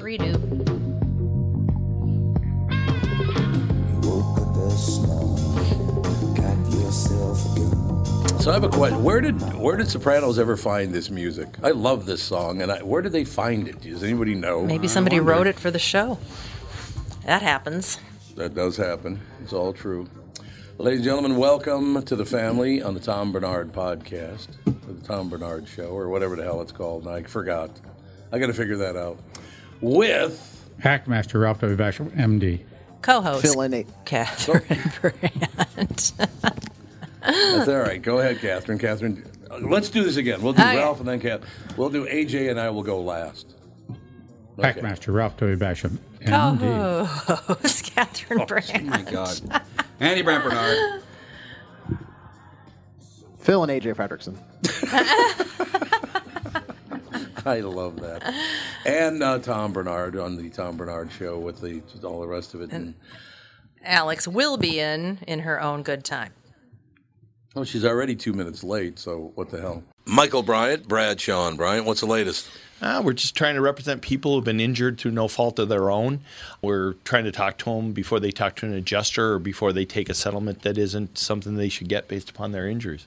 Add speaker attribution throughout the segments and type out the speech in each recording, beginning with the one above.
Speaker 1: Redo.
Speaker 2: Woke up this morning, got yourself a gun.
Speaker 3: So I have a question. Where did where did Sopranos ever find this music? I love this song, and I, where did they find it? Does anybody know?
Speaker 1: Maybe somebody wrote it for the show. That happens.
Speaker 3: That does happen. It's all true. Ladies and gentlemen, welcome to the family on the Tom Bernard podcast, or the Tom Bernard show, or whatever the hell it's called. I forgot. I got to figure that out. With
Speaker 4: Hackmaster Ralph W. Bash, MD.
Speaker 1: Co-host
Speaker 5: Fill in it.
Speaker 1: Catherine Brandt.
Speaker 3: that's all right. Go ahead, Catherine. Catherine, uh, let's do this again. We'll do
Speaker 1: Okay.
Speaker 3: Ralph and then Cath. We'll do AJ and I will go last. Okay.
Speaker 4: Hackmaster Ralph W. Basham, MD.
Speaker 1: Co-host Catherine Brandt.
Speaker 6: Oh, my God. Andy Brant Bernard.
Speaker 5: Phil and AJ Fredrickson.
Speaker 3: I love that. And uh, Tom Bernard on the Tom Bernard show with the just all the rest of it. And,
Speaker 1: Alex will be in in her own good time.
Speaker 3: oh, she's already two minutes late. So what the hell? Michael Bryant, Brad Sean Bryant. What's the latest?
Speaker 7: Ah, we're just trying to represent people who've been injured through no fault of their own. We're trying to talk to them before they talk to an adjuster or before they take a settlement that isn't something they should get based upon their injuries.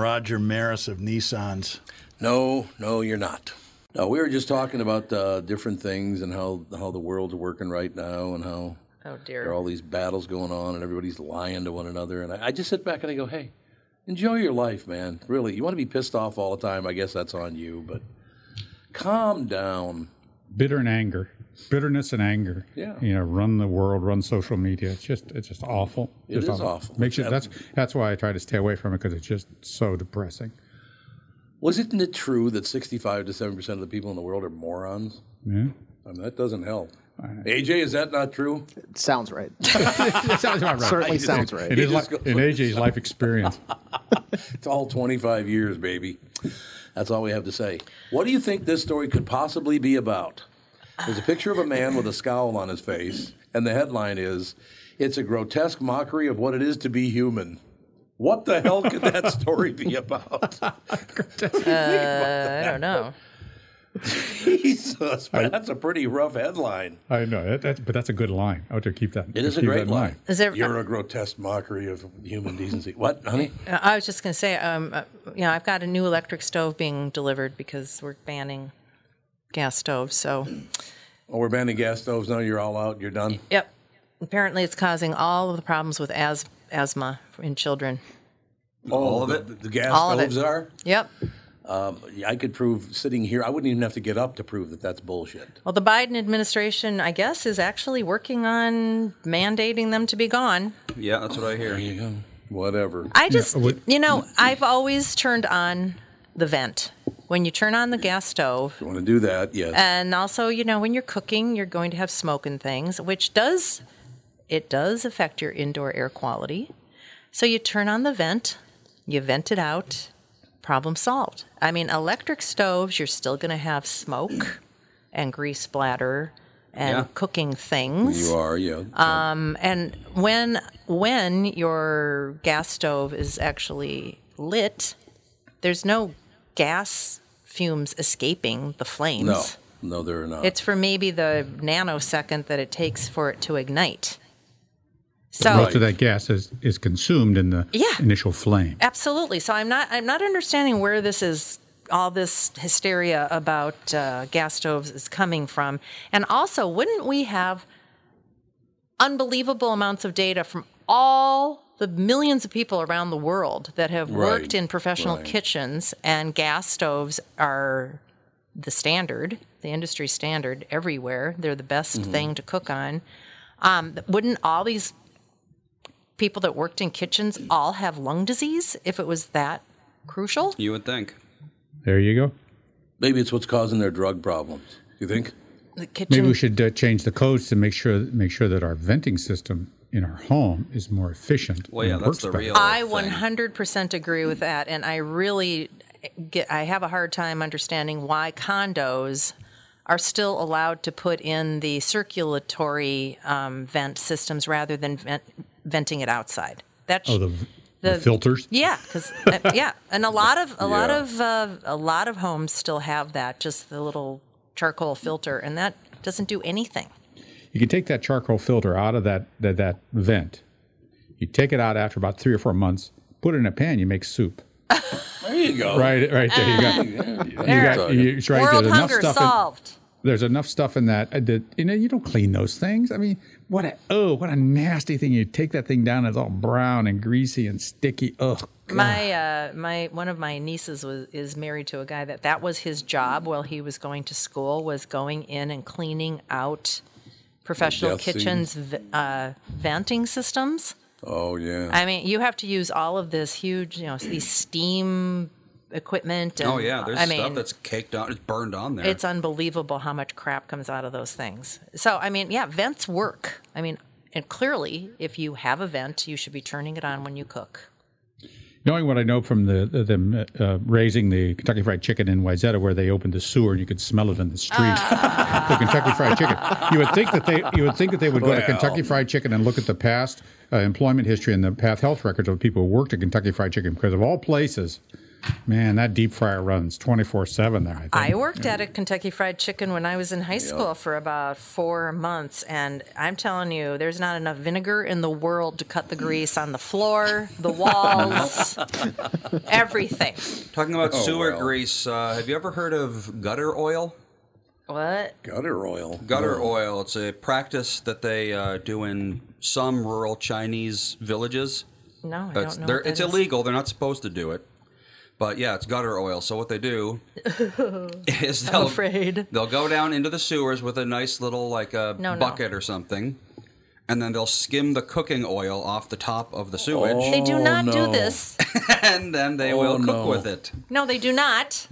Speaker 8: Roger Maris of Nissans.
Speaker 3: No, no, you're not. No, we were just talking about uh, different things and how how the world's working right now and how
Speaker 1: Oh
Speaker 3: there are
Speaker 1: dear.
Speaker 3: all these battles going on and everybody's lying to one another. And I, I just sit back and I go, hey, enjoy your life, man. Really, you want to be pissed off all the time? I guess that's on you, but calm down.
Speaker 4: Bitter and anger. Bitterness and anger.
Speaker 3: Yeah.
Speaker 4: You know, run the world, run social media. It's just, it's just awful.
Speaker 3: It
Speaker 4: just
Speaker 3: is awful.
Speaker 4: Makes you, that's, that's why I try to stay away from it because it's just so depressing.
Speaker 3: Wasn't it true that 65 to 7 percent of the people in the world are morons?
Speaker 4: Yeah.
Speaker 3: I mean, that doesn't help. AJ, is that not true?
Speaker 5: It sounds right.
Speaker 4: It sounds about right.
Speaker 5: Certainly sounds right.
Speaker 4: It is
Speaker 3: You
Speaker 4: like
Speaker 3: just go-
Speaker 4: in AJ's life experience.
Speaker 3: It's all 25 years, baby. That's all we have to say. What do you think this story could possibly be about? There's a picture of a man with a scowl on his face, and the headline is It's a grotesque mockery of what it is to be human. What the hell could that story be about?
Speaker 1: Uh, I don't know.
Speaker 3: Jesus, man, that's a pretty rough headline.
Speaker 4: I know, that, that's, but that's a good line. I ought to keep that.
Speaker 3: It is a
Speaker 4: keep that
Speaker 3: great
Speaker 4: in
Speaker 3: line.
Speaker 4: mind.
Speaker 1: Is there-
Speaker 3: You're a grotesque mockery of human decency. What, honey?
Speaker 1: Uh, I was just going to say, um, uh, you know, I've got a new electric stove being delivered because we're banning gas stoves. So,
Speaker 3: Oh, we're banning gas stoves now. You're all out. You're done.
Speaker 1: yep. Apparently, it's causing all of the problems with as- asthma in children.
Speaker 3: All of it. Oh, The, the gas
Speaker 1: All of it.
Speaker 3: stoves are. Um,
Speaker 1: Yep.
Speaker 3: I could prove sitting here. I wouldn't even have to get up to prove that that's bullshit.
Speaker 1: Well, the Biden administration, I guess, is actually working on mandating them to be gone.
Speaker 6: Yeah, that's what I hear.
Speaker 3: There you go. whatever.
Speaker 1: I just,
Speaker 4: what-
Speaker 1: you know, I've always turned on the vent. When you turn on the gas stove,
Speaker 3: You want to do that? Yes.
Speaker 1: and also, you know, when you're cooking, you're going to have smoke and things, which does, it does affect your indoor air quality. So you turn on the vent, you vent it out, problem solved. I mean, electric stoves, you're still going to have smoke and grease splatter and
Speaker 6: Yeah.
Speaker 1: cooking things
Speaker 3: you are, yeah.
Speaker 1: uh, Um, and when when your gas stove is actually lit, there's no gas fumes escaping the flames.
Speaker 3: no, no, they're not.
Speaker 1: It's for maybe the nanosecond that it takes for it to ignite. So
Speaker 4: Most of that gas is, is consumed in the
Speaker 1: Yeah.
Speaker 4: initial flame.
Speaker 1: Absolutely. So I'm not I'm not understanding where this is all this hysteria about uh, gas stoves is coming from. And also, wouldn't we have unbelievable amounts of data from all the millions of people around the world that have worked
Speaker 3: Right,
Speaker 1: in professional
Speaker 3: right.
Speaker 1: kitchens and gas stoves are the standard, the industry standard everywhere. They're the best
Speaker 4: Mm-hmm.
Speaker 1: thing to cook on. Um, wouldn't all these people that worked in kitchens all have lung disease if it was that crucial?
Speaker 6: You would think.
Speaker 4: There you go.
Speaker 3: Maybe it's what's causing their drug problems. You think?
Speaker 1: The kitchen.
Speaker 4: Maybe we should uh, change the codes to make sure make sure that our venting system in our home is more efficient.
Speaker 6: Well, yeah,
Speaker 4: and
Speaker 6: that's
Speaker 4: works
Speaker 6: the
Speaker 4: better.
Speaker 6: real.
Speaker 1: I
Speaker 6: thing.
Speaker 1: 100% agree with that. And I really eh, get, I have a hard time understanding why condos are still allowed to put in the circulatory um, vent systems rather than vent, venting it outside. That's,
Speaker 4: Oh, the, the,
Speaker 1: The-
Speaker 4: filters.
Speaker 1: Yeah, because yeah, and a lot of a lot of uh, a lot of homes still have that, just the little charcoal filter, and that doesn't do anything.
Speaker 4: You can take that charcoal filter out of that, that that vent. You take it out after about three or four months. Put it in a pan. You make soup.
Speaker 3: There you go.
Speaker 4: Right, right there. You got. You got. You, that's right.
Speaker 1: Ah. World
Speaker 4: there's enough
Speaker 1: hunger
Speaker 4: stuff. In,
Speaker 1: solved.
Speaker 4: there's enough stuff in that uh, that you know you don't clean those things. I mean, what a oh, what a nasty thing! You take that thing down, it's all brown and greasy and sticky. Ugh.
Speaker 1: My uh, my one of my nieces was is married to a guy that that was his job while he was going to school was going in and cleaning out professional
Speaker 3: Death scene.
Speaker 1: kitchens v- uh, venting systems.
Speaker 3: oh yeah.
Speaker 1: I mean, you have to use all of this huge, you know, these steam equipment. And,
Speaker 6: Oh yeah, there's
Speaker 1: I
Speaker 6: stuff
Speaker 1: mean,
Speaker 6: that's caked on, it's burned on there.
Speaker 1: it's unbelievable how much crap comes out of those things. So, I mean, yeah, vents work. I mean, and clearly, if you have a vent, you should be turning it on when you cook.
Speaker 4: Knowing what I know from the, the them uh, uh, raising the Kentucky Fried Chicken in Wayzata, where they opened the sewer and you could smell it in the street,
Speaker 1: Ah.
Speaker 4: the Kentucky Fried Chicken. You would think that they you would think that they would go to Kentucky Fried Chicken and look at the past uh, employment history and the past health records of people who worked at Kentucky Fried Chicken because of all places, man, that deep fryer runs twenty four seven there. I think.
Speaker 1: I worked at a Kentucky Fried Chicken when I was in high school for about four months, and I'm telling you, there's not enough vinegar in the world to cut the grease on the floor, the walls, everything.
Speaker 6: Talking about sewer
Speaker 3: well.
Speaker 6: grease, uh, have you ever heard of gutter oil?
Speaker 1: What?
Speaker 3: Gutter oil.
Speaker 6: Gutter oil. It's a practice that they uh, do in some rural Chinese villages.
Speaker 1: No, Oh, I
Speaker 6: It's,
Speaker 1: don't know.
Speaker 6: they're-
Speaker 1: what that
Speaker 6: it's
Speaker 1: is.
Speaker 6: illegal. They're not supposed to do it. But yeah, it's gutter oil. So what they do is they'll,
Speaker 1: I'm afraid.
Speaker 6: they'll go down into the sewers with a nice little like a
Speaker 1: No, no.
Speaker 6: bucket or something, and then they'll skim the cooking oil off the top of the sewage,
Speaker 1: They do not do
Speaker 3: Oh, no. Oh,
Speaker 1: this.
Speaker 6: and then they will cook
Speaker 3: no. Mm-hmm.
Speaker 6: with it.
Speaker 1: No, they do not.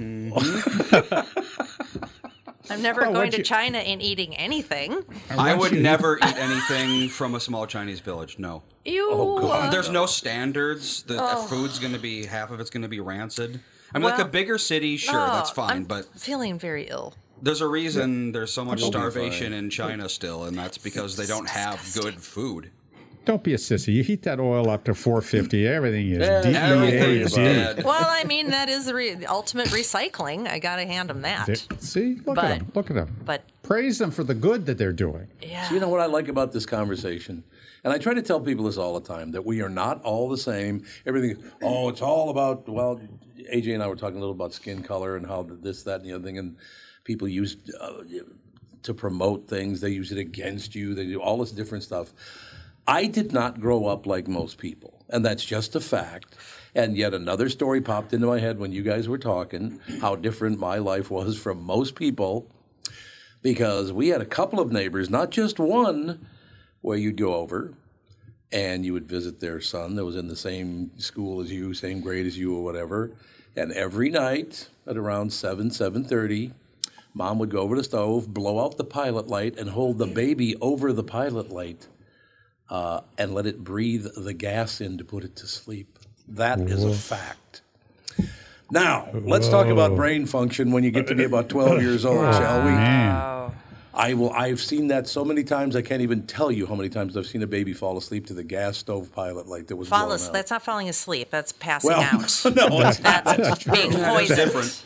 Speaker 1: I'm never
Speaker 4: Oh,
Speaker 1: going
Speaker 4: what
Speaker 1: to
Speaker 4: you-
Speaker 1: China and eating anything.
Speaker 6: I
Speaker 4: Once
Speaker 6: would
Speaker 4: you-
Speaker 6: never eat anything from a small Chinese village. No.
Speaker 1: You.
Speaker 3: Oh, God.
Speaker 6: There's no standards. The the food's going to be half of it's going to be rancid. I mean, like
Speaker 1: Well-
Speaker 6: a bigger city, sure, that's fine.
Speaker 1: I'm
Speaker 6: but
Speaker 1: feeling very ill.
Speaker 6: there's a reason there's so much starvation in China still, and that's because they don't have good food.
Speaker 4: Don't be a sissy. You heat that oil up to four fifty. Everything is DEA.
Speaker 6: Everything is
Speaker 4: DEA.
Speaker 6: dead.
Speaker 1: Well, I mean that is the re- the ultimate recycling. I gotta hand them that.
Speaker 4: See, look
Speaker 1: But-
Speaker 4: at them. Look at them.
Speaker 1: But
Speaker 4: praise them for the good that they're doing.
Speaker 1: yeah,
Speaker 3: So you know what I like about this conversation? And I try to tell people this all the time that we are not all the same. Everything, oh, it's all about, well, AJ and I were talking a little about skin color and how this, that, and the other thing. And people use uh, to promote things, they use it against you, they do all this different stuff. I did not grow up like most people, and that's just a fact. And yet another story popped into my head when you guys were talking how different my life was from most people because we had a couple of neighbors, not just one, where you'd go over and you would visit their son that was in the same school as you, same grade as you, or whatever. And every night at around seven, seven thirty, mom would go over to the stove, blow out the pilot light, and hold the baby over the pilot light, uh, and let it breathe the gas in to put it to sleep. That is a fact. Now let's talk about brain function when you get to be about twelve years old, shall we? I will. I've seen that so many times. I can't even tell you how many times I've seen a baby fall asleep to the gas stove pilot light that was
Speaker 1: Fall
Speaker 3: blown
Speaker 1: as-
Speaker 3: out.
Speaker 1: that's not falling asleep. That's passing
Speaker 3: well,
Speaker 1: out.
Speaker 3: no, it's not.
Speaker 1: That's, being poisoned.
Speaker 6: different.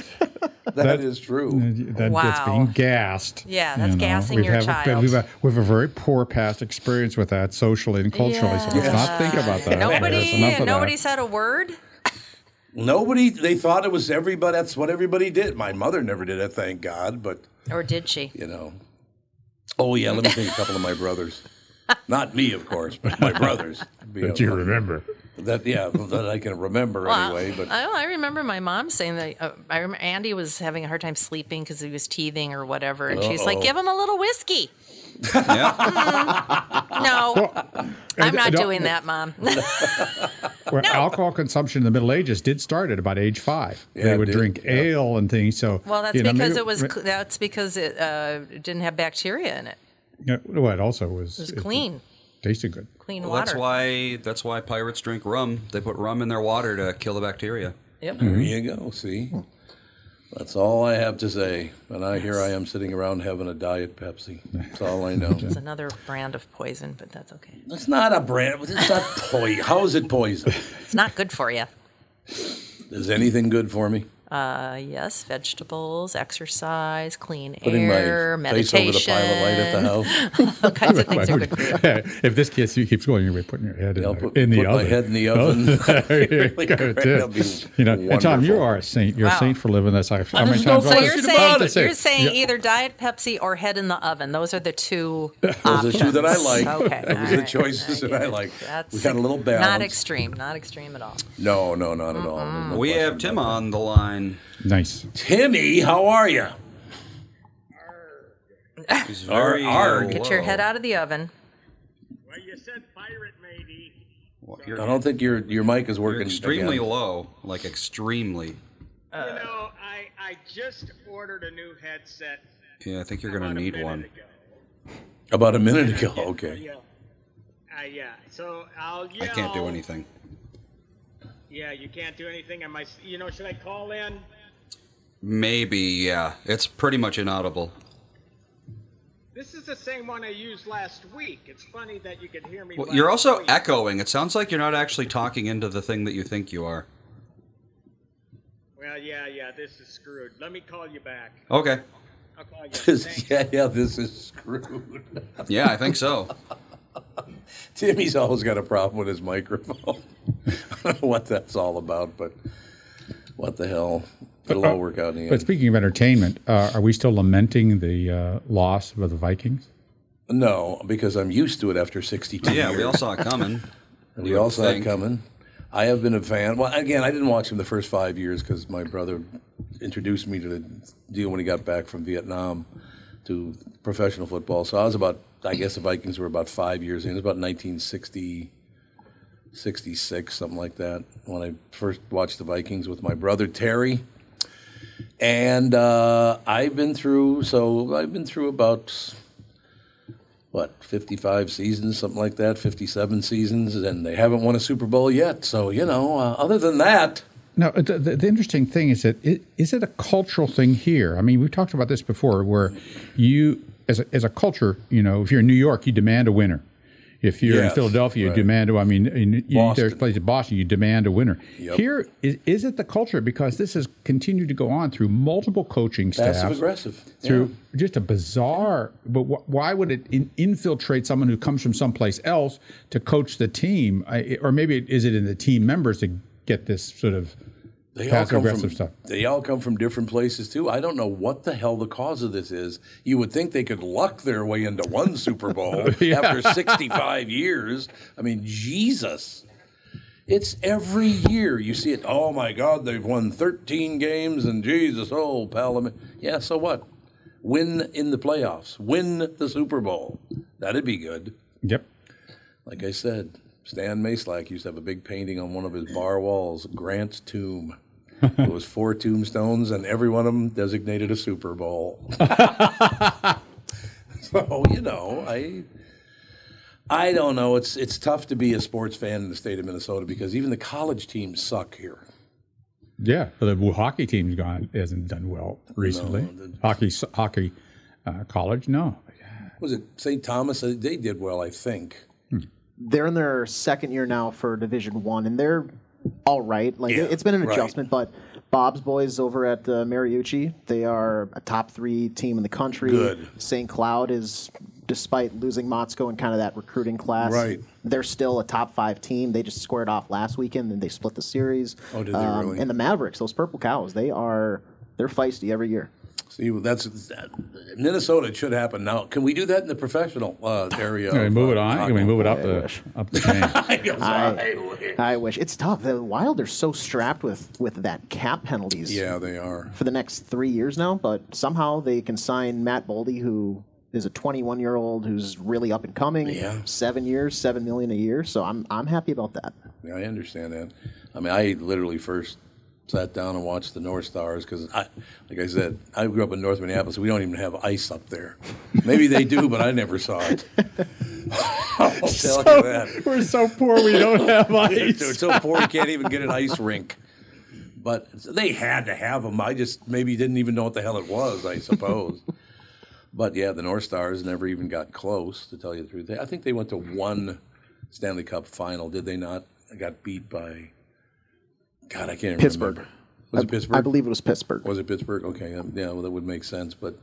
Speaker 3: that is true.
Speaker 4: That, That's
Speaker 1: Wow.
Speaker 4: being gassed.
Speaker 1: Yeah,
Speaker 4: you
Speaker 1: that's
Speaker 4: know.
Speaker 1: gassing
Speaker 4: We've
Speaker 1: your
Speaker 4: have-
Speaker 1: child.
Speaker 4: We've a, we have a very poor past experience with that socially and culturally, so let's not think about that. That's enough
Speaker 1: Nobody,
Speaker 4: of
Speaker 1: nobody
Speaker 4: that.
Speaker 1: said a word.
Speaker 3: Nobody. They thought it was everybody. That's what everybody did. My mother never did it. Thank God. But
Speaker 1: Or did she?
Speaker 3: you know. Oh yeah, let me think. A couple of my brothers. Not me, of course, but my brothers.
Speaker 4: That you remember.
Speaker 3: That yeah, that I can remember
Speaker 1: Well,
Speaker 3: anyway. But
Speaker 1: I, I remember my mom saying that. Uh, I remember Andy was having a hard time sleeping because he was teething or whatever, and she's like,
Speaker 3: Uh-oh.
Speaker 1: "Give him a little whiskey."
Speaker 6: Yeah.
Speaker 1: No, I'm
Speaker 4: And-
Speaker 1: not
Speaker 4: and-
Speaker 1: doing that, mom.
Speaker 4: Well, alcohol consumption in the Middle Ages did start at about age five.
Speaker 3: Yeah,
Speaker 4: they
Speaker 3: it
Speaker 4: would
Speaker 3: did.
Speaker 4: drink
Speaker 3: Yeah.
Speaker 4: ale and things. So
Speaker 1: well, that's
Speaker 4: you know,
Speaker 1: because
Speaker 4: maybe-
Speaker 1: it was. cl- That's because it uh, didn't have bacteria in it.
Speaker 4: Yeah, well, it also was,
Speaker 1: It was clean,
Speaker 4: tasted good.
Speaker 1: clean
Speaker 6: Well,
Speaker 1: water.
Speaker 6: that's why that's why pirates drink rum. They put rum in their water to kill the bacteria.
Speaker 1: Yep.
Speaker 3: There you go. See, that's all I have to say. And I here I am sitting around having a diet Pepsi. That's all I know.
Speaker 1: It's another brand of poison, but that's okay.
Speaker 3: That's not a brand. It's not poison. How is it poison?
Speaker 1: It's not good for you.
Speaker 3: Is anything good for me?
Speaker 1: Uh, yes, vegetables, exercise, clean
Speaker 3: Putting
Speaker 1: air,
Speaker 3: my
Speaker 1: meditation.
Speaker 3: face over the pilot light at the house.
Speaker 1: all kinds of things are good for you.
Speaker 4: if this case keeps going, you're putting your head in,
Speaker 3: I'll
Speaker 4: the-
Speaker 3: put,
Speaker 4: in the
Speaker 3: put
Speaker 4: oven.
Speaker 3: my head in the oven.
Speaker 4: Really
Speaker 3: Go,
Speaker 4: good,
Speaker 3: that'll be
Speaker 4: too. You know, and Tom, you
Speaker 3: wonderful.
Speaker 4: are a saint. You're
Speaker 1: Wow.
Speaker 4: a saint for living this. I've, how many
Speaker 3: no
Speaker 4: times?
Speaker 1: So
Speaker 4: have I
Speaker 1: you're
Speaker 3: Shit
Speaker 4: said
Speaker 1: saying
Speaker 3: about it.
Speaker 1: you're saying
Speaker 4: Yeah.
Speaker 1: either diet Pepsi or head in the oven. Those are the two.
Speaker 3: Those are two that I like.
Speaker 1: Ah, Okay,
Speaker 3: Those
Speaker 1: all
Speaker 3: are the
Speaker 1: right.
Speaker 3: choices that I like.
Speaker 1: That's
Speaker 3: we got a little balance.
Speaker 1: Not extreme. Not extreme at all.
Speaker 3: no, no, not at all. There's no
Speaker 6: We
Speaker 3: question
Speaker 6: have
Speaker 3: about
Speaker 6: Tim
Speaker 3: that.
Speaker 6: on the line.
Speaker 4: Nice.
Speaker 3: Timmy, how are you?
Speaker 6: He's very
Speaker 3: arg.
Speaker 6: low.
Speaker 1: Get your head out of the oven.
Speaker 9: Well, you said pirate, matey.
Speaker 6: You're,
Speaker 3: I don't think your your mic is
Speaker 6: you're
Speaker 3: working.
Speaker 6: extremely
Speaker 3: again.
Speaker 6: low, like extremely.
Speaker 9: you know, I, I just ordered a new headset.
Speaker 6: Yeah, I think you're gonna
Speaker 9: about a
Speaker 6: need
Speaker 9: minute
Speaker 6: one.
Speaker 9: ago.
Speaker 3: About a minute ago. Okay.
Speaker 9: Yeah. Uh, yeah. So I'll yell.
Speaker 6: I can't do anything.
Speaker 9: Yeah, you can't do anything. Am I? s- You know, should I call in?
Speaker 6: Maybe, yeah. It's pretty much inaudible.
Speaker 9: This is the same one I used last week. It's funny that you could hear me.
Speaker 6: Well,
Speaker 9: last
Speaker 6: you're also
Speaker 9: week.
Speaker 6: echoing. It sounds like you're not actually talking into the thing that you think you are.
Speaker 9: Well, yeah, yeah. This is screwed. Let me call you back.
Speaker 6: Okay.
Speaker 9: I'll call you. Thanks.
Speaker 3: yeah, yeah. This is screwed.
Speaker 6: Yeah, I think so.
Speaker 3: Timmy's always got a problem with his microphone. I don't know what that's all about, but what the hell? It'll all work out in the
Speaker 4: But
Speaker 3: end.
Speaker 4: speaking of entertainment, uh, are we still lamenting the uh, loss of the Vikings?
Speaker 3: No, because I'm used to it after 62
Speaker 6: Yeah,
Speaker 3: years.
Speaker 6: we all saw it coming.
Speaker 3: We
Speaker 6: You
Speaker 3: all
Speaker 6: would
Speaker 3: saw it
Speaker 6: think.
Speaker 3: coming. I have been a fan. Well, again, I didn't watch him the first five years because my brother introduced me to the deal when he got back from Vietnam to professional football. So I was about, I guess the Vikings were about five years in. It was about 1960, 66, something like that, when I first watched the Vikings with my brother Terry. And uh, I've been through, so I've been through about what 55 seasons something like that 57 seasons and they haven't won a super bowl yet so you know uh, other than that
Speaker 4: Now, uh, the, the, the interesting thing is that it, is it a cultural thing here? I mean, we've talked about this before, where you, as a, as a culture, you know, if you're in New York, you demand a winner. If you're
Speaker 3: Yes,
Speaker 4: in Philadelphia,
Speaker 3: right.
Speaker 4: you demand. I mean, in, you,
Speaker 3: Boston.
Speaker 4: there's places in Boston, you demand a winner.
Speaker 3: Yep.
Speaker 4: Here, is, is it the culture? Because this has continued to go on through multiple coaching staffs,
Speaker 3: passive aggressive
Speaker 4: through just a bizarre. But wh- why would it in, infiltrate someone who comes from someplace else to coach the team? I, or maybe it, is it in the team members to get this sort of
Speaker 3: they
Speaker 4: passive
Speaker 3: all come
Speaker 4: aggressive
Speaker 3: from,
Speaker 4: stuff?
Speaker 3: they all come from different places too i don't know what the hell the cause of this is you would think they could luck their way into one super bowl after 65 years i mean jesus it's every year you see it oh my god they've won 13 games and jesus oh parliament yeah so what win in the playoffs win the super bowl that'd be good
Speaker 4: Yep.
Speaker 3: like I said, Stan Maslak used to have a big painting on one of his bar walls, Grant's Tomb. it was four tombstones, and every one of them designated a Super Bowl. so you know, I I don't know. It's it's tough to be a sports fan in the state of Minnesota because even the college teams suck here.
Speaker 4: Yeah, but the hockey team's gone hasn't done well recently. hockey, s- hockey, uh, college. No,
Speaker 3: Was it St. Thomas? Uh, They did well, I think.
Speaker 5: They're in their second year now for Division One, and they're all right. Like
Speaker 3: Yeah,
Speaker 5: it's been an
Speaker 3: right.
Speaker 5: adjustment, but Bob's boys over at uh, Mariucci, they are a top three team in the country.
Speaker 3: Good.
Speaker 5: St. Cloud is, despite losing Motzko and kind of that recruiting class,
Speaker 3: Right.
Speaker 5: They're still a top five team. They just squared off last weekend, and they split the series. Um,
Speaker 3: Oh, did they really?
Speaker 5: And the Mavericks, those purple cows, they are they're feisty every year.
Speaker 3: See, well, that's that, Minnesota. It should happen now. Can we do that in the professional uh, area?
Speaker 4: can we
Speaker 3: of,
Speaker 4: move
Speaker 3: uh,
Speaker 4: it on? Can we
Speaker 3: hockey?
Speaker 4: move it up the up the chain?
Speaker 5: I, I wish it's tough. The Wild are so strapped with with that cap penalties
Speaker 3: Yeah, they are.
Speaker 5: for the next three years now, but somehow they can sign Matt Boldy, who is a 21 year old who's really up and coming.
Speaker 3: Yeah.
Speaker 5: Seven years, seven million a year. So I'm I'm happy about that.
Speaker 3: Yeah, I understand that. I mean, I literally first sat down and watched the North Stars because, I, like I said, I grew up in North Minneapolis. We don't even have ice up there. Maybe they do, but I never saw it. I'll tell you that.
Speaker 4: We're so poor we don't have
Speaker 3: Dude, it's so poor you can't even get an ice rink. But they had to have them. I just maybe didn't even know what the hell it was, I suppose. but yeah, the North Stars never even got close, to tell you the truth. They- I think they went to one Stanley Cup final, did they not? They got beat by, God, I can't even
Speaker 5: Pittsburgh.
Speaker 3: remember. Was it Pittsburgh?
Speaker 5: I believe it was Pittsburgh.
Speaker 3: Was it Pittsburgh? Okay, um, yeah, well, that would make sense. But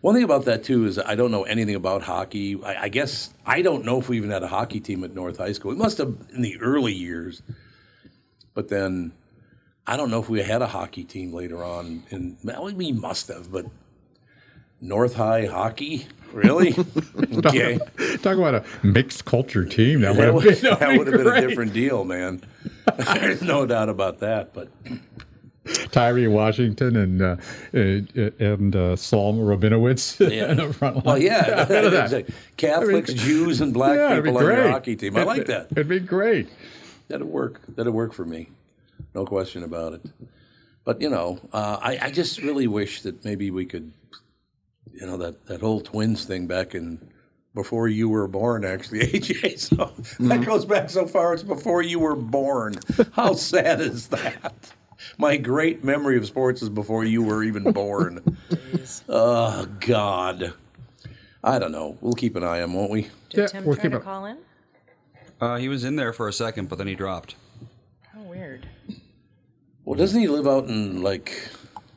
Speaker 3: one thing about that too is I don't know anything about hockey. I, I guess I don't know if we even had a hockey team at North High School. We must have in the early years, but then I don't know if we had a hockey team later on. And well, we must have, but North High hockey, really? okay,
Speaker 4: Talk about a mixed culture team. That
Speaker 3: that
Speaker 4: would
Speaker 3: would,
Speaker 4: have been,
Speaker 3: that would have been a
Speaker 4: great.
Speaker 3: different deal, man. There's no doubt about that. But
Speaker 4: Tyree Washington and uh, uh, and uh, Saul Rabinowitz in the front line.
Speaker 3: Well, yeah,
Speaker 4: None of that.
Speaker 3: It's like Catholics, Jews, and black
Speaker 4: Yeah, it'd be
Speaker 3: people on your
Speaker 4: great.
Speaker 3: hockey team. I like that.
Speaker 4: It'd be great.
Speaker 3: That'd work. That'd work for me, no question about it. But you know, uh, I, I just really wish that maybe we could, you know, that that whole twins thing back in before you were born, actually, AJ. So
Speaker 4: Mm-hmm.
Speaker 3: that goes back so far. It's before you were born. How sad is that? My great memory of sports is before you were even born. oh God. I don't know. We'll keep an eye on, 'em, won't we?
Speaker 4: Did
Speaker 1: Tim trying to call in?
Speaker 6: Uh, he was in there for a second, but then he dropped.
Speaker 1: How weird.
Speaker 3: Well, doesn't he live out in Mm, like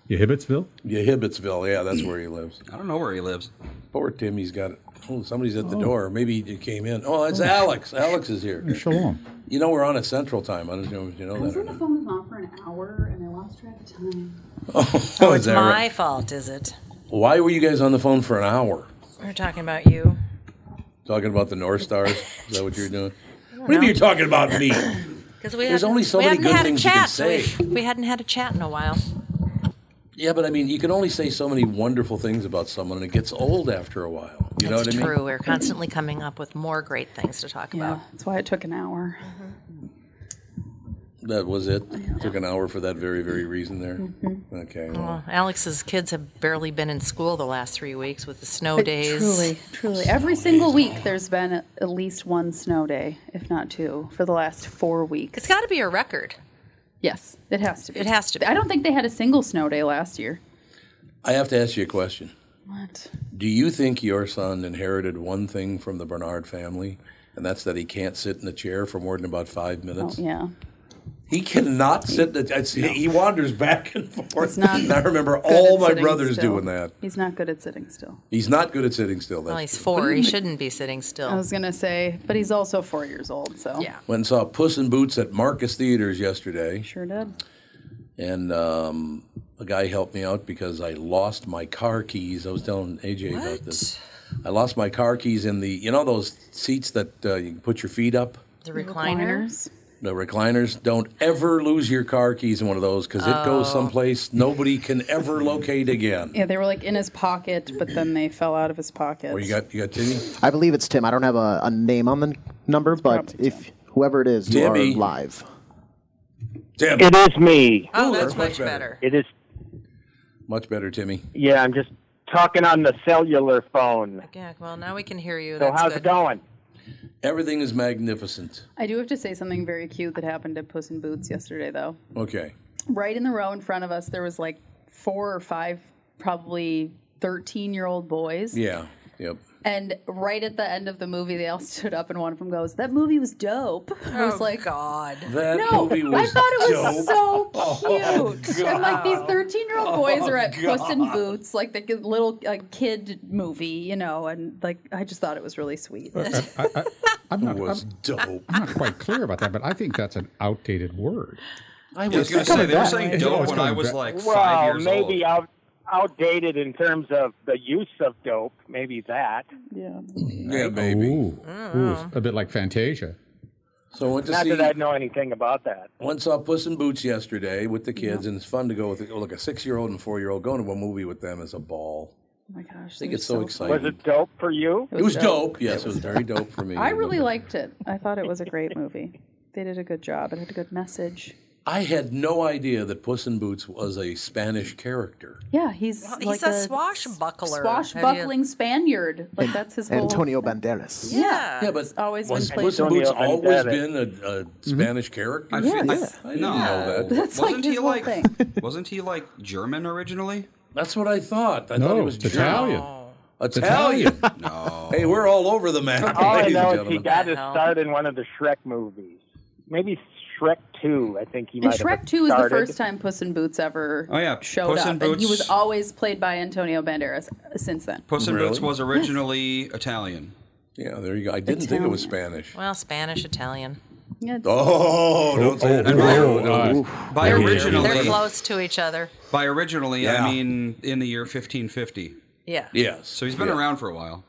Speaker 4: You Hibbetsville?
Speaker 3: Yeah, Hibbetsville. Yeah, that's where he lives.
Speaker 6: I don't know where he lives.
Speaker 3: Poor Tim. He's got. Oh, somebody's at the door. Maybe he came in. Oh, it's Alex. Alex is here.
Speaker 4: Shalom.
Speaker 3: You know we're on at Central Time. I don't know if you know
Speaker 10: I was
Speaker 3: that. Or
Speaker 10: on the
Speaker 3: not.
Speaker 10: phone with mom for an hour and I lost track of time.
Speaker 1: Oh,
Speaker 3: is
Speaker 1: it's
Speaker 3: that
Speaker 1: my
Speaker 3: right?
Speaker 1: fault, is it?
Speaker 3: Why were you guys on the phone for an hour
Speaker 1: We're talking about you.
Speaker 3: talking about the North Stars? Is that what you're doing? What do you mean you're talking about me?
Speaker 1: Because we
Speaker 3: There's
Speaker 1: hadn't-
Speaker 3: only so
Speaker 1: we
Speaker 3: many
Speaker 1: hadn't
Speaker 3: good
Speaker 1: had a
Speaker 3: things you can
Speaker 1: chat. so we-
Speaker 3: say.
Speaker 1: We, hadn't had a chat in a while.
Speaker 3: Yeah, but I mean, you can only say so many wonderful things about someone, and it gets old after a while. You know
Speaker 1: That's
Speaker 3: what I mean?
Speaker 1: true. We're constantly coming up with more great things to talk
Speaker 10: Yeah,
Speaker 1: about. Mm-hmm.
Speaker 10: that's why it took an hour.
Speaker 3: That was it. Took an hour for that very, very reason there.
Speaker 10: Mm-hmm.
Speaker 3: Okay. well.
Speaker 1: Well, Alex's kids have barely been in school the last three weeks with the snow
Speaker 10: But
Speaker 1: days.
Speaker 10: Truly, truly. Every single week there's been at at least one snow day, if not two, for the last four weeks.
Speaker 1: It's got to be a record.
Speaker 10: Yes, it has to be.
Speaker 1: It has to be.
Speaker 10: I don't think they had a single snow day last year.
Speaker 3: I have to ask you a question.
Speaker 10: What?
Speaker 3: Do you think your son inherited one thing from the Bernard family? And that's that he can't sit in a chair for more than about five
Speaker 10: Oh,
Speaker 3: minutes.
Speaker 10: yeah.
Speaker 3: He cannot sit. In a, it's, He wanders back and forth.
Speaker 10: He's not
Speaker 3: and I remember
Speaker 10: good
Speaker 3: all
Speaker 10: at
Speaker 3: my
Speaker 10: sitting
Speaker 3: brothers
Speaker 10: still.
Speaker 3: doing that.
Speaker 10: He's not good at sitting still.
Speaker 3: He's not good at sitting still. That's
Speaker 1: Well, he's four. He shouldn't be sitting
Speaker 10: I
Speaker 1: still.
Speaker 10: was gonna say, but he's also four years old, so
Speaker 1: Yeah.
Speaker 3: Went and saw Puss in Boots at Marcus Theaters yesterday,
Speaker 10: sure did.
Speaker 3: and um, a guy helped me out because I lost my car keys. I was telling AJ about this. I lost my car keys in the you know those seats that uh, you can put your feet up.
Speaker 1: The recliner.
Speaker 10: Recliners.
Speaker 3: The recliners don't ever lose your car keys in one of those because it
Speaker 10: Oh.
Speaker 3: goes someplace nobody can ever locate again.
Speaker 10: Yeah, they were like in his pocket, but then they fell out of his pocket.
Speaker 3: Well, you got you got Timmy.
Speaker 5: I believe it's Tim. I don't have a, a name on the number, but
Speaker 10: probably
Speaker 5: if whoever it is, you are
Speaker 3: Timmy.
Speaker 5: live.
Speaker 3: Tim.
Speaker 11: It is me.
Speaker 1: Oh, that's much better.
Speaker 11: It is.
Speaker 3: Much better, Timmy.
Speaker 11: Yeah, I'm just talking on the cellular phone.
Speaker 1: Yeah, well, now we can hear you.
Speaker 11: So
Speaker 1: That's
Speaker 11: how's
Speaker 1: good.
Speaker 11: it going?
Speaker 3: Everything is magnificent.
Speaker 10: I do have to say something very cute that happened at Puss in Boots yesterday, though.
Speaker 3: Okay.
Speaker 10: Right in the row in front of us, there was like four or five, probably 13 year old boys.
Speaker 3: Yeah. Yep.
Speaker 10: And right at the end of the movie, they all stood up, and one of them goes, "That movie was dope." I
Speaker 1: Oh,
Speaker 10: was like, "God,
Speaker 3: That
Speaker 10: no!"
Speaker 3: movie
Speaker 10: I
Speaker 3: was
Speaker 10: thought it was
Speaker 3: dope. Oh,
Speaker 10: so
Speaker 1: Oh,
Speaker 10: cute.
Speaker 3: God.
Speaker 10: and like these thirteen-year-old boys are at
Speaker 3: Oh,
Speaker 10: Puss in
Speaker 3: God.
Speaker 10: Boots, like the kid- little like, kid movie, you know, and like I just thought it was really sweet.
Speaker 4: I'm not,
Speaker 3: was
Speaker 4: I'm,
Speaker 3: dope.
Speaker 4: I'm not quite clear about that, but I think that's an outdated word.
Speaker 3: I
Speaker 6: was going to say, they were saying
Speaker 4: Oh,
Speaker 6: dope
Speaker 4: it's
Speaker 6: when I
Speaker 4: coming
Speaker 6: was
Speaker 4: back.
Speaker 6: like five
Speaker 11: Well,
Speaker 6: years
Speaker 11: maybe
Speaker 6: old.
Speaker 11: out, outdated in terms of the use of dope. Maybe that.
Speaker 10: yeah.
Speaker 3: Yeah, baby.
Speaker 4: Ooh, ooh,
Speaker 6: Mm.
Speaker 4: it's a bit like Fantasia.
Speaker 3: So I went to
Speaker 11: Not
Speaker 3: see
Speaker 11: that I know anything about that.
Speaker 3: Went and saw Puss in Boots yesterday with the kids, and it's fun to go with. Look, a six-year-old and four-year-old going to a movie with them is a ball.
Speaker 10: Oh my gosh,
Speaker 3: I think it's so,
Speaker 11: Was
Speaker 3: exciting.
Speaker 11: it dope for you?
Speaker 3: It was dope. Yes, it was very dope for me.
Speaker 10: I really liked it. I thought it was a great movie. They did a good job. It had a good message.
Speaker 3: I had no idea that Puss in Boots was a Spanish character.
Speaker 10: Yeah, he's
Speaker 1: Well, he's
Speaker 10: like
Speaker 1: a swashbuckler.
Speaker 10: swashbuckling Spaniard. Like that's his whole.
Speaker 5: Antonio Banderas.
Speaker 10: Yeah,
Speaker 1: Yeah.
Speaker 3: Yeah, but
Speaker 10: it's always been
Speaker 3: Was
Speaker 10: played.
Speaker 3: Puss in
Speaker 11: Antonio
Speaker 3: Boots always
Speaker 11: Banderas.
Speaker 3: been a, a
Speaker 10: Mm-hmm.
Speaker 3: Spanish character?
Speaker 6: I
Speaker 10: Yeah,
Speaker 6: feel- I-
Speaker 10: yeah.
Speaker 3: I didn't
Speaker 6: no.
Speaker 3: know that.
Speaker 10: That's like
Speaker 6: wasn't
Speaker 10: his
Speaker 6: he
Speaker 10: whole
Speaker 6: like
Speaker 10: thing.
Speaker 6: wasn't he like German originally?
Speaker 3: That's what I thought. I
Speaker 4: no,
Speaker 3: thought it was
Speaker 4: it's
Speaker 3: German. Oh.
Speaker 4: Italian.
Speaker 3: Italian.
Speaker 6: No.
Speaker 3: hey, we're all over the map,
Speaker 11: All I
Speaker 3: ladies
Speaker 11: know
Speaker 3: and
Speaker 11: is he
Speaker 3: gentlemen.
Speaker 11: got his
Speaker 1: Hell.
Speaker 11: start in one of the Shrek movies. Maybe Shrek 2, I think he
Speaker 10: And
Speaker 11: might have
Speaker 10: Shrek Two was the
Speaker 11: started.
Speaker 10: first time Puss in Boots ever
Speaker 6: Oh, yeah.
Speaker 10: showed
Speaker 6: Puss
Speaker 10: up,
Speaker 6: in
Speaker 10: and he
Speaker 6: Boots-
Speaker 10: was always played by Antonio Banderas uh, since then.
Speaker 6: Puss in
Speaker 3: Really?
Speaker 6: Boots was originally Italian.
Speaker 3: Yeah, there you go. I didn't think it was Spanish.
Speaker 1: Well, Spanish, Italian.
Speaker 10: Yeah, it's-
Speaker 3: Oh, don't say that.
Speaker 6: oh,
Speaker 3: No, no.
Speaker 4: uh,
Speaker 6: By
Speaker 1: They're
Speaker 6: originally,
Speaker 1: close to each other.
Speaker 6: by originally,
Speaker 3: Yeah.
Speaker 6: I mean in the year 1550.
Speaker 1: Yeah.
Speaker 3: Yes.
Speaker 6: So he's been
Speaker 3: Yeah.
Speaker 6: around for a while.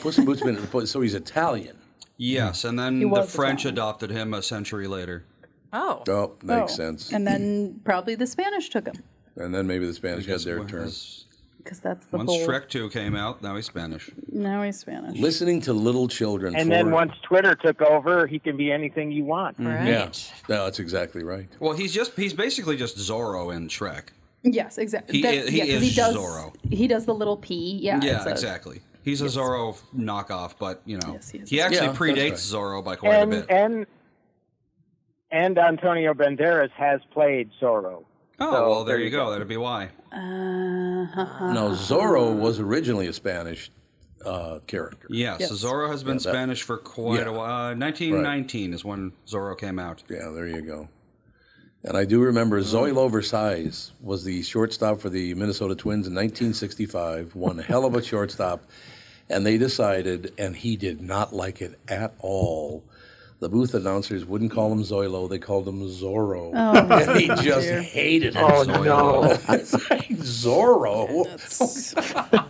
Speaker 3: Puss in Boots been so he's Italian.
Speaker 6: Yes, and then the
Speaker 10: was
Speaker 6: French adopted him a century later.
Speaker 1: Oh.
Speaker 3: Oh, makes
Speaker 10: Oh.
Speaker 3: sense.
Speaker 10: And then probably the Spanish took him
Speaker 3: And then maybe the Spanish got their turn.
Speaker 6: Once
Speaker 10: because that's the whole.
Speaker 6: Shrek 2 came out, now he's Spanish.
Speaker 10: Now he's Spanish.
Speaker 3: Listening to little children.
Speaker 11: And then
Speaker 3: for-
Speaker 11: once Twitter took over, he can be anything you want.
Speaker 6: Mm-hmm.
Speaker 1: Right.
Speaker 3: Yeah, no, that's exactly right.
Speaker 6: Well, he's just he's basically just Zorro in Shrek.
Speaker 10: Yes, exactly.
Speaker 6: He
Speaker 10: That's-
Speaker 6: i- he
Speaker 10: yeah, 'cause
Speaker 6: is
Speaker 10: he does,
Speaker 6: Zorro.
Speaker 10: He does the little P. Yeah.
Speaker 6: Yeah,
Speaker 10: it's a-
Speaker 6: exactly. He's a Zorro knockoff, but you know,
Speaker 10: Yes, he
Speaker 6: he,
Speaker 10: is.
Speaker 6: actually
Speaker 3: Yeah, that's
Speaker 6: predates
Speaker 3: right.
Speaker 6: Zorro by quite
Speaker 11: And
Speaker 6: a bit.
Speaker 11: and and Antonio Banderas has played Zorro.
Speaker 6: oh,
Speaker 11: so
Speaker 6: well, there,
Speaker 11: there
Speaker 6: you
Speaker 11: you
Speaker 6: go. That'd be why.
Speaker 10: Uh-huh.
Speaker 3: No, Zorro was originally a Spanish uh, character.
Speaker 6: Yes, Zorro has been Spanish for quite a while. Uh, 1919 is when Zorro came out.
Speaker 3: Yeah, there you go. And I do remember Zoilo Versailles was the shortstop for the Minnesota Twins in 1965. One hell of a shortstop. And they decided, and he did not like it at all. The booth announcers wouldn't call him Zoilo, they called him Zorro.
Speaker 1: Oh.
Speaker 3: and he just hated it.
Speaker 11: Oh no!
Speaker 3: It's like, Zorro.
Speaker 10: That's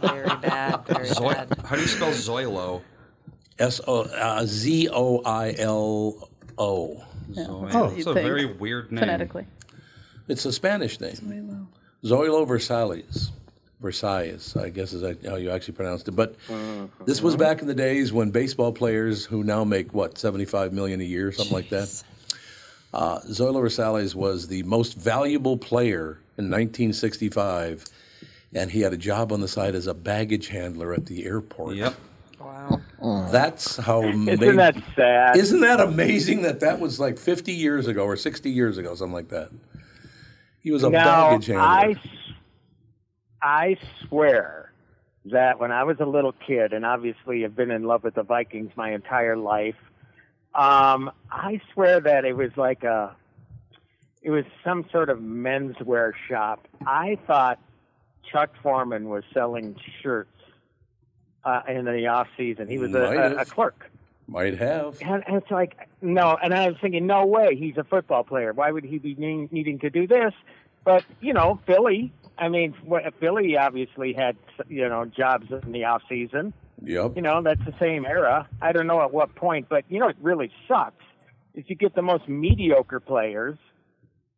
Speaker 1: Very bad. Very
Speaker 6: Zoi-
Speaker 1: bad.
Speaker 6: How do you spell Zoilo?
Speaker 3: S O uh, Z O I L O.
Speaker 6: Zoilo.
Speaker 4: Oh.
Speaker 6: it's a very weird name.
Speaker 10: phonetically.
Speaker 3: It's a Spanish name. Zoilo Versalles. Versalles, I guess is that how you actually pronounced it. But this was back in the days when baseball players who now make, what, 75 million a year, something like that? Uh, Zoilo Versalles was the most valuable player in 1965, and he had a job on the side as a baggage handler at the airport.
Speaker 6: Yep.
Speaker 1: Wow.
Speaker 5: Mm.
Speaker 3: That's how
Speaker 11: Isn't that sad?
Speaker 3: Isn't that amazing that that was like 50 years ago or 60 years ago, something like that? He was a
Speaker 11: now
Speaker 3: baggage handler.
Speaker 11: I s- I swear that when I was a little kid, and obviously have been in love with the Vikings my entire life, um, I swear that it was like a it was some sort of menswear shop. I thought Chuck Foreman was selling shirts uh, in the off season. He was
Speaker 3: Might
Speaker 11: a,
Speaker 3: have.
Speaker 11: a, a clerk.
Speaker 3: Might have.
Speaker 11: And, and it's like, no. And I was thinking, no way, he's a football player. Why would he be needing, needing to do this? But, you know, Philly, I mean, what- Philly obviously had, you know, jobs in the off season.
Speaker 3: Yep.
Speaker 11: You know, that's the same era. I don't know at what point, but, you know, it really sucks is you get the most mediocre players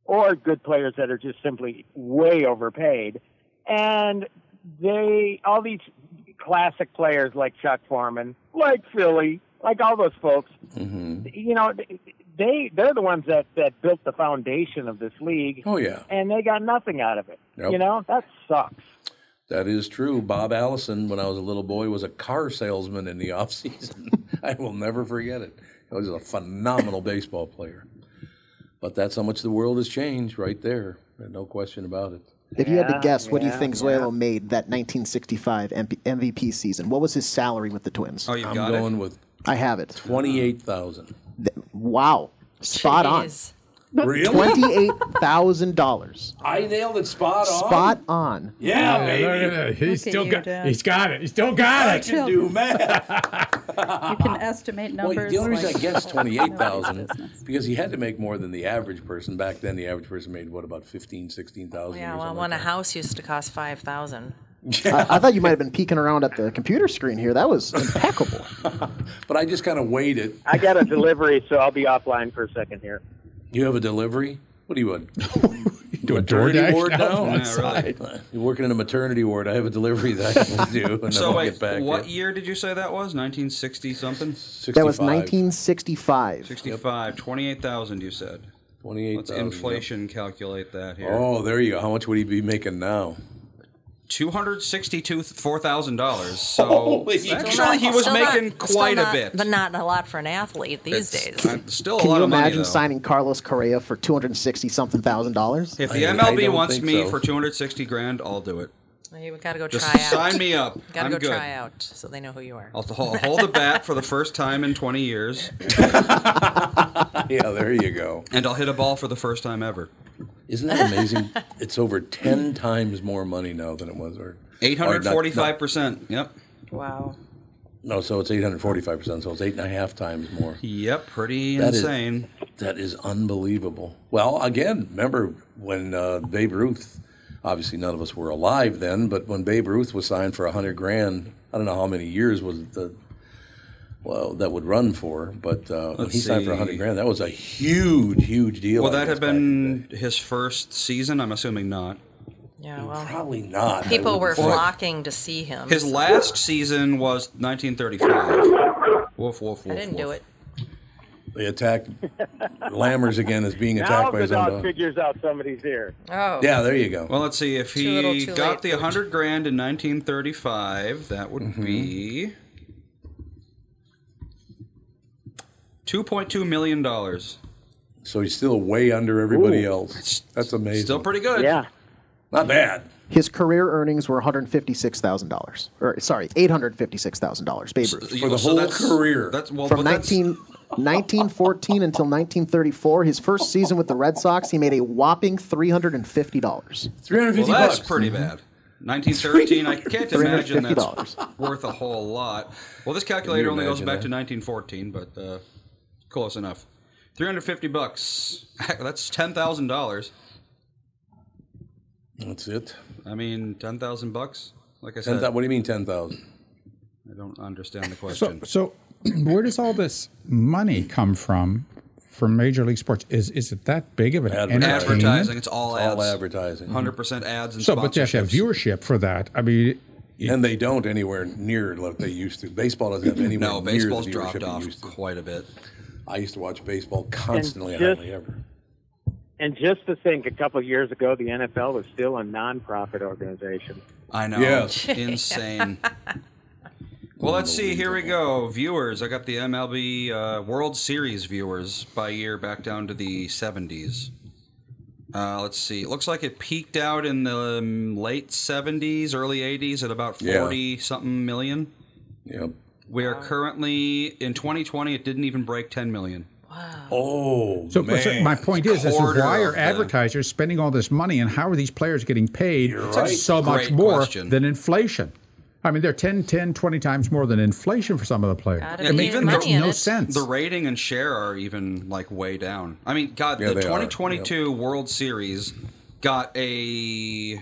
Speaker 11: or good players that are just simply way overpaid. And they, all these classic players like Chuck Foreman, like Philly, like all those folks,
Speaker 3: Mm-hmm.
Speaker 11: you know, they they're the ones that that built the foundation of this league.
Speaker 3: Oh, yeah.
Speaker 11: and they got nothing out of it.
Speaker 3: Yep.
Speaker 11: You know, that sucks.
Speaker 3: That is true. Bob Allison, when I was a little boy, was a car salesman in the off season. I will never forget it. He was a phenomenal baseball player. But that's how much the world has changed right there. No question about it.
Speaker 5: If you had to guess, what do you think Zuelo made that 1965 MP- MVP season? What was his salary with the Twins?
Speaker 3: Oh, you've I'm got it? going with
Speaker 5: I have it.
Speaker 3: 28,000.
Speaker 5: Wow. Spot
Speaker 3: Jeez.
Speaker 5: on.
Speaker 3: Really?
Speaker 5: $28,000.
Speaker 3: I nailed it spot on.
Speaker 5: Spot on.
Speaker 3: Yeah, baby.
Speaker 10: Look at
Speaker 4: He's still
Speaker 10: you,
Speaker 4: got.
Speaker 10: Dad.
Speaker 4: He's got it. He's still got
Speaker 10: I
Speaker 4: it.
Speaker 10: can do
Speaker 3: math.
Speaker 10: You can estimate
Speaker 3: Well,
Speaker 10: numbers.
Speaker 3: the only reason I
Speaker 10: like-
Speaker 3: guessed 28,000 because he had to make more than the average person. Back then, the average person made, what, about 15, 16,000?
Speaker 1: Yeah, well, when a house used to cost five thousand.
Speaker 5: I, I thought you might have been peeking around at the computer screen here. That was impeccable.
Speaker 3: But I just kind of waited.
Speaker 11: I got a delivery, so I'll be offline for a second here.
Speaker 3: You have a delivery? What do you want?
Speaker 4: Do a
Speaker 3: maternity
Speaker 4: DoorDash
Speaker 3: ward
Speaker 4: down
Speaker 3: now?
Speaker 4: on the Yeah, really.
Speaker 3: You're working in a maternity ward. I have a delivery that I can do, and
Speaker 6: so
Speaker 3: then I'll
Speaker 6: wait,
Speaker 3: get back.
Speaker 6: what
Speaker 3: to you.
Speaker 6: year did you say that was? 1960 something?
Speaker 5: That was 1965.
Speaker 6: 65, 28,000 you said.
Speaker 3: 28,000.
Speaker 6: Let's inflation calculate that here.
Speaker 3: Oh, there you go. How much would he be making now?
Speaker 6: Two hundred sixty-two four thousand dollars. So
Speaker 3: Holy
Speaker 6: actually,
Speaker 3: cow.
Speaker 6: he was
Speaker 1: Still not-
Speaker 6: making
Speaker 1: still
Speaker 6: quite
Speaker 1: not-
Speaker 6: a bit.
Speaker 1: but not a lot for an athlete these days.
Speaker 6: I'm still a
Speaker 5: Can
Speaker 6: lot
Speaker 5: you
Speaker 6: of money,
Speaker 5: imagine
Speaker 6: though.
Speaker 5: signing Carlos Correa for 260 something thousand dollars?
Speaker 6: If the MLB wants me for two hundred sixty grand, I'll do it.
Speaker 1: Hey, we gotta go
Speaker 6: Just
Speaker 1: try out.
Speaker 6: sign me up.
Speaker 1: Gotta
Speaker 6: I'm
Speaker 1: go
Speaker 6: good.
Speaker 1: try out so they know who you are.
Speaker 6: I'll I'll hold the bat for the first time in twenty years.
Speaker 3: yeah, there you go.
Speaker 6: And I'll hit a ball for the first time ever.
Speaker 3: Isn't that amazing? it's over 10 times more money now than it was. Or,
Speaker 6: Eight hundred forty-five percent. Yep.
Speaker 1: Wow.
Speaker 3: No, so it's 845%, so it's eight and a half times more.
Speaker 6: Yep, pretty
Speaker 3: That is-
Speaker 6: insane.
Speaker 3: that is unbelievable. Well, again, remember when uh, Babe Ruth, obviously none of us were alive then, but when Babe Ruth was signed for 100 grand, I don't know how many years was the, well, that would run for, but uh, when
Speaker 6: Let's
Speaker 3: he signed for
Speaker 6: see.
Speaker 3: 100 grand, that was a huge, huge deal.
Speaker 6: Will
Speaker 3: I
Speaker 6: that
Speaker 3: guess
Speaker 6: have been his first season? I'm assuming not.
Speaker 1: Yeah, well,
Speaker 3: probably not.
Speaker 1: People were
Speaker 6: Well,
Speaker 1: flocking to see him.
Speaker 6: His
Speaker 1: so-
Speaker 6: last season was 1935. Woof, woof, woof.
Speaker 1: I didn't do it.
Speaker 3: They attacked Lammers again as being
Speaker 11: now
Speaker 3: attacked by
Speaker 11: the
Speaker 3: his own
Speaker 11: dog
Speaker 3: dog.
Speaker 11: figures out somebody's ear.
Speaker 1: Oh.
Speaker 3: Yeah, there you go.
Speaker 6: Well, let's see. If he
Speaker 11: Too little, too
Speaker 6: got
Speaker 11: late.
Speaker 6: the 100 grand in 1935, that would
Speaker 3: Mm-hmm.
Speaker 6: be $2.2 million. dollars.
Speaker 3: So he's still way under everybody else. That's amazing.
Speaker 6: Still pretty good.
Speaker 5: Yeah.
Speaker 3: Not bad.
Speaker 5: His career earnings were $156,000. Or, sorry, $856,000. Babe Ruth.
Speaker 6: So that's- That's, well,
Speaker 5: From
Speaker 6: but that's-
Speaker 5: 19, 1914 until 1934, his first season with the Red Sox, he made a whopping $350.
Speaker 6: well, that's pretty
Speaker 3: Mm-hmm.
Speaker 6: bad. 1913, I can't imagine that's
Speaker 5: $350.
Speaker 6: worth a whole lot. Well, this
Speaker 5: Can
Speaker 6: calculator
Speaker 5: you
Speaker 6: only goes
Speaker 5: imagine
Speaker 6: back to 1914, but uh, close enough. 350 bucks. that's $10,000.
Speaker 3: That's it.
Speaker 6: I mean, 10,000 bucks? Like I
Speaker 3: Ten
Speaker 6: said,
Speaker 3: thou- what do you mean 10,000?
Speaker 6: I don't understand the question.
Speaker 4: So, so where does all this money come from? From Major League Sports, is is it that big of an
Speaker 6: advertising.
Speaker 4: entertainment?
Speaker 6: It's all
Speaker 3: It's
Speaker 6: ads.
Speaker 3: all advertising.
Speaker 6: 100% ads and
Speaker 4: So, but you have to have viewership for that. I mean,
Speaker 3: And they don't anywhere near like they used to. Baseball doesn't have anywhere
Speaker 6: No,
Speaker 3: near
Speaker 6: baseball's
Speaker 3: the
Speaker 6: dropped
Speaker 3: viewership it
Speaker 6: off
Speaker 3: used to.
Speaker 6: quite a bit.
Speaker 3: I used to watch baseball constantly,
Speaker 11: just-
Speaker 3: hardly ever.
Speaker 11: And just to think, a couple of years ago, the NFL was still a nonprofit organization.
Speaker 6: I know.
Speaker 11: Yes.
Speaker 6: Insane. Well, let's see. Here we go. Viewers. I got the MLB uh, World Series viewers by year back down to the 70s. Uh, let's see. It looks like it peaked out in the um, late 70s, early 80s at about
Speaker 3: Yeah.
Speaker 6: 40 something million.
Speaker 3: Yep.
Speaker 6: We are currently, in 2020, it didn't even break 10 million.
Speaker 3: Oh,
Speaker 4: so, so my point is, this is
Speaker 6: Quarter
Speaker 4: why
Speaker 6: of
Speaker 4: are
Speaker 6: the-
Speaker 4: advertisers spending all this money, and how are these players getting paid
Speaker 6: You're right.
Speaker 4: so much
Speaker 6: Great
Speaker 4: more
Speaker 6: question.
Speaker 4: than inflation? I mean, they're 10, 10, 20 times more than inflation for some of the players.
Speaker 6: Yeah,
Speaker 4: it
Speaker 6: but
Speaker 4: makes, makes no sense.
Speaker 6: The rating and share are even like way down. I mean, God,
Speaker 4: Yeah,
Speaker 6: the
Speaker 4: they are.
Speaker 6: 2022 World Series got a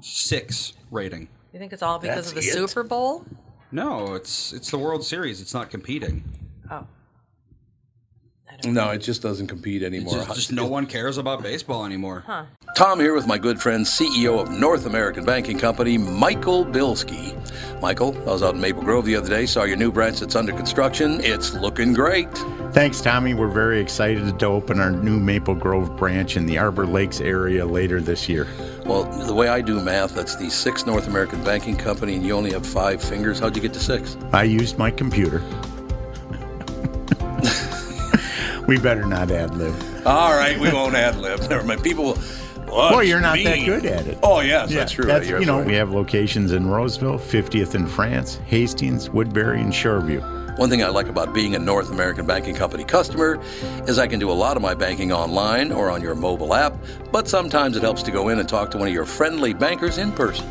Speaker 6: six rating.
Speaker 1: You think it's all because
Speaker 6: That's
Speaker 1: of the
Speaker 6: it?
Speaker 1: Super Bowl?
Speaker 6: No, it's it's the World Series. It's not competing.
Speaker 1: Oh. I
Speaker 3: No, it just doesn't compete anymore.
Speaker 6: Just, just no one cares about baseball anymore.
Speaker 1: Huh.
Speaker 3: Tom here with my good friend, CEO of North American Banking Company, Michael Bilski. Michael, I was out in Maple Grove the other day, saw your new branch that's under construction. It's looking great.
Speaker 12: Thanks, Tommy. We're very excited to open our new Maple Grove branch in the Arbor Lakes area later this year.
Speaker 3: Well, the way I do math, that's the sixth North American Banking Company, and you only have five fingers. How'd you get to six?
Speaker 12: I used my computer. we better not ad lib.
Speaker 3: All right, we won't ad lib. Never mind. People will.
Speaker 12: Well, you're not that
Speaker 3: mean.
Speaker 12: good at it.
Speaker 3: Oh, yes, that's true. You're
Speaker 12: you know,
Speaker 3: right.
Speaker 12: we have locations in Roseville, 50th in France, Hastings, Woodbury, and Shoreview.
Speaker 3: One thing I like about being a North American Banking Company customer is I can do a lot of my banking online or on your mobile app, but sometimes it helps to go in and talk to one of your friendly bankers in person.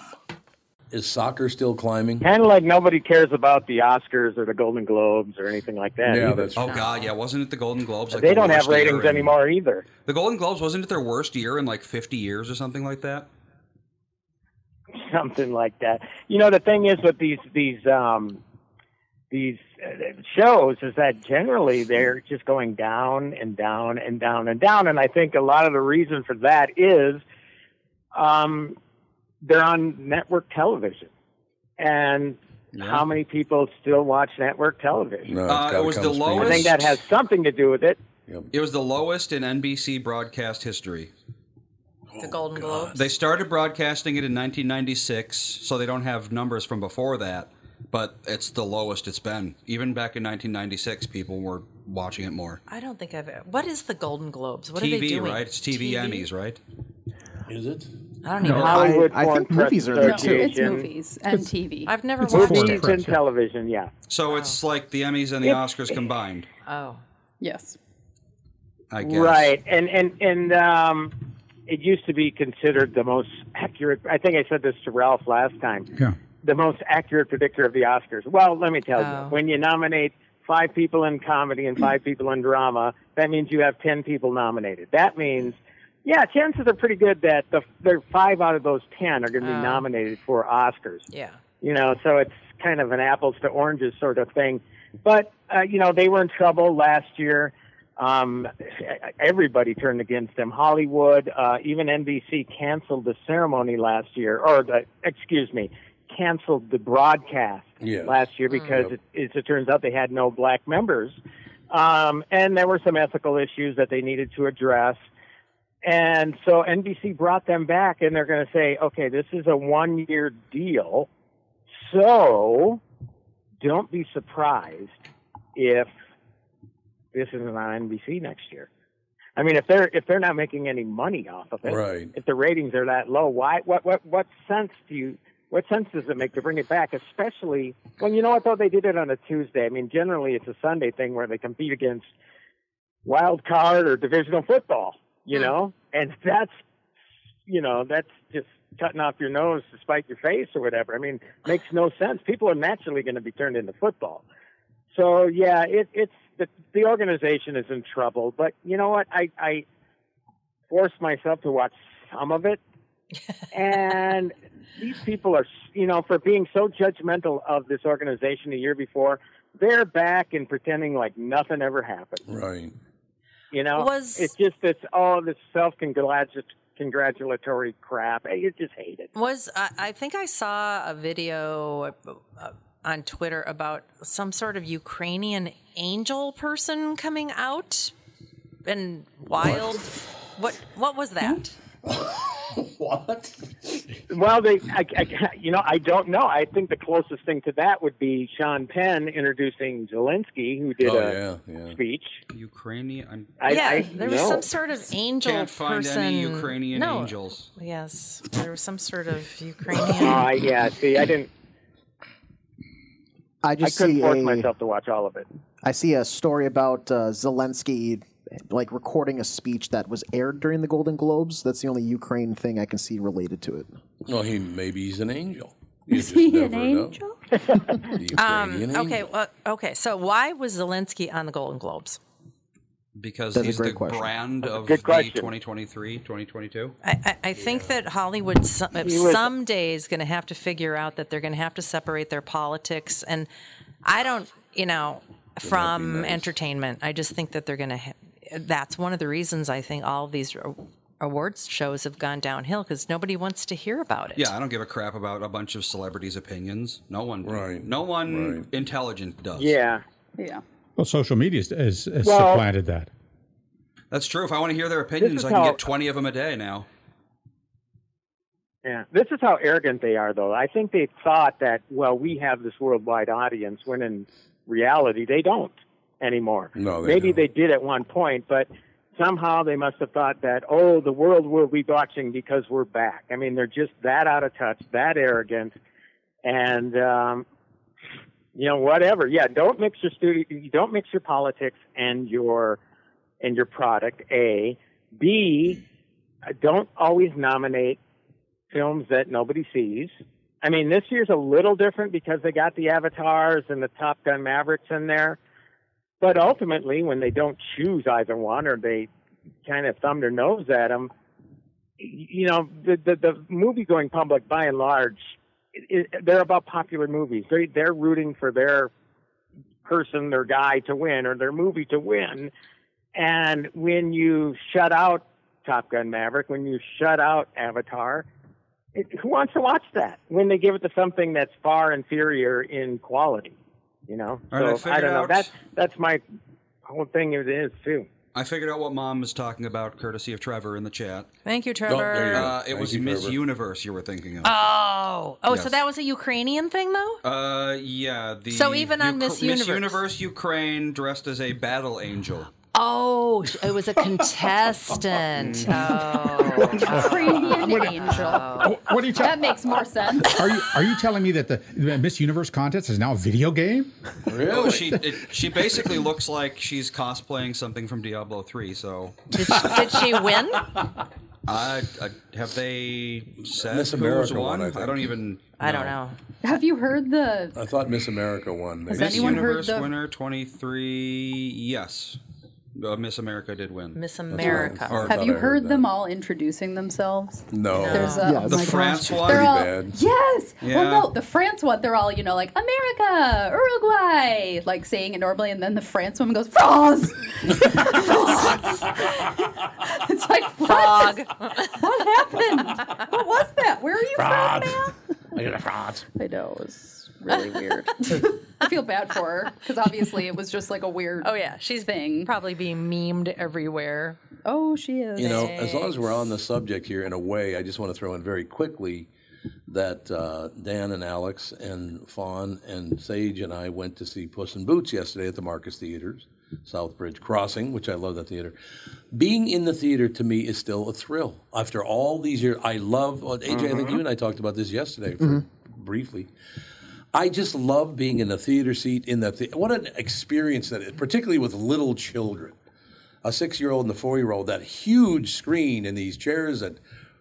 Speaker 3: Is soccer still climbing?
Speaker 11: Kind of like nobody cares about the Oscars or the Golden Globes or anything like that. either.
Speaker 6: Oh God, yeah, wasn't it the Golden Globes? Like
Speaker 11: they
Speaker 6: the
Speaker 11: don't have
Speaker 6: worst year
Speaker 11: ratings
Speaker 6: in-
Speaker 11: anymore either.
Speaker 6: The Golden Globes wasn't it their worst year in like 50 years or something like that?
Speaker 11: something like that. You know, the thing is with these these um, these uh, shows is that generally they're just going down and down and down and down, and I think a lot of the reason for that is um, they're on network television, and how many people still watch network television?
Speaker 6: No, it's Uh, it gotta was come the streaming.
Speaker 11: I think that has
Speaker 6: lowest-
Speaker 11: something to do with it.
Speaker 6: It was the lowest in NBC broadcast history.
Speaker 1: The Golden Globes.
Speaker 6: They started broadcasting it in 1996, so they don't have numbers from before that, but it's the lowest it's been. Even back in 1996, people were watching it more.
Speaker 1: I don't think I've. e, What is the Golden Globes? What
Speaker 6: TV,
Speaker 1: are they doing?
Speaker 6: right? It's TV, Emmys, right?
Speaker 3: Is it?
Speaker 1: I don't
Speaker 6: No,
Speaker 1: even know.
Speaker 11: Hollywood I- I Foreign think Press movies are in there, too.
Speaker 10: It's
Speaker 11: Association.
Speaker 10: movies and TV.
Speaker 1: I've never
Speaker 11: Movies and television, yeah.
Speaker 6: So it's like the Emmys and the
Speaker 11: It-
Speaker 6: Oscars combined,
Speaker 1: Oh.
Speaker 10: Yes.
Speaker 6: I guess.
Speaker 11: Right, and and and um, it used to be considered the most accurate. I think I said this to Ralph last time.
Speaker 4: Yeah.
Speaker 11: The most accurate predictor of the Oscars. Well, let me tell
Speaker 1: Oh.
Speaker 11: you, when you nominate five people in comedy and five people in drama, that means you have ten people nominated. That means. Yeah, chances are pretty good that the there five out of those ten are going to be
Speaker 1: Oh.
Speaker 11: nominated for Oscars
Speaker 1: Yeah.
Speaker 11: you know so it's kind of an apples to oranges sort of thing but uh, you know they were in trouble last year um, everybody turned against them hollywood uh, even nbc canceled the ceremony last year or the, excuse me canceled the broadcast
Speaker 3: Yes.
Speaker 11: last
Speaker 8: Hmm.
Speaker 11: year because it, it, it turns out they had no black members um, and there were some ethical issues that they needed to address and so NBC brought them back, and they're going to say, okay, this is a one year deal. So don't be surprised if this isn't on NBC next year. I mean, if they're if they're not making any money off of it,
Speaker 3: Right.
Speaker 11: if the ratings are that low, why? What what what sense do you? What sense does it make to bring it back? Especially well, you know what though they did it on a Tuesday. I mean, generally it's a Sunday thing where they compete against wild card or divisional football, you know, and that's you know that's just cutting off your nose to spite your face or whatever. I mean, makes no sense. People are naturally going to be turned into football. So yeah, it, it's the the organization is in trouble. But you know what? I I forced myself to watch some of it, and these people are you know for being so judgmental of this organization a year before, they're back and pretending like nothing ever happened.
Speaker 3: Right.
Speaker 11: You know,
Speaker 1: Was-
Speaker 11: it's just this all this self congratulatory crap. I you just hate it.
Speaker 1: Was I, I think I saw a video uh, on Twitter about some sort of Ukrainian angel person coming out and wild. What what was that?
Speaker 3: What?
Speaker 11: Well, they, I, I, you know, I don't know. I think the closest thing to that would be Sean Penn introducing Zelensky, who did
Speaker 6: Oh,
Speaker 11: a speech.
Speaker 6: Ukrainian. I'm,
Speaker 11: I-
Speaker 1: yeah,
Speaker 11: I-
Speaker 1: there was
Speaker 11: no.
Speaker 1: some sort of angel
Speaker 6: Can't find
Speaker 1: person.
Speaker 6: any Ukrainian
Speaker 1: no.
Speaker 6: angels.
Speaker 1: Yes, there was some sort of Ukrainian.
Speaker 11: Oh, yeah. See, I didn't.
Speaker 5: I
Speaker 11: I
Speaker 5: just
Speaker 11: couldn't
Speaker 5: see
Speaker 11: force
Speaker 5: a-
Speaker 11: myself to watch all of it.
Speaker 5: I see a story about uh, Zelensky like recording a speech that was aired during the Golden Globes. That's the only Ukraine thing I can see related to it.
Speaker 3: Well, he maybe he's an angel.
Speaker 10: Is he an
Speaker 3: never know.
Speaker 10: angel?
Speaker 1: Um, okay,
Speaker 3: angel.
Speaker 1: well, okay. So why was Zelensky on the Golden Globes?
Speaker 6: Because
Speaker 1: That's a
Speaker 6: he's
Speaker 1: great
Speaker 6: the
Speaker 1: question.
Speaker 6: brand
Speaker 1: That's a
Speaker 6: of
Speaker 1: good
Speaker 6: the
Speaker 1: question.
Speaker 6: 2023, 2022.
Speaker 1: I, I, I think that Hollywood some,
Speaker 6: He was-
Speaker 1: someday is going to have to figure out that they're going to have to separate their politics and I don't, you know, from entertainment. I just think that they're going to. Ha- that's one of the reasons I think all of these a- awards shows have gone downhill because nobody wants to hear about it.
Speaker 6: Yeah, I don't give a crap about a bunch of celebrities' opinions. No one, right. no one intelligent does.
Speaker 11: Yeah.
Speaker 10: Yeah.
Speaker 4: Well, social media has, has, has
Speaker 6: Well-
Speaker 4: supplanted that.
Speaker 6: That's true. If I want to hear their opinions,
Speaker 11: is
Speaker 6: I can
Speaker 11: how-
Speaker 6: get 20 of them a day now.
Speaker 11: Yeah. This is how arrogant they are, though. I think they thought that, well, we have this worldwide audience, when in reality, they don't anymore.
Speaker 3: No, they
Speaker 11: Maybe they did at one point, but somehow they must have thought that, oh, the world will be watching because we're back. I mean, they're just that out of touch, that arrogant, and um, you know, whatever. Yeah, don't mix your studio, don't mix your politics and your and your product. A, B, uh, don't always nominate films that nobody sees. I mean, this year's a little different because they got the Avatars and the Top Gun Mavericks in there. But ultimately, when they don't choose either one or they kind of thumb their nose at them, you know, the the, the movie going public by and large, it, it, they're about popular movies. They they're rooting for their person, their guy to win or their movie to win. And when you shut out Top Gun Maverick, when you shut out Avatar, it, who wants to watch that when they give it to something that's far inferior in quality? You know,
Speaker 6: All right, I
Speaker 11: so
Speaker 6: figured
Speaker 11: I don't know.
Speaker 6: out-
Speaker 11: That's that's my whole thing. It is too.
Speaker 6: I figured out what mom was talking about, courtesy of Trevor in the chat.
Speaker 1: Thank Oh, you, Trevor.
Speaker 6: Uh, it
Speaker 1: Thank
Speaker 6: was
Speaker 1: you,
Speaker 6: Miss
Speaker 1: Trevor.
Speaker 6: Universe you were thinking of.
Speaker 1: Oh, oh, so
Speaker 6: Yes.
Speaker 1: that was a Ukrainian thing, though.
Speaker 6: Uh, yeah. The
Speaker 1: So even on
Speaker 6: Ukra-
Speaker 1: Miss Universe-
Speaker 6: Miss Universe Ukraine dressed as a battle angel.
Speaker 1: Oh, sh- it was a contestant. oh,
Speaker 10: Ukrainian angel.
Speaker 4: What are you
Speaker 10: That makes more sense.
Speaker 4: Are you are you telling me that the Miss Universe contest is now a video game?
Speaker 6: Really? Oh, she it, she basically looks like she's cosplaying something from Diablo 3, so
Speaker 1: did she win?
Speaker 6: I, I, have they said
Speaker 3: Miss
Speaker 6: who's
Speaker 3: America
Speaker 6: won?
Speaker 3: won, I
Speaker 6: I,
Speaker 3: think.
Speaker 6: don't even
Speaker 1: I don't know.
Speaker 10: Have you heard the
Speaker 3: I thought Miss America won.
Speaker 10: Has
Speaker 6: Miss
Speaker 10: anyone heard
Speaker 6: Universe
Speaker 10: the-
Speaker 6: winner 23. Yes. Uh, Miss America did win.
Speaker 1: Miss America.
Speaker 6: Or-
Speaker 10: Have you heard them all introducing themselves?
Speaker 6: No.
Speaker 10: There's a, oh
Speaker 6: the
Speaker 10: my
Speaker 6: France
Speaker 10: gosh.
Speaker 6: one.
Speaker 10: They're all, Yes.
Speaker 6: Yeah.
Speaker 10: Well, no, the France one. They're all you know like America, Uruguay, like saying it normally, and then the France woman goes France. it's like frog. What happened? What was that? Where are you
Speaker 3: Fraud.
Speaker 10: from, man?
Speaker 3: Look at the frauds.
Speaker 10: I know. It's really weird. I feel bad for her because obviously it was just like a weird.
Speaker 1: Oh yeah, she's
Speaker 10: thing.
Speaker 1: probably being memed everywhere.
Speaker 10: Oh, she is.
Speaker 3: You know, as long as we're on the subject here, in a way, I just want to throw in very quickly that uh, Dan and Alex and Fawn and Sage and I went to see Puss in Boots yesterday at the Marcus Theaters, Southbridge Crossing, which I love that theater. Being in the theater to me is still a thrill. After all these years, I love, well, AJ, I think you and I talked about this yesterday for, briefly. I just love being in a theater seat in that. The- what an experience that is, particularly with little children, a six-year-old and a four-year-old. That huge screen and these chairs that,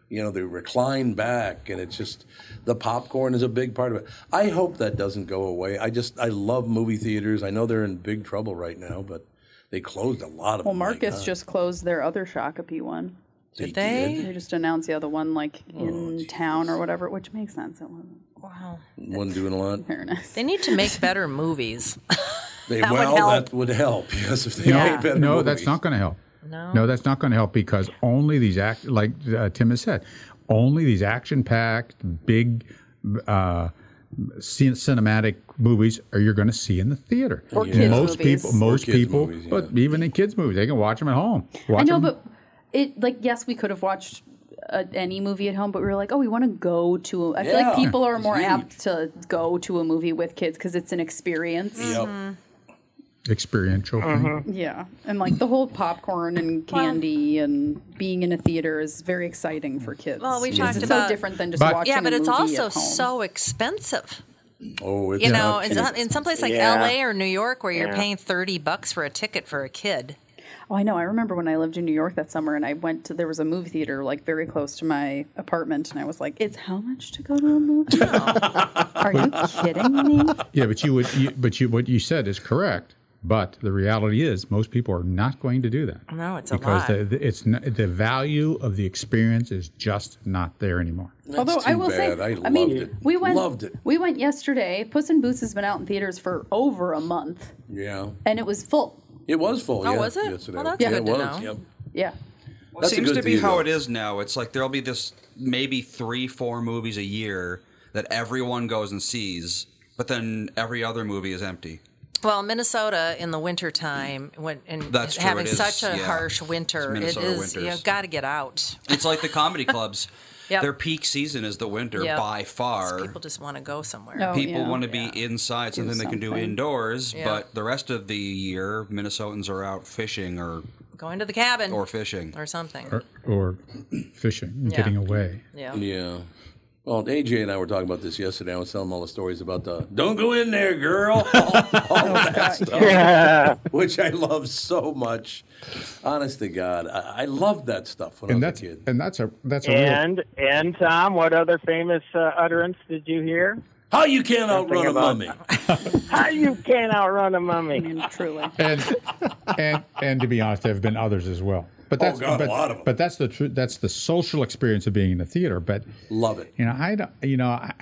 Speaker 3: you know, they recline back, and it's just the popcorn is a big part of it. I hope that doesn't go away. I just I love movie theaters. I know they're in big trouble right now, but they closed a lot of.
Speaker 10: Well,
Speaker 3: them. My
Speaker 10: Marcus
Speaker 3: God.
Speaker 10: just closed their other Shakopee one.
Speaker 3: Did They did? Oh,
Speaker 10: They just announced the other one like in town or whatever, which makes sense. It wasn't.
Speaker 1: Wow.
Speaker 3: wasn't doing a lot.
Speaker 1: They need to make better movies.
Speaker 3: They,
Speaker 1: That would
Speaker 3: well,
Speaker 1: help.
Speaker 3: that would help. Yes, if they made better
Speaker 4: no,
Speaker 3: movies.
Speaker 4: that's not going to help.
Speaker 1: No.
Speaker 4: no, that's not going to help because only these act like uh, Tim has said, only these action-packed, big, uh, cin- cinematic movies are you're going to see in the theater.
Speaker 10: Or Yeah. kids'
Speaker 4: most
Speaker 10: movies.
Speaker 4: people,
Speaker 10: Or
Speaker 4: most
Speaker 10: kids'
Speaker 4: people, but even in kids' movies, they can watch them at home. Watch
Speaker 10: I know,
Speaker 4: 'em-
Speaker 10: but it like yes, we could have watched a, any movie at home, but we were like, oh, we want to go to. A, I feel like
Speaker 13: Yeah.
Speaker 10: people are more apt to go to a movie with kids because it's an experience.
Speaker 4: Yep.
Speaker 1: Mm-hmm.
Speaker 4: experiential thing.
Speaker 10: Yeah, and like the whole popcorn and candy and being in a theater is very exciting for kids.
Speaker 1: Well, we've
Speaker 10: because
Speaker 1: talked
Speaker 10: it's
Speaker 1: about
Speaker 10: so different than just watching.
Speaker 1: yeah, but
Speaker 10: a
Speaker 1: it's
Speaker 10: movie
Speaker 1: also
Speaker 10: at home.
Speaker 1: so expensive.
Speaker 3: Oh,
Speaker 1: you know, in, some- in some place like
Speaker 10: Yeah.
Speaker 1: L.A. or New York, where you're
Speaker 10: Yeah.
Speaker 1: paying thirty bucks for a ticket for a kid.
Speaker 10: Oh, I know. I remember when I lived in New York that summer, and I went to there was a movie theater like very close to my apartment, and I was like, "It's how much to go to a movie? Are you kidding me?"
Speaker 4: Yeah, but you would. You, but you, what you said is correct. But the reality is, most people are not going to do that
Speaker 1: No, it's a lot.
Speaker 4: because the, the, it's not, the value of the experience is just not there anymore.
Speaker 10: Although I will say, I, mean, we went
Speaker 4: Loved it.
Speaker 10: we went yesterday. Puss in Boots has been out in theaters for over a month,
Speaker 3: Yeah.
Speaker 10: and it was full.
Speaker 3: It was full.
Speaker 10: Oh,
Speaker 3: yeah,
Speaker 10: was it?
Speaker 3: Yes,
Speaker 10: Well, that's
Speaker 3: yeah,
Speaker 10: good
Speaker 3: it
Speaker 10: to
Speaker 3: was.
Speaker 10: know.
Speaker 3: Yep.
Speaker 10: Yeah,
Speaker 6: Well, it
Speaker 3: That's a
Speaker 6: seems
Speaker 3: good
Speaker 6: to be
Speaker 3: deal,
Speaker 6: how
Speaker 3: though.
Speaker 6: it is now. It's like there'll be this maybe three, four movies a year that everyone goes and sees, but then every other movie is empty.
Speaker 1: Well, Minnesota in the wintertime, when and
Speaker 6: That's true,
Speaker 1: having
Speaker 6: it is,
Speaker 1: such a
Speaker 6: yeah.
Speaker 1: harsh winter,
Speaker 6: It's
Speaker 1: it
Speaker 6: Minnesota
Speaker 1: is
Speaker 6: winters.
Speaker 1: you've got to get out.
Speaker 6: It's like the comedy clubs.
Speaker 1: Yep.
Speaker 6: Their peak season is the winter
Speaker 1: Yep.
Speaker 6: by far.
Speaker 1: People just want to go somewhere.
Speaker 6: People want to be inside,
Speaker 1: Do
Speaker 6: something they can do
Speaker 1: something.
Speaker 6: indoors,
Speaker 1: Yeah.
Speaker 6: but the rest of the year, Minnesotans are out fishing or
Speaker 1: going to the cabin
Speaker 6: or fishing
Speaker 1: or something.
Speaker 4: or, or fishing, and
Speaker 1: Yeah.
Speaker 4: getting away.
Speaker 1: Yeah.
Speaker 3: Yeah. Well, AJ and I were talking about this yesterday. I was telling him all the stories about the "Don't go in there, girl," all, all that
Speaker 11: Oh, Yeah.
Speaker 3: stuff, which I love so much. Honest to God, I, I loved that stuff when
Speaker 4: And
Speaker 3: I was
Speaker 4: that's
Speaker 3: a kid.
Speaker 4: and that's a that's a real
Speaker 11: And and Tom, what other famous uh, utterance did you hear?
Speaker 3: How you can't
Speaker 11: Something
Speaker 3: outrun a
Speaker 11: about-
Speaker 3: mummy.
Speaker 11: How you can't outrun a mummy?
Speaker 10: Truly.
Speaker 4: and and and to be honest, there have been others as well. But
Speaker 11: Oh,
Speaker 4: that's
Speaker 11: God, a
Speaker 4: but,
Speaker 11: lot of 'em.
Speaker 4: but that's the tru- that's the social experience of being in the theater. But
Speaker 3: love it.
Speaker 4: You know, I don't. You know, I,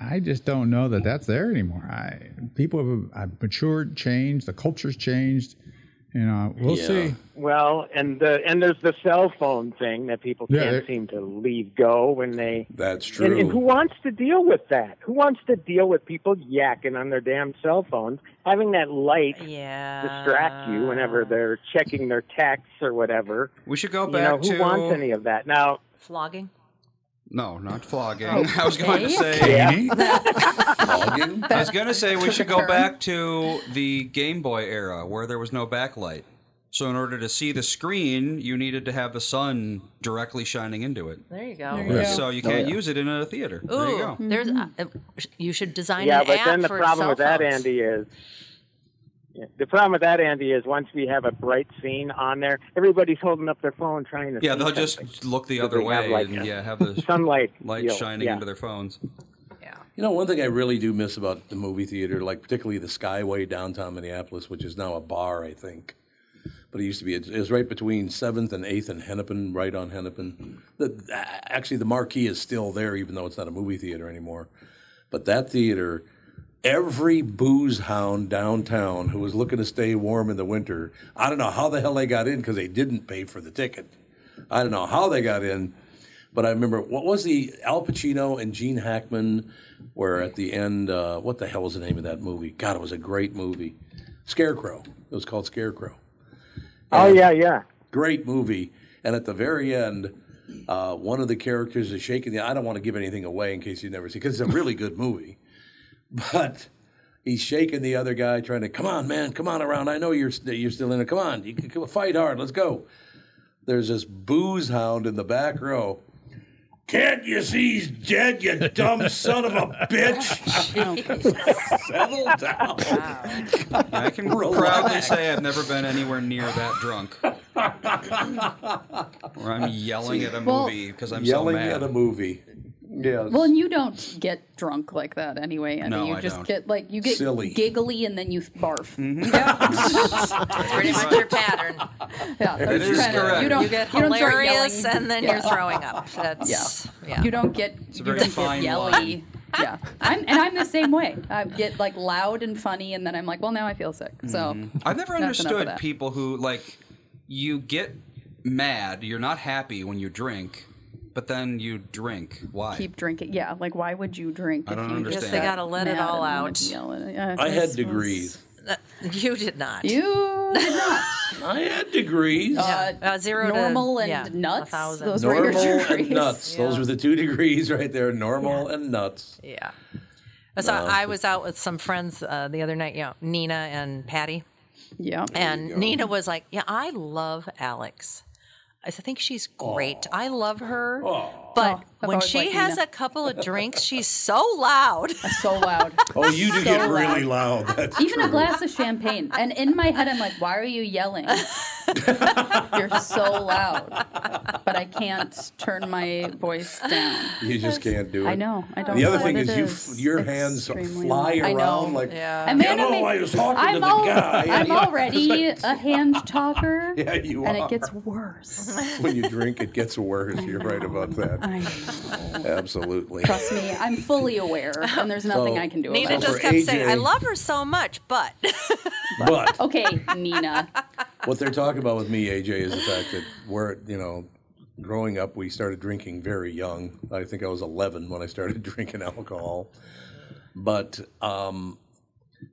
Speaker 4: I just don't know that that's there anymore. I people have, have matured, changed. The culture's changed. You know, we'll see.
Speaker 11: Well, and the and there's the cell phone thing that people
Speaker 4: Yeah,
Speaker 11: can't
Speaker 4: they-
Speaker 11: seem to leave go when they.
Speaker 3: That's
Speaker 11: And, and who
Speaker 3: true.
Speaker 11: wants to deal with that? Who wants to deal with people yakking on their damn cell phones, having that light distract you whenever they're checking their texts or whatever?
Speaker 6: We should go
Speaker 11: you
Speaker 6: back
Speaker 11: know, who
Speaker 6: to-
Speaker 11: wants any of that now?
Speaker 1: Flogging.
Speaker 6: No, not flogging.
Speaker 1: Oh,
Speaker 6: I was going to
Speaker 1: okay.
Speaker 6: say
Speaker 3: flogging.
Speaker 6: I was going to say we
Speaker 1: Took a
Speaker 6: should go
Speaker 1: turn.
Speaker 6: back to the Game Boy era where there was no backlight. So in order to see the screen, you needed to have the sun directly shining into it.
Speaker 1: There you go. Oh,
Speaker 6: So you can't use it in a theater.
Speaker 1: Ooh,
Speaker 6: there you go.
Speaker 1: there's. Uh, you should design
Speaker 11: yeah,
Speaker 1: an
Speaker 11: but
Speaker 1: app
Speaker 11: then the
Speaker 1: for
Speaker 11: problem
Speaker 1: cell
Speaker 11: with that,
Speaker 1: phones.
Speaker 11: Andy, is yeah, the problem with that, Andy, is once we have a bright scene on there, everybody's holding up their phone trying to.
Speaker 6: Yeah,
Speaker 11: see
Speaker 6: they'll
Speaker 11: something.
Speaker 6: just look the
Speaker 11: Because
Speaker 6: other
Speaker 11: they have,
Speaker 6: way
Speaker 11: like,
Speaker 6: and
Speaker 11: a
Speaker 6: yeah, have the
Speaker 11: sunlight
Speaker 6: light
Speaker 11: deal,
Speaker 6: shining
Speaker 11: yeah.
Speaker 6: into their phones.
Speaker 3: You know, one thing I really do miss about the movie theater, like particularly the Skyway downtown Minneapolis, which is now a bar, I think. But it used to be, it was right between 7th and 8th and Hennepin, right on Hennepin. The, actually, the marquee is still there, even though it's not a movie theater anymore. But that theater, every booze hound downtown who was looking to stay warm in the winter, I don't know how the hell they got in because they didn't pay for the ticket. I don't know how they got in, but I remember what was the Al Pacino and Gene Hackman where at the end, uh, what the hell was the name of that movie? God, it was a great movie. Scarecrow. It was called Scarecrow.
Speaker 11: Oh yeah, yeah.
Speaker 3: Great movie. And at the very end, uh, one of the characters is shaking the. I don't want to give anything away in case you never see, because it's a really good movie. But he's shaking the other guy, trying to come on, man, come on around. I know you're st- you're still in it. Come on, you can come, fight hard. Let's go. There's this booze hound in the back row. Can't you see he's dead, you dumb son of a bitch? Settle down.
Speaker 6: I can proudly say I've never been anywhere near that drunk. Where I'm yelling at a
Speaker 10: Well-
Speaker 6: movie because I'm
Speaker 3: yelling
Speaker 6: so mad.
Speaker 3: at a movie. Yes.
Speaker 10: Well, and you don't get drunk like that anyway, and
Speaker 6: No,
Speaker 10: you
Speaker 6: I
Speaker 10: just
Speaker 6: don't.
Speaker 10: get like you get
Speaker 6: Silly.
Speaker 10: giggly and then you barf.
Speaker 1: Pretty much your pattern.
Speaker 10: Yeah,
Speaker 1: It
Speaker 10: that's
Speaker 1: is
Speaker 10: kind of-
Speaker 1: correct.
Speaker 10: You, don't,
Speaker 1: You get
Speaker 10: don't start
Speaker 1: hilarious
Speaker 10: yelling.
Speaker 1: and then you're throwing up. That's-
Speaker 10: yeah.
Speaker 1: yeah.
Speaker 10: You don't get
Speaker 1: It's a
Speaker 10: you
Speaker 1: very
Speaker 10: don't get
Speaker 1: fine
Speaker 10: yelly.
Speaker 1: line.
Speaker 10: Yeah, I'm and I'm the same way. I get like loud and funny, and then I'm like, well, now I feel sick. So
Speaker 6: Mm-hmm. I've never
Speaker 10: that's enough of
Speaker 6: understood
Speaker 10: that.
Speaker 6: people who like you get mad, you're not happy when you drink, but then you drink. Why?
Speaker 10: Keep drinking. Yeah, like why would you drink?
Speaker 6: I don't
Speaker 10: if you
Speaker 6: understand.
Speaker 10: Just
Speaker 6: Guess they
Speaker 10: got
Speaker 1: gotta let it all out.
Speaker 10: Yelling.
Speaker 3: I had degrees.
Speaker 1: You did not.
Speaker 10: You
Speaker 3: I had degrees.
Speaker 10: Uh,
Speaker 1: Uh, zero
Speaker 10: normal
Speaker 1: to,
Speaker 10: and
Speaker 1: yeah,
Speaker 10: nuts.
Speaker 1: A thousand.
Speaker 10: Those were your
Speaker 3: normal and
Speaker 10: degrees.
Speaker 3: nuts. Those were the two degrees right there. Normal and nuts.
Speaker 1: Yeah. So
Speaker 3: No.
Speaker 1: I was out with some friends uh, the other night, you know, Nina and Patty.
Speaker 10: Yeah.
Speaker 1: And Nina was like, Yeah, I love Alex. I think she's great. I love her. But
Speaker 10: I've
Speaker 1: when
Speaker 10: always
Speaker 1: she
Speaker 10: liked
Speaker 1: has
Speaker 10: Nina.
Speaker 1: a couple of drinks, she's so loud.
Speaker 10: So loud.
Speaker 3: Oh, you do
Speaker 10: So
Speaker 3: get really loud. That's
Speaker 10: Even a
Speaker 3: true.
Speaker 10: glass of champagne. And in my head, I'm like, why are you yelling? You're so loud. But I can't turn my voice down.
Speaker 3: You just can't do it.
Speaker 10: I know. I don't
Speaker 3: The
Speaker 10: know
Speaker 3: other
Speaker 10: what
Speaker 3: thing
Speaker 10: it
Speaker 3: is, you
Speaker 10: is.
Speaker 3: f- your hands fly
Speaker 10: loud. I know.
Speaker 3: around like.
Speaker 10: Yeah.
Speaker 3: You
Speaker 10: Amanda
Speaker 3: know,
Speaker 10: made-
Speaker 3: I was talking to
Speaker 10: I'm,
Speaker 3: the
Speaker 10: al-
Speaker 3: guy.
Speaker 10: I'm
Speaker 3: Yeah.
Speaker 10: already a hand talker.
Speaker 3: Yeah, you
Speaker 10: And
Speaker 3: are.
Speaker 10: it gets worse.
Speaker 3: when you drink, it gets worse. You're right about that.
Speaker 10: I
Speaker 3: Absolutely.
Speaker 10: Trust me, I'm fully aware, and there's nothing
Speaker 3: So-
Speaker 10: I can do about
Speaker 1: Nina
Speaker 10: it.
Speaker 3: So
Speaker 1: just
Speaker 3: for
Speaker 1: kept saying, I
Speaker 3: AJ
Speaker 1: love her so much, but
Speaker 3: But
Speaker 10: Okay, Nina.
Speaker 3: what they're talking about with me, AJ, is the fact that we're, you know, growing up, we started drinking very young. I think I was 11 when I started drinking alcohol. But um,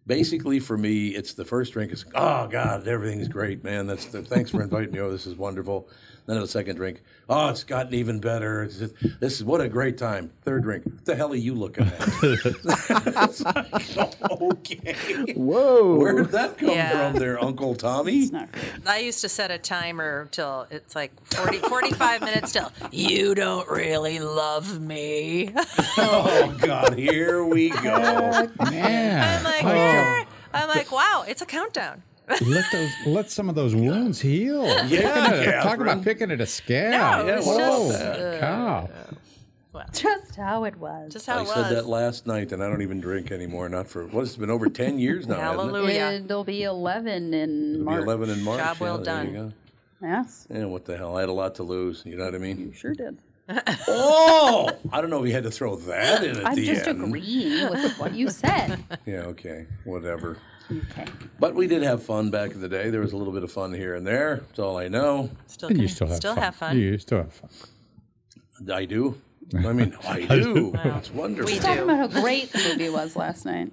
Speaker 3: basically, for me, it's the first drink is, oh, God, everything's great, man. That's the, Thanks for inviting me. Oh, this is wonderful. Then the second drink, oh, it's gotten even better. It's just- this is what a great time. Third drink, what the hell are you looking at? okay.
Speaker 5: Whoa.
Speaker 3: Where did that come
Speaker 1: Yeah.
Speaker 3: from there, Uncle Tommy?
Speaker 1: I used to set a timer till it's like 40, 45 minutes till you don't really love me.
Speaker 3: Oh God, here we go.
Speaker 4: Yeah.
Speaker 1: I'm like,
Speaker 4: Oh.
Speaker 1: "Where?" I'm like, wow, it's a countdown.
Speaker 4: let those let some of those wounds heal.
Speaker 3: Yeah,
Speaker 4: Picking at a- talk
Speaker 3: Catherine.
Speaker 4: about picking at a scab.
Speaker 3: Oh,
Speaker 1: No, it was
Speaker 4: Whoa,
Speaker 1: just, uh,
Speaker 4: cow.
Speaker 10: Just how it was.
Speaker 1: Just how
Speaker 3: I
Speaker 1: it
Speaker 3: said
Speaker 1: was.
Speaker 3: that last night, and I don't even drink anymore. Not for what? It's been over ten years now. Hasn't it?
Speaker 1: Hallelujah.
Speaker 10: It'll be 11 in
Speaker 3: It'll
Speaker 10: March.
Speaker 3: be eleven in March.
Speaker 1: Job well
Speaker 3: yeah, there you
Speaker 1: done.
Speaker 10: Yes,
Speaker 3: go. Yeah, what the hell? I had a lot to lose. You know what I mean?
Speaker 10: sure did.
Speaker 3: Oh, I don't know if you had to throw that in at
Speaker 10: I'm
Speaker 3: the
Speaker 10: just
Speaker 3: end.
Speaker 10: agreeing with what you said.
Speaker 3: Yeah, okay, whatever. But we did have fun back in the day. There was a little bit of fun here and there. That's all I know.
Speaker 1: Still,
Speaker 4: And you
Speaker 1: can-
Speaker 4: still have
Speaker 1: still
Speaker 4: fun.
Speaker 1: have fun.
Speaker 4: You still have fun.
Speaker 3: I do. I mean, I do. It's wonderful.
Speaker 1: We
Speaker 10: Talking
Speaker 1: do.
Speaker 10: about how great the movie was last night,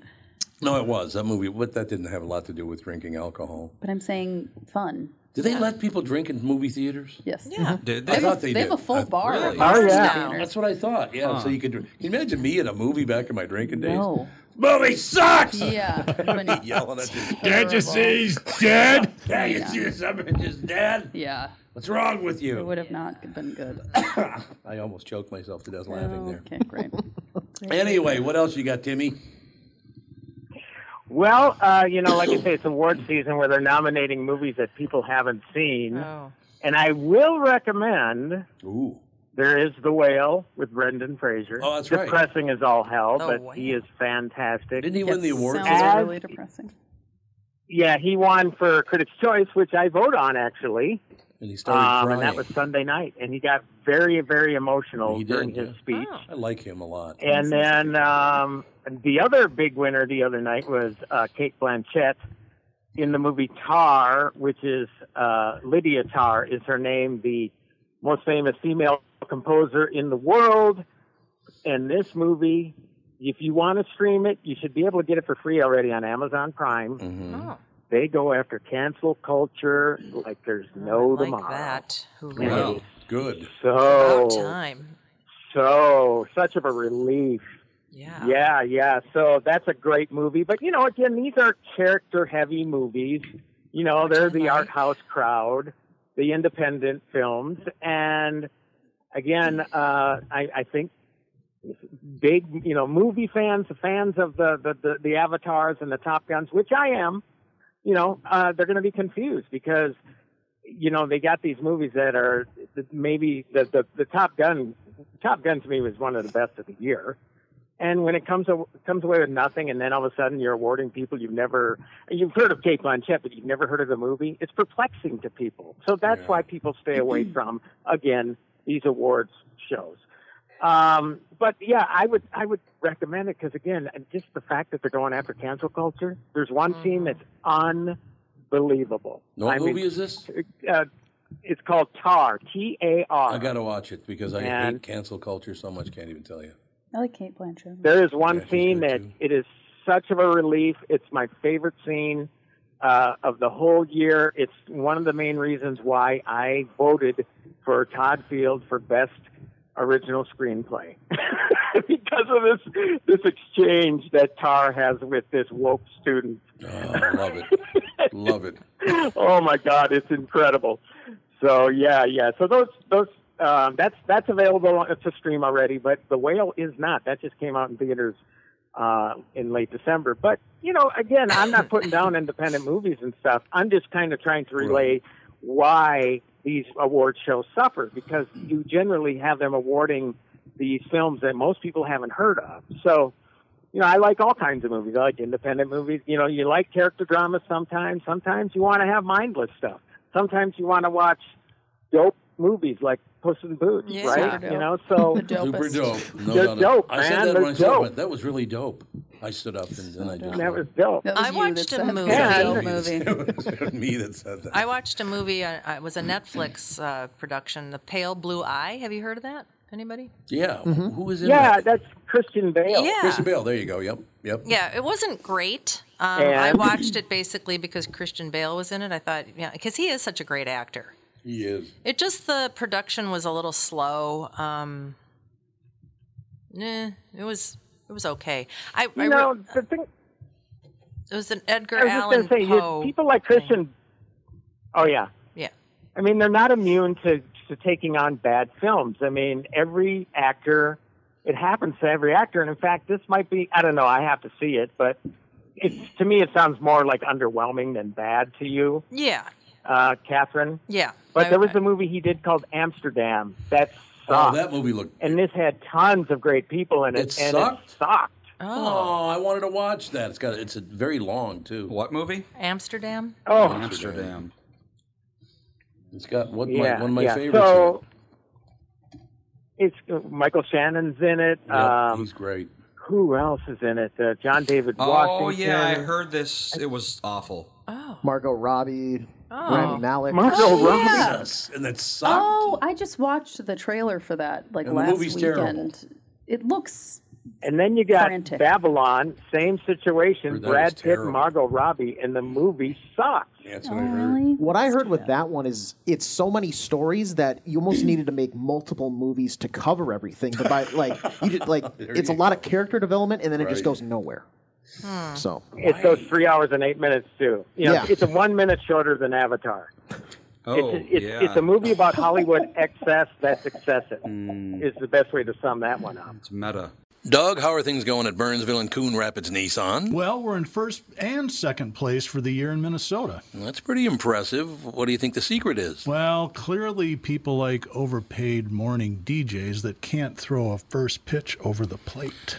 Speaker 3: No, it was that movie, but that didn't have a lot to do with drinking alcohol.
Speaker 10: but I'm saying fun.
Speaker 3: Do they let people drink in movie theaters?
Speaker 10: Yes. Mm-hmm.
Speaker 1: Yeah.
Speaker 6: Did
Speaker 3: I
Speaker 6: they?
Speaker 3: thought they,
Speaker 10: They have
Speaker 3: did.
Speaker 10: a full
Speaker 3: I-
Speaker 10: bar.
Speaker 6: really?
Speaker 10: at
Speaker 11: Oh,
Speaker 10: movie
Speaker 11: yeah.
Speaker 10: theaters.
Speaker 3: That's what I thought. Yeah. So you could. Can you imagine me in a movie back in my drinking days?
Speaker 10: No.
Speaker 3: Movie sucks.
Speaker 10: Yeah. Been
Speaker 3: Yelling at you.
Speaker 10: terrible.
Speaker 12: he's dead?
Speaker 3: Yeah, you see something just dead.
Speaker 10: Yeah.
Speaker 3: What's wrong with
Speaker 10: It
Speaker 3: you?
Speaker 10: would have not been good.
Speaker 3: I almost choked myself to death laughing there.
Speaker 10: Oh, Okay, great.
Speaker 3: Anyway, what else you got, Timmy?
Speaker 11: Well, uh, you know, like I say, it's award season where they're nominating movies that people haven't seen.
Speaker 1: Oh.
Speaker 11: And I will recommend
Speaker 3: Ooh.
Speaker 11: There is The Whale with Brendan Fraser.
Speaker 3: Oh, that's right.
Speaker 11: Depressing as all hell,
Speaker 1: The
Speaker 11: but
Speaker 1: Whale.
Speaker 11: he is fantastic.
Speaker 3: Didn't he win the
Speaker 10: It
Speaker 3: award? for
Speaker 10: Sounds
Speaker 3: that?
Speaker 11: As-
Speaker 10: really depressing.
Speaker 11: Yeah, he won for Critics' Choice, which I vote on actually.
Speaker 3: And he started
Speaker 11: Um,
Speaker 3: crying.
Speaker 11: and that was Sunday night. And he got very, very emotional
Speaker 3: He did,
Speaker 11: during his
Speaker 3: yeah.
Speaker 11: speech.
Speaker 1: Oh,
Speaker 3: I like him a lot.
Speaker 11: And then um, the other big winner the other night was uh, Kate Blanchett in the movie Tar, which is uh, Lydia Tar is her name, the most famous female composer in the world. And this movie, if you want to stream it, you should be able to get it for free already on Amazon Prime.
Speaker 3: Mm-hmm.
Speaker 1: Oh,
Speaker 11: They go after cancel culture like there's no
Speaker 1: Oh, like
Speaker 11: tomorrow.
Speaker 1: that. Hooray.
Speaker 3: Wow. Good.
Speaker 11: So,
Speaker 1: About time.
Speaker 11: so such of a relief.
Speaker 1: Yeah.
Speaker 11: Yeah, yeah. So that's a great movie. But, you know, again, these are character heavy movies. You know, they're the art house crowd, the independent films. And again, uh, I, I think big, you know, movie fans, the fans of the, the, the, the avatars and the Top Guns, which I am, you know, uh, they're going to be confused because, you know, they got these movies that are that maybe the, the, the Top Gun, Top Gun to me was one of the best of the year. And when it comes a, comes away with nothing, and then all of a sudden you're awarding people you've never you've heard of Kate Blanchett, but you've never heard of the movie, it's perplexing to people. So that's why people stay away from again these awards shows. Um, but yeah, I would I would recommend it because again, just the fact that they're going after cancel culture. There's one scene that's unbelievable.
Speaker 3: No
Speaker 11: I
Speaker 3: Mm-hmm. movie
Speaker 11: mean,
Speaker 3: is this?
Speaker 11: uh, it's called Tar. T A R.
Speaker 3: I got to watch it because I
Speaker 11: And-
Speaker 3: hate cancel culture so much. Can't even tell you.
Speaker 10: I like Kate Blanchett.
Speaker 11: There is one
Speaker 3: Yeah, she's
Speaker 11: scene
Speaker 3: good,
Speaker 11: that
Speaker 3: too.
Speaker 11: it is such of a relief. It's my favorite scene. uh, of the whole year. It's one of the main reasons why I voted for Todd Field for best original screenplay because of this this exchange that Tar has with this woke student.
Speaker 3: Oh, love it. Love it.
Speaker 11: oh my God, it's incredible. So yeah, yeah. So those those um, that's that's available to stream already, but The Whale is not. That just came out in theaters uh, in late December. But you know, again, I'm not putting down independent movies and stuff. I'm just kind of trying to relay why these award shows suffer because you generally have them awarding these films that most people haven't heard of. So you know, I like all kinds of movies. I like independent movies. You know, you like character dramas sometimes. Sometimes you want to have mindless stuff. Sometimes you want to watch dope movies like Puss in Boots,
Speaker 3: Yeah.
Speaker 11: right?
Speaker 3: Super dope.
Speaker 11: You know, so
Speaker 3: Super dope. No
Speaker 11: They're
Speaker 3: doubt.
Speaker 11: dope,
Speaker 3: I said
Speaker 11: man.
Speaker 3: that
Speaker 11: They're
Speaker 3: when I
Speaker 11: dope.
Speaker 3: saw it. That was really dope. I stood up and then I just.
Speaker 11: That was dope.
Speaker 1: I watched a movie.
Speaker 3: It was me that said that.
Speaker 1: I watched a movie. Uh, it was a Netflix uh, production, The Pale Blue Eye. Have you heard of that? Anybody?
Speaker 3: Yeah. Who was in
Speaker 11: Yeah,
Speaker 3: that? Oh,
Speaker 11: that's Christian Bale.
Speaker 1: Yeah.
Speaker 3: Christian Bale. There you go. Yep. Yep.
Speaker 1: Yeah, it wasn't great. Um,
Speaker 3: And-
Speaker 1: I watched it basically because Christian Bale was in it. I thought, yeah, because he is such a great actor.
Speaker 3: He is.
Speaker 1: It just the production was a little slow. Um, nah, it was it was okay. I, I
Speaker 11: You know,
Speaker 1: re-
Speaker 11: the thing.
Speaker 1: It was an Edgar
Speaker 11: I was just
Speaker 1: Allan
Speaker 11: gonna say, you-
Speaker 1: Poe.
Speaker 11: people like Christian. Oh yeah,
Speaker 1: yeah.
Speaker 11: I mean, they're not immune to, to taking on bad films. I mean, every actor, it happens to every actor. And in fact, this might be, I don't know, I have to see it, but it's, to me, it sounds more like underwhelming than bad to you,
Speaker 1: Yeah.
Speaker 11: uh, Catherine.
Speaker 1: Yeah.
Speaker 11: But
Speaker 1: I-
Speaker 11: there was a movie he did called Amsterdam. That
Speaker 3: Oh,
Speaker 11: sucked.
Speaker 3: that movie looked.
Speaker 11: and this had tons of great people in it.
Speaker 3: It
Speaker 11: and
Speaker 3: sucked?
Speaker 11: It sucked.
Speaker 3: Oh, I wanted to watch that. It's got. It's a very long too.
Speaker 6: What movie?
Speaker 1: Amsterdam.
Speaker 11: Oh,
Speaker 6: Amsterdam.
Speaker 3: It's got what
Speaker 11: yeah,
Speaker 3: my, one of my
Speaker 11: yeah.
Speaker 3: favorites. in it.
Speaker 11: So it's uh, Michael Shannon's in it.
Speaker 3: Yep,
Speaker 11: um,
Speaker 3: he's great.
Speaker 11: Who else is in it? Uh, John David Washington.
Speaker 6: Oh yeah, I heard this. It was awful.
Speaker 5: Margot Robbie,
Speaker 10: Oh.
Speaker 5: Rami Malek.
Speaker 10: Margot Oh, Robbie. yeah.
Speaker 3: Yes, and that sucked.
Speaker 10: Oh, I just watched the trailer for that like
Speaker 11: And the
Speaker 10: last
Speaker 11: movie's
Speaker 10: weekend.
Speaker 11: terrible.
Speaker 10: It looks
Speaker 11: And then you got
Speaker 10: Frantic.
Speaker 11: Babylon, same situation.
Speaker 5: Heard that was
Speaker 11: Brad Pitt
Speaker 5: terrible.
Speaker 11: and Margot Robbie, and the movie sucks.
Speaker 5: What I heard with that one is it's so many stories that you almost needed to make multiple movies to cover everything. But by like you did like it's a lot of character development and then it just
Speaker 11: Right.
Speaker 5: goes nowhere.
Speaker 11: Hmm.
Speaker 5: Ah. So
Speaker 11: It goes three hours and eight minutes too. You know,
Speaker 5: Yeah.
Speaker 11: it's a one minute shorter than Avatar.
Speaker 6: Oh,
Speaker 11: it's, it's,
Speaker 6: yeah.
Speaker 11: it's a movie about Hollywood excess that's excessive.
Speaker 3: Hmm.
Speaker 11: Is the best way to sum that one up.
Speaker 6: It's meta.
Speaker 3: Doug, how are things going at Burnsville and Coon Rapids Nissan?
Speaker 8: Well, we're in first and second place for the year in Minnesota.
Speaker 3: That's pretty impressive. What do you think the secret is?
Speaker 8: Well, clearly, people like overpaid morning DJs that can't throw a first pitch over the plate.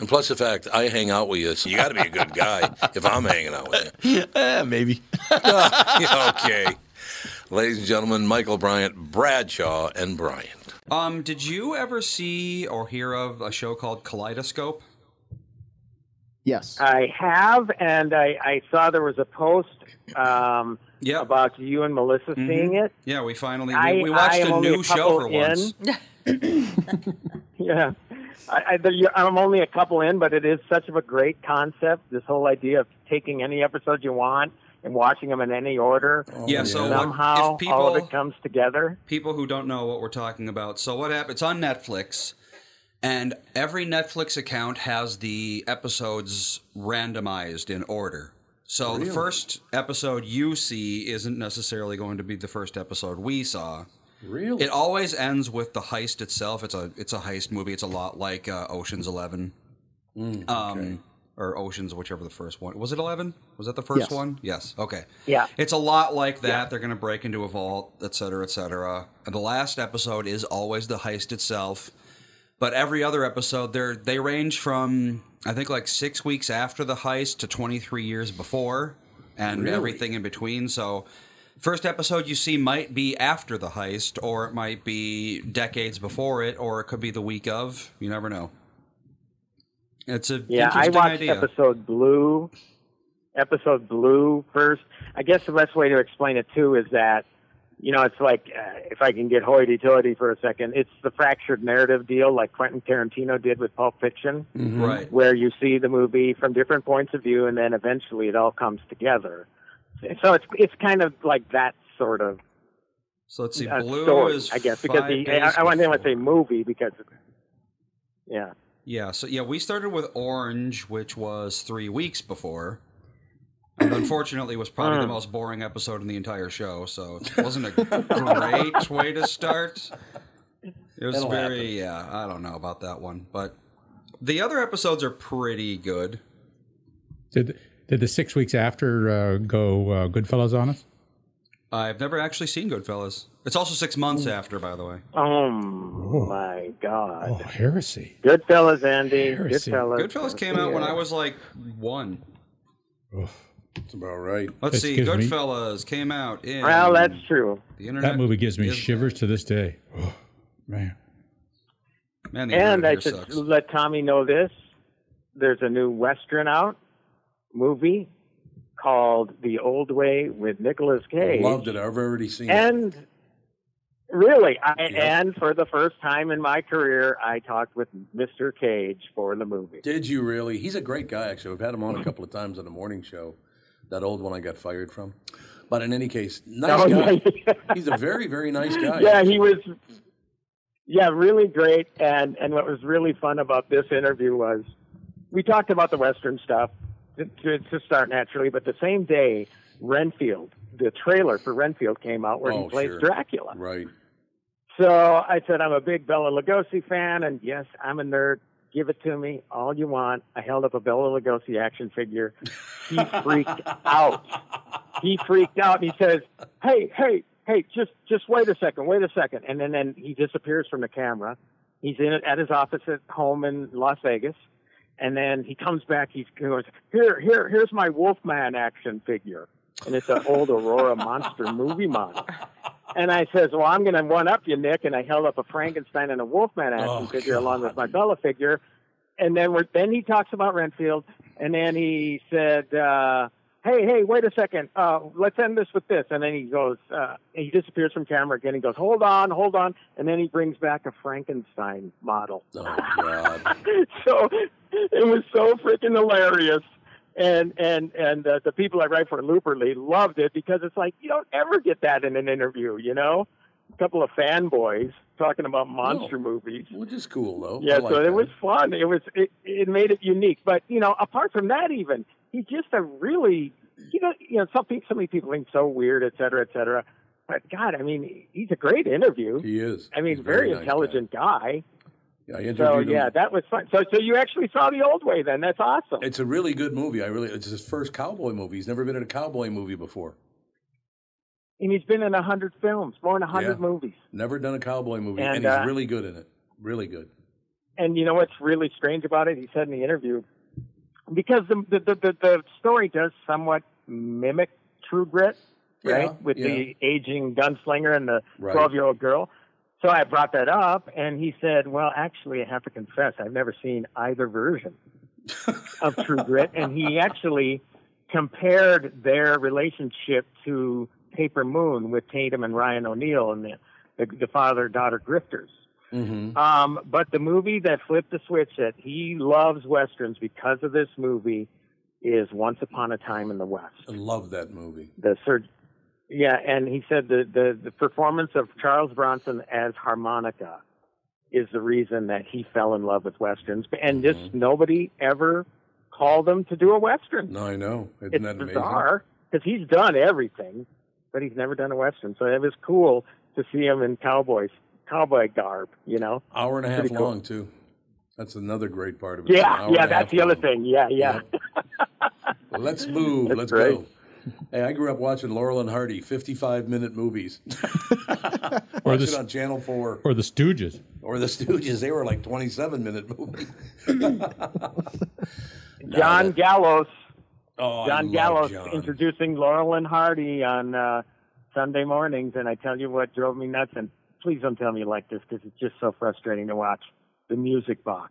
Speaker 3: And plus the fact I hang out with you, so you got to be a good guy if I'm hanging out with you.
Speaker 7: Eh, maybe.
Speaker 3: okay. Ladies and gentlemen, Michael Bryant, Bradshaw, and Bryant.
Speaker 6: Um, did you ever see or hear of a show called Kaleidoscope?
Speaker 5: Yes.
Speaker 11: I have, and I, I saw there was a post um, about you and Melissa seeing it.
Speaker 6: Yeah, we finally
Speaker 11: I-
Speaker 6: Mm-hmm. we, we watched
Speaker 11: I am
Speaker 6: a
Speaker 11: only
Speaker 6: new
Speaker 11: a
Speaker 6: show for
Speaker 11: couple
Speaker 6: once.
Speaker 11: in. Yeah. I, I, the, you- I'm only a couple in, but it is such of a great concept. This whole idea of taking any episode you want and watching them in any order.
Speaker 6: Yeah, so what-
Speaker 11: somehow
Speaker 6: if people-
Speaker 11: all of it comes together.
Speaker 6: People who don't know what we're talking about. So what happened? It's on Netflix, and every Netflix account has the episodes randomized in order. So
Speaker 13: Really?
Speaker 6: the first episode you see isn't necessarily going to be the first episode we saw.
Speaker 3: Really?
Speaker 6: It always ends with the heist itself. It's a it's a heist movie. It's a lot like uh, Ocean's Eleven, um, or Ocean's, whichever the first one was. It Eleven? Was that the first
Speaker 13: Yes.
Speaker 6: one? Yes. Okay.
Speaker 13: Yeah.
Speaker 6: It's a lot like that. They're going to break into a vault, et cetera, et cetera. And the last episode is always the heist itself. But every other episode, they they range from I think like six weeks after the heist to twenty three years before, and
Speaker 13: Really?
Speaker 6: everything in between. So, first episode you see might be after the heist, or it might be decades before it, or it could be the week of. You never know. It's a
Speaker 11: Yeah, I
Speaker 6: interesting
Speaker 11: watched
Speaker 6: idea.
Speaker 11: episode blue. Episode blue first. I guess the best way to explain it too is that you know it's like uh, if I can get hoity-toity for a second, it's the fractured narrative deal like Quentin Tarantino did with Pulp Fiction,
Speaker 6: Right.
Speaker 11: where you see the movie from different points of view and then eventually it all comes together. So it's it's kind of like that sort of
Speaker 6: So let's see.
Speaker 11: uh,
Speaker 6: Blue
Speaker 11: story,
Speaker 6: is
Speaker 11: I guess because
Speaker 6: five
Speaker 11: the,
Speaker 6: days
Speaker 11: I, I wouldn't want to say movie because yeah.
Speaker 6: Yeah, so yeah, we started with Orange, which was three weeks before. And unfortunately was probably
Speaker 11: Hmm.
Speaker 6: the
Speaker 13: Mm.
Speaker 6: most boring episode in the entire show, so it wasn't a great way to start. It was
Speaker 13: That'll
Speaker 6: very yeah, I don't know about that one. But the other episodes are pretty good.
Speaker 4: Did did the six weeks after uh, go uh, Goodfellas on us?
Speaker 6: I've never actually seen Goodfellas. It's also six months after, by the way.
Speaker 11: Hmm. Oh my God!
Speaker 4: Oh, heresy.
Speaker 11: Goodfellas, Andy.
Speaker 6: Heresy.
Speaker 11: Goodfellas.
Speaker 6: Goodfellas came out when I was like one.
Speaker 3: That's about right.
Speaker 6: Let's see,
Speaker 4: Excuse me?
Speaker 6: Goodfellas came out in
Speaker 11: Well, that's true.
Speaker 6: The internet
Speaker 4: That movie gives me shivers to this day. Oh, man.
Speaker 6: Man, the internet
Speaker 11: And I
Speaker 6: here
Speaker 11: should
Speaker 6: sucks.
Speaker 11: let Tommy know this: there's a new western out movie called The Old Way with Nicolas Cage.
Speaker 3: Loved it. I've already seen it.
Speaker 11: and really, I, and for the first time in my career, I talked with Mr. Cage for the movie.
Speaker 3: Did you really? He's a great guy, actually. We've had him on a couple of times on the morning show. That old one I got fired from. But in any case, nice
Speaker 11: Oh,
Speaker 3: guy.
Speaker 11: yeah.
Speaker 3: He's a very, very nice guy.
Speaker 11: Yeah, he was. Yeah, really great. And and what was really fun about this interview was we talked about the Western stuff to, to, to start naturally, but the same day Renfield, the trailer for Renfield came out where
Speaker 3: Oh,
Speaker 11: he plays
Speaker 3: sure.
Speaker 11: Dracula.
Speaker 3: Right.
Speaker 11: So I said, I'm a big Bella Lugosi fan, and yes, I'm a nerd. Give it to me all you want. I held up a Bella Lugosi action figure. He freaked out. He freaked out. And he says, "Hey, hey, hey! Just, just wait a second. Wait a second. And then, then he disappears from the camera. He's in at his office at home in Las Vegas, and then he comes back. He's, he goes, "Here, here, here's my Wolfman action figure." and it's an old Aurora monster movie model. And I says, "Well, I'm going to one up you, Nick." And I held up a Frankenstein and a Wolfman action
Speaker 13: Oh,
Speaker 11: figure along with my Bella figure. And then we're then he talks about Renfield, and then he said, uh, "Hey, hey, wait a second. Uh, let's end this with this." And then he goes, uh, he disappears from camera again. He goes, "Hold on, hold on," and then he brings back a Frankenstein model.
Speaker 3: Oh God!
Speaker 11: so it was so freaking hilarious. And and and uh, the people I write for Looperly loved it because it's like you don't ever get that in an interview, you know. A couple of fanboys talking about monster movies,
Speaker 3: which is cool though.
Speaker 11: Yeah,
Speaker 3: Oh. I like
Speaker 11: so
Speaker 3: that.
Speaker 11: it was fun. It was it, it made it unique. But you know, apart from that, even he's just a really you know you know some pe- so many people think so weird, et cetera, et cetera. But God, I mean, he's a great interview.
Speaker 3: He is.
Speaker 11: I mean,
Speaker 3: He's a
Speaker 11: very,
Speaker 3: nice guy.
Speaker 11: intelligent guy.
Speaker 3: Yeah, I interviewed
Speaker 11: So
Speaker 3: him.
Speaker 11: yeah, that was fun. So so you actually saw the old way then? That's awesome.
Speaker 3: It's a really good movie. I really. It's his first cowboy movie. He's never been in a cowboy movie before.
Speaker 11: And he's been in a hundred films, more than a hundred
Speaker 3: Yeah.
Speaker 11: movies.
Speaker 3: Never done a cowboy movie,
Speaker 11: And,
Speaker 3: and, he's
Speaker 11: uh,
Speaker 3: really good in it. Really good.
Speaker 11: And you know what's really strange about it? He said in the interview, because the the the, the, the story does somewhat mimic True Grit. right?
Speaker 13: Yeah,
Speaker 11: With
Speaker 13: yeah.
Speaker 11: the aging gunslinger and the
Speaker 13: Right.
Speaker 11: 12 year old girl. So I brought that up, and he said, Well, actually, I have to confess, I've never seen either version of True Grit. And he actually compared their relationship to Paper Moon with Tatum and Ryan O'Neal and the, the, the father daughter grifters.
Speaker 3: Mm-hmm.
Speaker 11: Um, but the movie that flipped the switch that he loves westerns because of this movie is Once Upon a Time in the West.
Speaker 3: I love that movie.
Speaker 11: The Sir, yeah, and he said the, the the performance of Charles Bronson as harmonica is the reason that he fell in love with westerns, and
Speaker 3: Mm-hmm.
Speaker 11: just nobody ever called him to do a western.
Speaker 3: No, I know. Isn't
Speaker 11: it's
Speaker 3: that amazing?
Speaker 11: bizarre because he's done everything, but he's never done a western. So it was cool to see him in cowboys cowboy garb. You know,
Speaker 3: Hour and a half
Speaker 11: Pretty cool.
Speaker 3: long too. That's another great part of it. An
Speaker 11: Yeah,
Speaker 3: hour
Speaker 11: yeah,
Speaker 3: and a half
Speaker 11: that's the other thing. Yeah, yeah.
Speaker 3: Let's move.
Speaker 11: That's
Speaker 3: Let's
Speaker 11: great.
Speaker 3: go. Hey, I grew up watching Laurel and Hardy, 55 minute movies.
Speaker 4: Or
Speaker 3: Watch
Speaker 4: the
Speaker 3: it
Speaker 4: s-
Speaker 3: on Channel 4.
Speaker 4: Or the Stooges.
Speaker 3: Or The Stooges. They were like 27 minute movies.
Speaker 11: John Gallows.
Speaker 3: Oh, I
Speaker 11: John
Speaker 3: love
Speaker 11: Gallows
Speaker 3: John.
Speaker 11: introducing Laurel and Hardy on uh, Sunday mornings, and I tell you what drove me nuts. And please don't tell me you like this because it's just so frustrating to watch. The music box.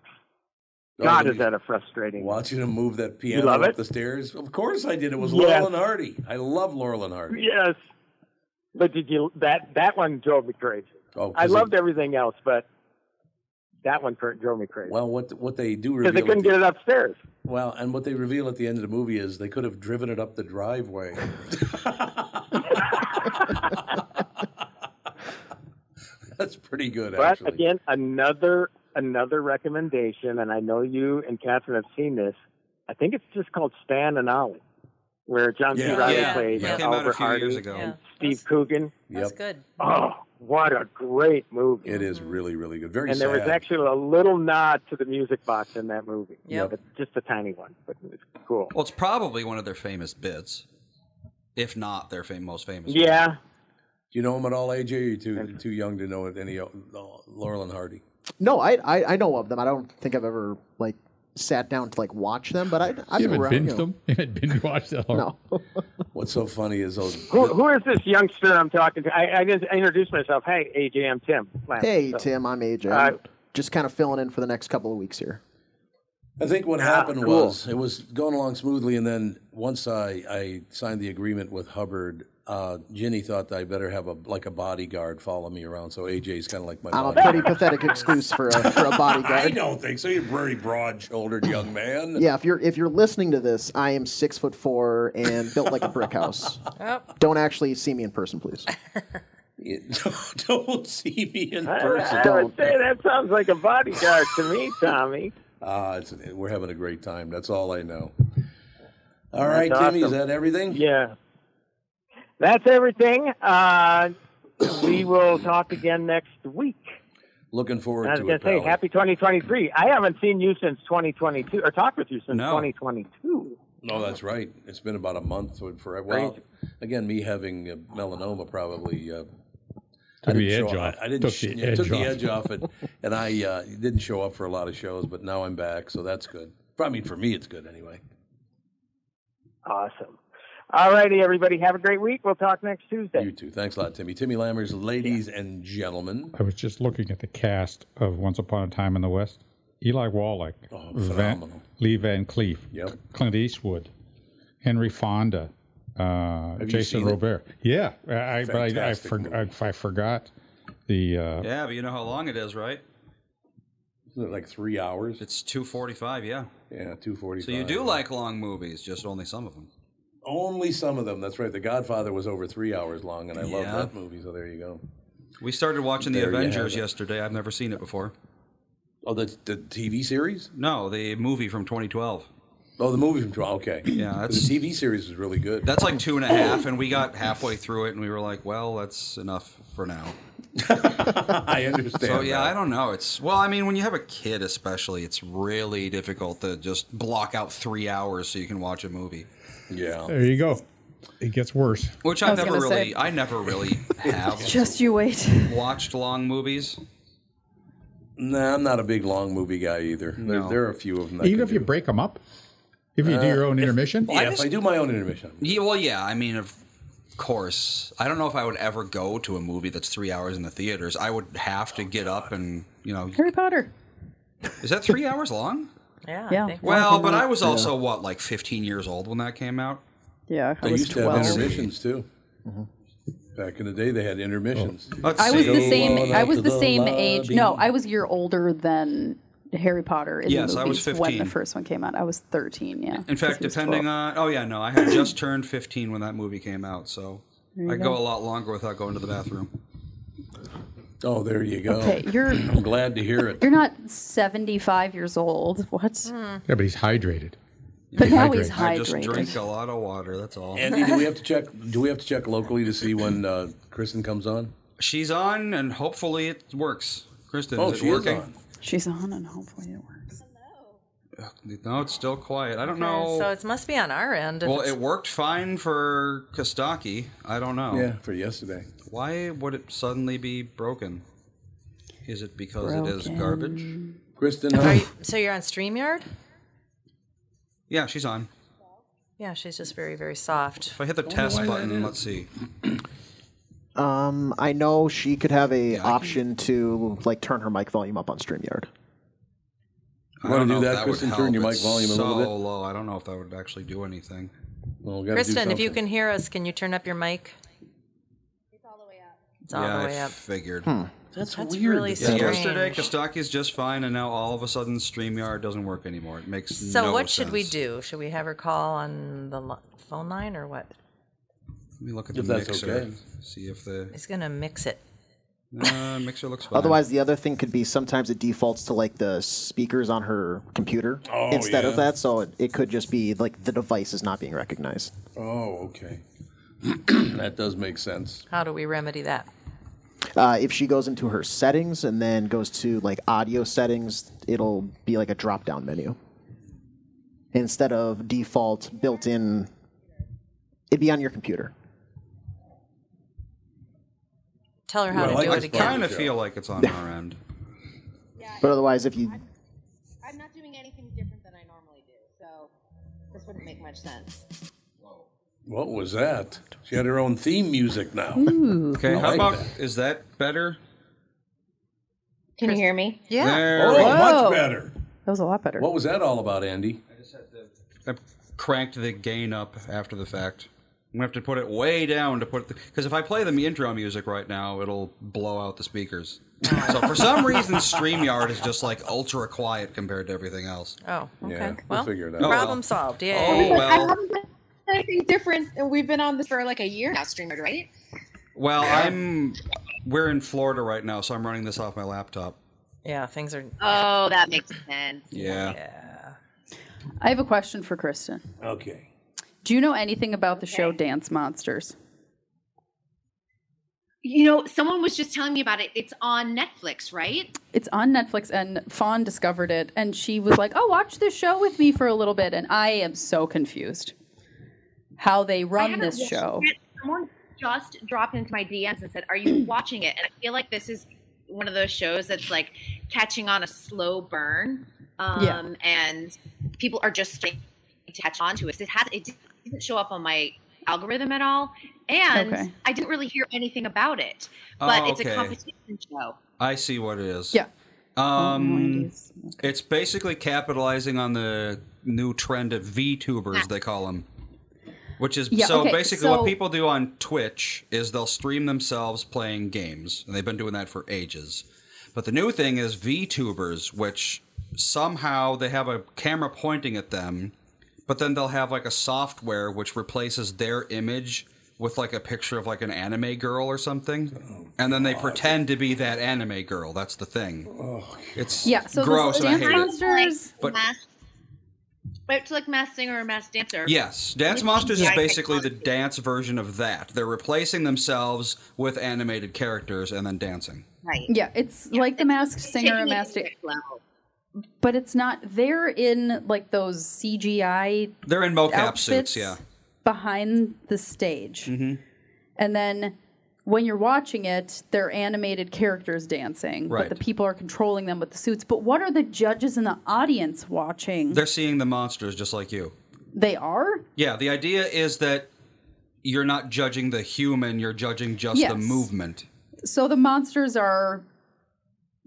Speaker 3: Oh,
Speaker 11: God,
Speaker 3: the
Speaker 11: is that a frustrating?
Speaker 3: Watching him move that piano
Speaker 11: You love
Speaker 3: up
Speaker 11: it?
Speaker 3: the stairs. Of course I did. It was
Speaker 11: Yes.
Speaker 3: Laurel and Hardy. I love Laurel and Hardy.
Speaker 11: Yes, but did you that that one drove me crazy.
Speaker 3: Oh,
Speaker 11: I
Speaker 3: 'cause
Speaker 11: loved everything else, but that one cr- drove me crazy.
Speaker 3: Well, what what they do
Speaker 11: because
Speaker 3: reveal
Speaker 11: they
Speaker 3: at
Speaker 11: couldn't
Speaker 3: the-
Speaker 11: get it upstairs.
Speaker 3: Well, and what they reveal at the end of the movie is they could have driven it up the driveway. That's pretty good,
Speaker 11: But
Speaker 3: actually.
Speaker 11: again, another another recommendation, and I know you and Catherine have seen this. I think it's just called Stan and Ollie, where John C.
Speaker 6: Yeah.
Speaker 11: Reilly
Speaker 6: Yeah,
Speaker 11: played
Speaker 6: yeah. It came out a
Speaker 11: Albert
Speaker 6: few
Speaker 11: Hardy
Speaker 6: years ago.
Speaker 11: and
Speaker 6: Yeah.
Speaker 11: Steve Coogan.
Speaker 3: That's
Speaker 1: good.
Speaker 11: Oh, what a great movie!
Speaker 3: It is really, really good. Very
Speaker 11: and there was
Speaker 3: sad.
Speaker 11: actually a little nod to the music box in that movie.
Speaker 3: Yep.
Speaker 11: But just a tiny one, but it's cool.
Speaker 6: Well, it's probably one of their famous bits, if not their fam- most famous.
Speaker 11: Yeah.
Speaker 3: Do you know him at all, AJ? Or you too too young to know it, any uh, Laurel and Hardy?
Speaker 5: No, I, I I know of them. I don't think I've ever like sat down to like watch them, but I I've
Speaker 4: You
Speaker 5: been
Speaker 4: haven't
Speaker 5: around.
Speaker 4: binged
Speaker 5: you know.
Speaker 4: them? You haven't binge watched them?
Speaker 5: No.
Speaker 3: What's so funny is those.
Speaker 11: Who, who is this youngster I'm talking to? I, I didn't introduce myself. Hey, AJ, I'm Tim. Lance.
Speaker 5: Hey
Speaker 11: So-
Speaker 5: Tim, I'm AJ.
Speaker 11: Uh,
Speaker 5: just kind of filling in for the next couple of weeks here.
Speaker 3: I think what happened
Speaker 5: cool.
Speaker 3: was it was going along smoothly, and then once I, I signed the agreement with Hubbard, uh, Ginny thought that I better have a like a bodyguard follow me around. So AJ's kind of like my.
Speaker 5: I'm a
Speaker 3: bodyguard.
Speaker 5: pretty pathetic excuse for a for a bodyguard.
Speaker 3: I don't think so. You're a very broad-shouldered young man.
Speaker 5: Yeah, if you're if you're listening to this, I am six foot four and built like a brick house. Don't actually see me in person, please.
Speaker 3: don't, don't see me in
Speaker 11: I-
Speaker 3: person.
Speaker 11: I, would say that sounds like a bodyguard to me, Tommy.
Speaker 3: Ah, it's, we're having a great time. That's all I know. All
Speaker 11: That's
Speaker 3: right, Timmy, is
Speaker 11: awesome.
Speaker 3: that everything?
Speaker 11: Yeah. That's everything. Uh, we will talk again next week.
Speaker 3: Looking forward
Speaker 11: I was
Speaker 3: to
Speaker 11: going
Speaker 3: it,
Speaker 11: to say,
Speaker 3: pal.
Speaker 11: happy 2023. I haven't seen you since 2022, or talked with you since 2022.
Speaker 3: No, Oh, that's right. It's been about a month so forever. Well, again, me having uh, melanoma probably. Uh, I
Speaker 4: Took the
Speaker 3: didn't show
Speaker 4: edge
Speaker 3: up.
Speaker 4: off.
Speaker 3: I didn't
Speaker 4: Took
Speaker 3: sh-
Speaker 4: the
Speaker 3: yeah,
Speaker 4: edge
Speaker 3: took the
Speaker 4: off.
Speaker 3: edge off, and, and I uh, didn't show up for a lot of shows, but now I'm back, so that's good. I mean, for me, it's good anyway.
Speaker 11: Awesome. All righty, everybody. Have a great week. We'll talk next Tuesday.
Speaker 3: You too. Thanks a lot, Timmy. Timmy Lammers, ladies and gentlemen.
Speaker 4: I was just looking at the cast of Once Upon a Time in the West. Eli Wallach, Van,
Speaker 3: Oh, phenomenal.
Speaker 4: Lee Van Cleef,
Speaker 3: Yep.
Speaker 4: Clint Eastwood, Henry Fonda, uh,
Speaker 6: you
Speaker 4: Jason
Speaker 6: seen it?
Speaker 4: Robert. Yeah, I, I, but I, I,
Speaker 6: Fantastic
Speaker 4: for, I, I forgot the. Uh,
Speaker 6: Yeah, but you know how long it is, right?
Speaker 3: Like three hours.
Speaker 6: It's two forty-five. Yeah.
Speaker 3: Yeah, two forty-five.
Speaker 6: So you do like long movies, just only some of them.
Speaker 3: Only some of them. That's right. The Godfather was over three hours long, and I love
Speaker 6: Yeah.
Speaker 3: that movie. So there you go.
Speaker 6: We started watching
Speaker 3: There
Speaker 6: the
Speaker 3: you have
Speaker 6: Avengers
Speaker 3: it.
Speaker 6: yesterday. I've never seen it before.
Speaker 3: Oh, the the TV series?
Speaker 6: No, the movie from 2012.
Speaker 3: Oh, the movie from 12. Okay.
Speaker 6: Yeah, that's
Speaker 3: the TV series was really good.
Speaker 6: That's like two and a half, and we got halfway through it, and we were like, "Well, that's enough for now."
Speaker 3: I understand.
Speaker 6: So yeah,
Speaker 3: that.
Speaker 6: I don't know. It's well, I mean, when you have a kid, especially, it's really difficult to just block out three hours so you can watch a movie.
Speaker 3: Yeah,
Speaker 4: there you go. It gets worse.
Speaker 6: which
Speaker 10: I
Speaker 6: I,
Speaker 10: was
Speaker 6: never
Speaker 10: gonna say-
Speaker 6: really, I never really have
Speaker 10: Just you wait.
Speaker 6: watched long movies.
Speaker 3: Nah, I'm not a big long movie guy either. There, there are a few of them. That
Speaker 4: Even
Speaker 3: can
Speaker 4: if you
Speaker 3: do.
Speaker 4: break them up, if you do
Speaker 3: Uh,
Speaker 4: your own
Speaker 3: if-
Speaker 4: intermission.
Speaker 3: yeah, if I do my own intermission.
Speaker 6: Yeah, well, yeah. I mean, if course. I don't know if I would ever go to a movie that's three hours in the theaters. I would have to get up and you know.
Speaker 10: Harry Potter.
Speaker 6: Is that three hours long?
Speaker 1: Yeah.
Speaker 10: Yeah. think-
Speaker 6: Well, but I was
Speaker 10: Yeah.
Speaker 6: also what, like 15 years old when that came out.
Speaker 10: Yeah, I
Speaker 3: They
Speaker 10: was
Speaker 3: used to have
Speaker 10: 12.
Speaker 3: intermissions too. Back in the day, they had intermissions.
Speaker 6: Oh.
Speaker 10: I was the same. I was the same age. No, I was a year older than Harry Potter. In
Speaker 6: Yes,
Speaker 10: the
Speaker 6: I was
Speaker 10: movies when the
Speaker 6: 15.
Speaker 10: first one came out. I was thirteen. Yeah.
Speaker 6: In fact, depending on oh yeah, no, I had just turned 15 when that movie came out, so
Speaker 10: There you
Speaker 6: I
Speaker 10: go.
Speaker 6: go a lot longer without going to the bathroom.
Speaker 3: Oh, there you go.
Speaker 10: Okay, you're-
Speaker 3: I'm glad to hear it.
Speaker 10: You're not seventy-five years old. What?
Speaker 13: Hmm.
Speaker 4: Yeah, but he's hydrated.
Speaker 10: But now he's
Speaker 6: I just
Speaker 10: hydrated.
Speaker 6: drink a lot of water. That's all.
Speaker 3: Andy, do we have to check? Do we have to check locally to see when uh, Kristen comes on?
Speaker 6: She's on, and hopefully it works. Kristen,
Speaker 3: Oh,
Speaker 6: is it
Speaker 3: she is
Speaker 6: working?
Speaker 3: on.
Speaker 10: She's on, and hopefully it works.
Speaker 6: No, it's still quiet. I don't know.
Speaker 1: So it must be on our end. if
Speaker 6: well,
Speaker 1: it's-
Speaker 6: it worked fine for Kostaki. I don't know.
Speaker 3: Yeah, for yesterday.
Speaker 6: Why would it suddenly be broken? Is it because it is
Speaker 1: Broken.
Speaker 6: garbage?
Speaker 3: Kristen, um,
Speaker 1: Are you- so you're on StreamYard?
Speaker 6: Yeah, she's on.
Speaker 1: Yeah, she's just very, very soft.
Speaker 6: If I hit the test button, let's see.
Speaker 5: Um, I know she could have a option to like turn her mic volume up on Streamyard.
Speaker 6: I
Speaker 3: Wanna
Speaker 6: don't
Speaker 3: do
Speaker 6: know if
Speaker 3: that,
Speaker 6: would
Speaker 3: Kristen?
Speaker 6: help.
Speaker 3: Turn your mic
Speaker 6: It's
Speaker 3: volume a little bit.
Speaker 6: so low. I don't know if that would actually do anything.
Speaker 3: Well,
Speaker 1: Kristen, if you can hear us, can you turn up your mic? It's all
Speaker 6: yeah,
Speaker 1: the way
Speaker 6: I
Speaker 1: up.
Speaker 6: figured.
Speaker 1: That's,
Speaker 3: weird
Speaker 1: really
Speaker 6: Yeah,
Speaker 1: strange.
Speaker 6: yesterday, Kostaki's just fine, and now all of a sudden, StreamYard doesn't work anymore. It makes
Speaker 1: So
Speaker 6: no
Speaker 1: what should we
Speaker 6: sense.
Speaker 1: do? Should we have her call on the lo- phone line or what?
Speaker 6: Let me look at
Speaker 3: If
Speaker 6: the
Speaker 3: that's
Speaker 6: mixer.
Speaker 3: okay.
Speaker 6: See if the
Speaker 1: It's gonna mix it.
Speaker 6: uh, mixer looks fine.
Speaker 5: Otherwise, the other thing could be sometimes it defaults to like the speakers on her computer
Speaker 3: Oh,
Speaker 5: instead of
Speaker 3: yeah.
Speaker 5: that, so it, it could just be like the device is not being recognized.
Speaker 3: Oh, okay. that does make sense.
Speaker 1: How do we remedy that?
Speaker 5: Uh, if she goes into her settings and then goes to like audio settings, it'll be like a drop down menu instead of default built in. It'd be on your computer.
Speaker 1: Tell her how
Speaker 6: Well,
Speaker 1: to do
Speaker 6: I
Speaker 1: it again.
Speaker 6: kind of feel like it's on our end.
Speaker 5: But otherwise, if you
Speaker 13: I'm not doing anything different than I normally do, so this wouldn't make much sense.
Speaker 3: What was that? She had her own theme music now.
Speaker 6: Okay,
Speaker 3: I
Speaker 6: how
Speaker 3: like
Speaker 6: about
Speaker 3: that.
Speaker 6: is that better?
Speaker 13: Can you hear me?
Speaker 1: Yeah.
Speaker 6: There
Speaker 3: Oh,
Speaker 6: we
Speaker 10: Whoa.
Speaker 3: much better.
Speaker 10: That was a lot better.
Speaker 3: What was that all about, Andy?
Speaker 6: I cranked the gain up after the fact. I'm gonna have to put it way down to put because if I play the intro music right now, it'll blow out the speakers. so for some reason, Streamyard is just like ultra quiet compared to everything else.
Speaker 1: Oh, okay.
Speaker 3: Yeah, we'll
Speaker 1: well,
Speaker 3: figure it out.
Speaker 1: problem solved. Yay.
Speaker 6: Oh well,
Speaker 13: Anything different? And we've been on this for like a year now, streamer, right?
Speaker 6: well I'm we're in Florida right now, so I'm running this off my laptop.
Speaker 1: Yeah, things are.
Speaker 13: Oh, that makes sense.
Speaker 6: Yeah.
Speaker 10: I have a question for Kristen.
Speaker 3: Okay.
Speaker 10: Do you know anything about the show Dance Monsters?
Speaker 13: You know, someone was just telling me about it. It's on Netflix, right?
Speaker 10: It's on Netflix, and Fawn discovered it, and she was like, "Oh, watch this show with me for a little bit." And I am so confused how they run
Speaker 13: haven't
Speaker 10: this
Speaker 13: watched
Speaker 10: show.
Speaker 13: it. Someone just dropped into my DMs and said, "Are you watching it?" And I feel like this is one of those shows that's like catching on a slow burn, um,
Speaker 10: Yeah.
Speaker 13: and people are just starting to catch on to it. It has it didn't show up on my algorithm at all, and
Speaker 10: Okay.
Speaker 13: I didn't really hear anything about it. But
Speaker 6: Oh,
Speaker 13: it's a
Speaker 6: okay.
Speaker 13: competition show.
Speaker 6: I see what it is.
Speaker 10: Yeah.
Speaker 6: Um, it's basically capitalizing on the new trend of VTubers, they call them. Which is
Speaker 10: Yeah,
Speaker 6: so
Speaker 10: okay,
Speaker 6: basically
Speaker 10: so-
Speaker 6: what people do on Twitch is they'll stream themselves playing games, and they've been doing that for ages. But the new thing is VTubers, which somehow they have a camera pointing at them, but then they'll have like a software which replaces their image with like a picture of like an anime girl or something, and then they pretend to be that anime girl. That's the thing. It's
Speaker 10: Yeah, so the
Speaker 6: gross. and I
Speaker 10: Dance
Speaker 6: hate it.
Speaker 10: Monsters.
Speaker 6: But-
Speaker 13: Masked- but it's like mass singer or mass dancer.
Speaker 6: Yes, Dance
Speaker 13: With
Speaker 6: Monsters is
Speaker 13: CGI
Speaker 6: basically the
Speaker 13: technology.
Speaker 6: dance version of that. They're replacing themselves with animated characters and then dancing.
Speaker 13: right.
Speaker 10: Yeah, it's like the Masked Singer and Masked, but it's not. They're in like those CGI
Speaker 6: They're in mocap
Speaker 10: outfits
Speaker 6: suits, yeah. Mm-hmm.
Speaker 10: behind the stage. And then when you're watching it, they're animated characters dancing,
Speaker 6: Right.
Speaker 10: but the people are controlling them with the suits. But what are the judges in the audience watching?
Speaker 6: They're seeing the monsters just like you.
Speaker 10: They are?
Speaker 6: Yeah, the idea is that you're not judging the human, you're judging just
Speaker 10: Yes.
Speaker 6: the movement.
Speaker 10: So the monsters are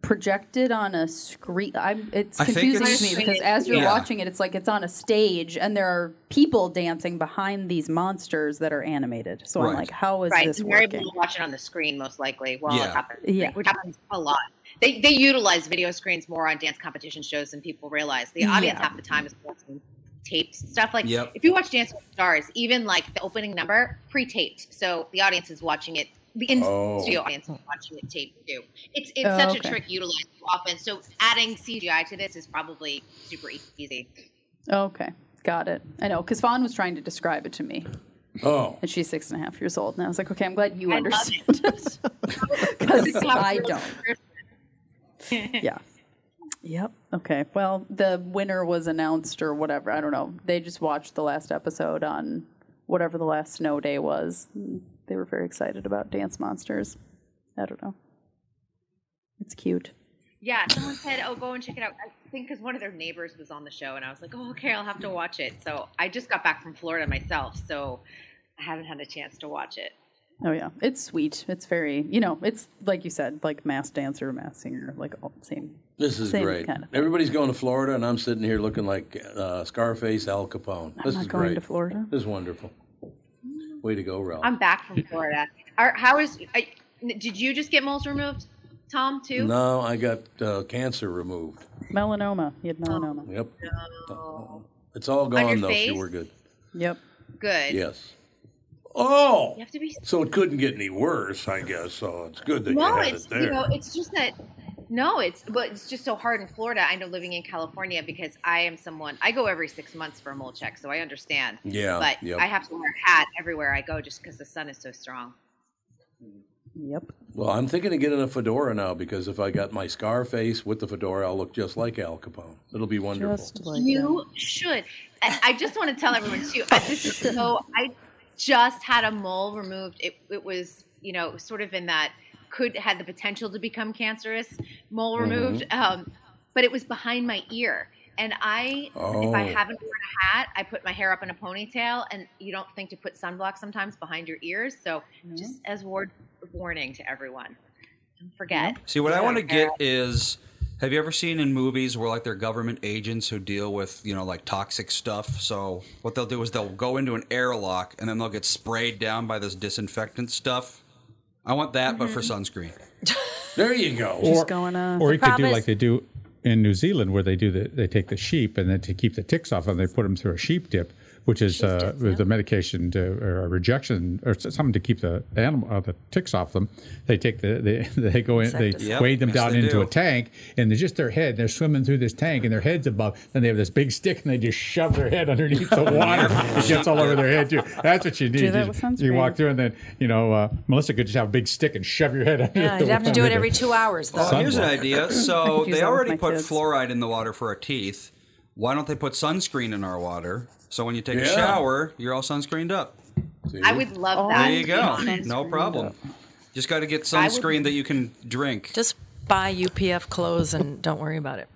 Speaker 10: projected on a screen. I'm, it's
Speaker 6: I think
Speaker 10: confusing
Speaker 6: it's-
Speaker 10: to me because as you're
Speaker 6: Yeah.
Speaker 10: watching it, it's like it's on a stage and there are people dancing behind these monsters that are animated. So I'm
Speaker 13: Right.
Speaker 10: like, how is
Speaker 13: right.
Speaker 10: this
Speaker 13: and They're
Speaker 10: working?
Speaker 13: able to watch it on the screen most likely while
Speaker 10: Yeah.
Speaker 13: it happens.
Speaker 10: Yeah.
Speaker 13: Which happens a lot. They they utilize video screens more on dance competition shows than people realize. The audience
Speaker 10: Yeah.
Speaker 13: half the time is watching taped stuff. Like
Speaker 10: Yep.
Speaker 13: if you watch Dance with the Stars, even like the opening number pre-taped, so the audience is watching it. The in
Speaker 14: Oh.
Speaker 13: studio audience is watching it taped too. It's it's
Speaker 10: Oh,
Speaker 13: such
Speaker 10: okay.
Speaker 13: a trick utilized often. So adding CGI to this is probably super easy.
Speaker 10: Oh, Okay, got it. I know because Fawn was trying to describe it to me.
Speaker 3: Oh.
Speaker 10: And she's six and a half years old, and I was like, okay, I'm glad you
Speaker 13: I love
Speaker 10: understand it because I don't. yeah. Yep. Okay. Well, the winner was announced or whatever. I don't know. They just watched the last episode on whatever the last snow day was. They were very excited about Dance Monsters. I don't know. It's cute.
Speaker 13: Yeah, someone said, "Oh, go and check it out." I think because one of their neighbors was on the show, and I was like, "Oh, okay, I'll have to watch it." So I just got back from Florida myself, so I haven't had a chance to watch it.
Speaker 10: Oh yeah, it's sweet. It's very, you know, it's like you said, like mass dancer, mass singer, like all same.
Speaker 3: This is
Speaker 10: same
Speaker 3: great.
Speaker 10: kind of-
Speaker 3: Everybody's going to Florida, and I'm sitting here looking like uh, Scarface Al Capone.
Speaker 10: I'm
Speaker 3: this
Speaker 10: not
Speaker 3: is
Speaker 10: going
Speaker 3: great.
Speaker 10: to Florida.
Speaker 3: This is wonderful. Way to go, Ralph.
Speaker 13: I'm back from Florida. Are, how is? I, did you just get moles removed, Tom? Too?
Speaker 3: No, I got uh, cancer removed.
Speaker 10: Melanoma. You had melanoma.
Speaker 3: Yep.
Speaker 13: No.
Speaker 3: It's all
Speaker 13: your
Speaker 3: gone, though.
Speaker 13: face?
Speaker 3: You were good.
Speaker 10: Yep.
Speaker 13: Good.
Speaker 3: Yes. Oh!
Speaker 13: You have to be.
Speaker 3: So it couldn't get any worse, I guess. So it's good that
Speaker 13: No,
Speaker 3: you had
Speaker 13: it's
Speaker 3: it there.
Speaker 13: you know, it's just that. No, it's but it's just so hard in Florida. I know living in California because I am someone I go every six months for a mole check, so I understand.
Speaker 3: Yeah,
Speaker 13: but
Speaker 3: yep.
Speaker 13: I have to wear a hat everywhere I go just because the sun is so strong.
Speaker 10: Yep.
Speaker 3: well, I'm thinking of getting a fedora now because if I got my Scarface with the fedora, I'll look just like Al Capone. It'll be wonderful.
Speaker 13: you should. And I just want to tell everyone too. I- This is so I just had a mole removed. It it was you know sort of in that could had the potential to become cancerous mole
Speaker 14: Mhm.
Speaker 6: Mm-hmm.
Speaker 13: removed, um, but it was behind my ear. And I, if I
Speaker 14: Oh.
Speaker 13: haven't worn a hat, I put my hair up in a ponytail, and you don't think to put sunblock sometimes behind your ears. So
Speaker 6: Mm-hmm.
Speaker 13: just as ward warning to everyone, don't forget.
Speaker 6: See, what I want to get is have you ever seen in movies where like they're government agents who deal with, you know, like toxic stuff? So what they'll do is they'll go into an airlock and then they'll get sprayed down by this disinfectant stuff. I want that, but for sunscreen.
Speaker 3: there you go.
Speaker 10: Just going uh,
Speaker 4: Or you could do like they do in New Zealand, where they do the, they take the sheep and then to keep the ticks off, and they put them through a sheep dip, which is uh, the medication to, or a rejection or s- something to keep the animal uh, the ticks off them. They take the they, they go in, they
Speaker 12: Insecticide. Yep,
Speaker 4: wade them
Speaker 12: yes,
Speaker 4: down
Speaker 12: they
Speaker 4: into
Speaker 12: do.
Speaker 4: a tank, and they're just their head. They're swimming through this tank, and their head's above. Then they have this big stick, and they just shove their head underneath the water. it gets all over their head too. That's what you need.
Speaker 10: Do that
Speaker 4: you,
Speaker 10: with
Speaker 4: you walk
Speaker 10: sunscreen.
Speaker 4: through, and then you know uh, Melissa could just have a big stick and shove your head.
Speaker 1: Yeah,
Speaker 4: underneath
Speaker 1: you'd
Speaker 4: the
Speaker 1: have to do it
Speaker 4: water.
Speaker 1: every two hours, though.
Speaker 6: Oh, here's an idea.
Speaker 1: I
Speaker 6: So
Speaker 1: could use
Speaker 6: they
Speaker 1: that with
Speaker 6: already
Speaker 1: my
Speaker 6: put
Speaker 1: kids.
Speaker 6: fluoride in the water for our teeth. Why don't they put sunscreen in our water? So when you take a
Speaker 13: Yeah.
Speaker 6: shower, you're all sunscreened up.
Speaker 13: I would love that.
Speaker 6: There you go.
Speaker 13: to be honest.
Speaker 6: No problem. Just got to get
Speaker 1: I would-
Speaker 6: sunscreen that you can drink.
Speaker 1: Just buy UPF clothes and don't worry about it.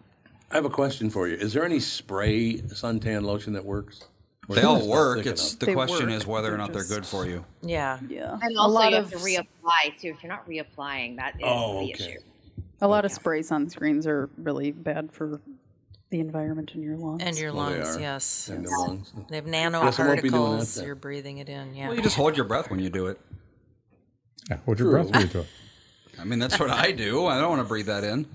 Speaker 3: I have a question for you. Is there any spray suntan lotion that works? Or
Speaker 6: They
Speaker 3: is it
Speaker 6: all
Speaker 3: just not
Speaker 6: work.
Speaker 3: thick
Speaker 6: It's-
Speaker 3: enough?
Speaker 6: the They question work. is whether or They're not they're just- good for you.
Speaker 1: Yeah.
Speaker 10: Yeah.
Speaker 13: And
Speaker 10: A
Speaker 13: also,
Speaker 10: lot
Speaker 13: you have to
Speaker 10: of-
Speaker 13: reapply too. If you're not reapplying, that is
Speaker 10: Oh,
Speaker 13: the
Speaker 10: okay.
Speaker 13: issue.
Speaker 10: A lot of spray sunscreens are really bad for the environment and your lungs.
Speaker 1: And your
Speaker 6: Well, they
Speaker 1: lungs,
Speaker 6: are.
Speaker 1: yes.
Speaker 6: And the
Speaker 1: Yes.
Speaker 6: lungs.
Speaker 1: They have
Speaker 6: Guess I won't be doing that
Speaker 1: nanoparticles.
Speaker 6: then.
Speaker 1: You're breathing it in. Yeah.
Speaker 6: Well, you just hold your breath when you do it.
Speaker 4: Yeah, hold your
Speaker 6: True.
Speaker 4: breath when you do it.
Speaker 6: I mean, that's what I do. I don't want to breathe that in.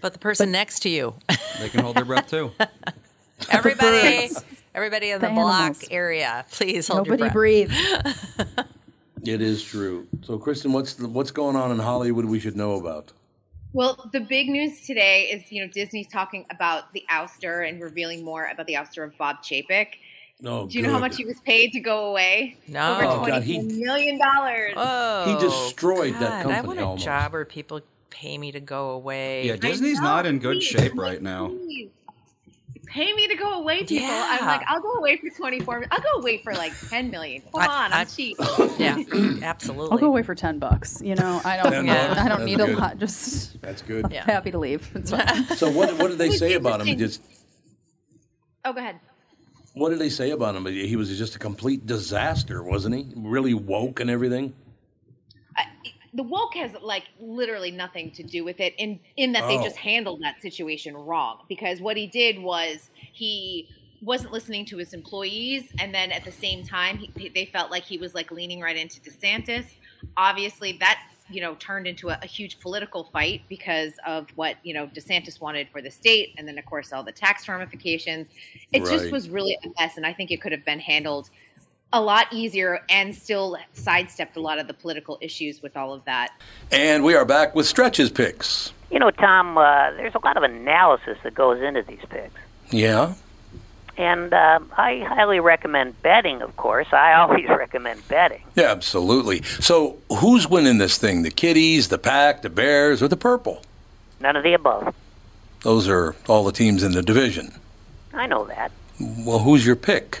Speaker 1: But the person next to you,
Speaker 6: They can hold their breath too.
Speaker 1: everybody, everybody in the,
Speaker 10: The
Speaker 1: block
Speaker 10: animals.
Speaker 1: area, please hold
Speaker 10: Nobody
Speaker 1: your breath.
Speaker 10: breathe.
Speaker 3: It is true. So, Kristen, what's the, what's going on in Hollywood we should know about?
Speaker 13: Well, the big news today is you know Disney's talking about the ouster and revealing more about the ouster of Bob Chapek.
Speaker 3: No,
Speaker 13: Do you know how much he was paid to go away?
Speaker 1: No.
Speaker 13: over
Speaker 1: Oh,
Speaker 13: twenty-four
Speaker 1: God,
Speaker 13: million
Speaker 1: he-
Speaker 13: dollars.
Speaker 1: Oh,
Speaker 3: He destroyed that
Speaker 1: God, I
Speaker 3: company
Speaker 1: want a
Speaker 3: almost.
Speaker 1: job where people pay me to go away.
Speaker 6: Yeah, Disney's not in good shape right now.
Speaker 13: Please, Pay me to go away, people. I'm
Speaker 1: Yeah.
Speaker 13: like, I'll go away for 24. I'll go away for like 10 million. Come on, I'm cheap.
Speaker 1: yeah, absolutely.
Speaker 10: I'll go away for ten bucks. You know, I don't.
Speaker 3: Ten bucks,
Speaker 10: I
Speaker 3: that's
Speaker 10: don't need
Speaker 3: good.
Speaker 10: a lot. Just
Speaker 3: That's good.
Speaker 10: happy to leave. It's fine.
Speaker 3: So, what what did they say about him? Just
Speaker 13: Oh, go ahead.
Speaker 3: What did they say about him? He was just a complete disaster, wasn't he? Really woke and everything.
Speaker 13: the woke has like literally nothing to do with it in in that they
Speaker 3: Oh.
Speaker 13: just handled that situation wrong because what he did was he wasn't listening to his employees and then at the same time he, they felt like he was like leaning right into DeSantis obviously that you know turned into a, a huge political fight because of what you know DeSantis wanted for the state and then of course all the tax ramifications it just
Speaker 14: Right.
Speaker 13: was really a mess and I think it could have been handled a lot easier and still sidestepped a lot of the political issues with all of that.
Speaker 3: And we are back with stretches picks.
Speaker 15: You know, Tom, uh, there's a lot of analysis that goes into these picks.
Speaker 3: Yeah.
Speaker 15: And uh, I highly recommend betting, of course. I always recommend betting.
Speaker 3: Yeah, absolutely. So who's winning this thing? The Kitties, the Pack, the Bears, or the Purple?
Speaker 15: None of the above.
Speaker 3: Those are all the teams in the division.
Speaker 15: I know that.
Speaker 3: Well, who's your pick?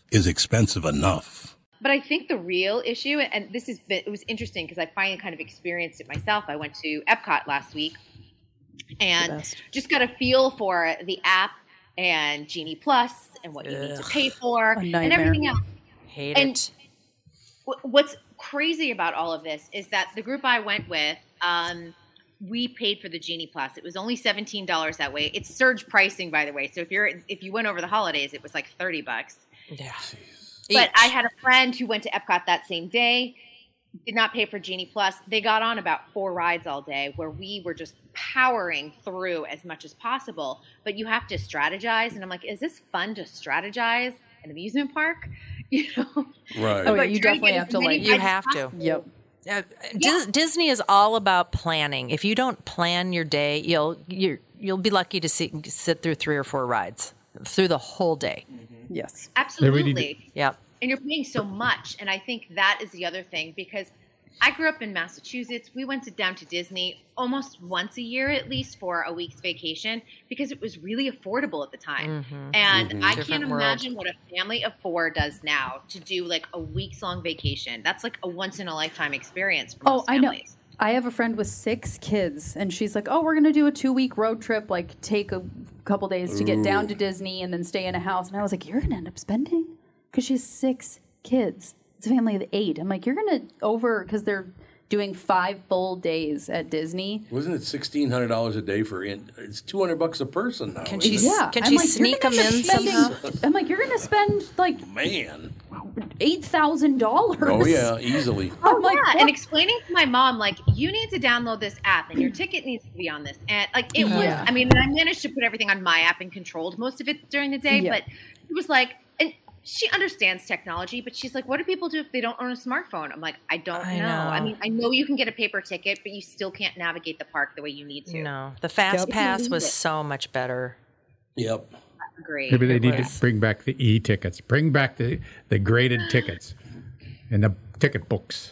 Speaker 3: is expensive enough.
Speaker 13: But I think the real issue, and this is it was interesting because I finally kind of experienced it myself. I went to Epcot last week and just got a feel for the app and Genie Plus and what you need to
Speaker 1: Ugh.
Speaker 13: pay for
Speaker 1: A
Speaker 13: and
Speaker 1: nightmare.
Speaker 13: everything else.
Speaker 1: Hate
Speaker 13: and
Speaker 1: it.
Speaker 13: wh- what's crazy about all of this is that the group I went with, um, we paid for the Genie Plus. It was only seventeen dollars that way. It's surge pricing, by the way. So if you're if you went over the holidays, it was like thirty bucks.
Speaker 1: Yeah.
Speaker 13: But I had a friend who went to Epcot that same day, did not pay for Genie Plus. They got on about four rides all day where we were just powering through as much as possible. But you have to strategize. And I'm like, is this fun to strategize an amusement park? You know?
Speaker 3: Right.
Speaker 10: Oh, yeah,
Speaker 13: But
Speaker 10: you
Speaker 13: trying
Speaker 10: definitely
Speaker 13: get
Speaker 10: have
Speaker 13: as
Speaker 10: to,
Speaker 13: many
Speaker 10: like-
Speaker 1: You
Speaker 13: rides as
Speaker 1: have to.
Speaker 13: possible.
Speaker 10: Yep.
Speaker 1: Uh, Dis- Disney is all about planning. If you don't plan your day, you'll you're, you'll be lucky to see, sit through three or four rides through the whole day.
Speaker 10: Yes,
Speaker 13: Absolutely.
Speaker 1: Yep.
Speaker 13: and you're paying so much and i think that is the other thing because i grew up in massachusetts we went to down to disney almost once a year at least for a week's vacation because it was really affordable at the time
Speaker 10: Mm-hmm.
Speaker 1: Mhm.
Speaker 13: and
Speaker 1: Mhm.
Speaker 13: i can't
Speaker 1: Different world.
Speaker 13: imagine what a family of four does now to do like a weeks long vacation that's like a once in a lifetime experience for
Speaker 10: Oh,
Speaker 13: most
Speaker 10: I know.
Speaker 13: families.
Speaker 10: I have a friend with six kids, and she's like, "Oh, we're gonna do a two-week road trip. Like, take a couple days to get down
Speaker 13: Ooh.
Speaker 10: to Disney, and then stay in a house." And I was like, "You're gonna end up spending because she has six kids. It's a family of eight. I'm like, you're gonna over because they're doing five full days at Disney.
Speaker 3: Wasn't it sixteen hundred dollars a day for in? It's two hundred bucks a person now.
Speaker 1: Can she yeah, can
Speaker 10: I'm
Speaker 1: she
Speaker 10: like, "You're
Speaker 1: sneak them
Speaker 10: gonna end
Speaker 1: in
Speaker 10: up spending-
Speaker 1: somehow?
Speaker 10: I'm like, you're gonna spend like
Speaker 3: Man.
Speaker 10: eight thousand dollars.
Speaker 3: Oh yeah, easily.
Speaker 13: Oh, yeah. And explaining to my mom, like, you need to download this app and your ticket needs to be on this. And, like, it
Speaker 10: Yeah.
Speaker 13: was, I mean, and I managed to put everything on my app and controlled most of it during the day,
Speaker 10: Yeah.
Speaker 13: but it was like, and she understands technology, but she's like, what do people do if they don't own a smartphone? I'm like, I don't
Speaker 1: I
Speaker 13: know. I
Speaker 1: know.
Speaker 13: mean, I know you can get a paper ticket, but you still can't navigate the park the way you need to.
Speaker 1: No, the fast
Speaker 13: Yep.
Speaker 1: pass
Speaker 13: Believe it.
Speaker 1: was so much better.
Speaker 3: Yep.
Speaker 13: Agree.
Speaker 4: Maybe they
Speaker 1: It
Speaker 4: need
Speaker 1: was.
Speaker 4: to bring back the e tickets, bring back the, the graded tickets and the ticket books.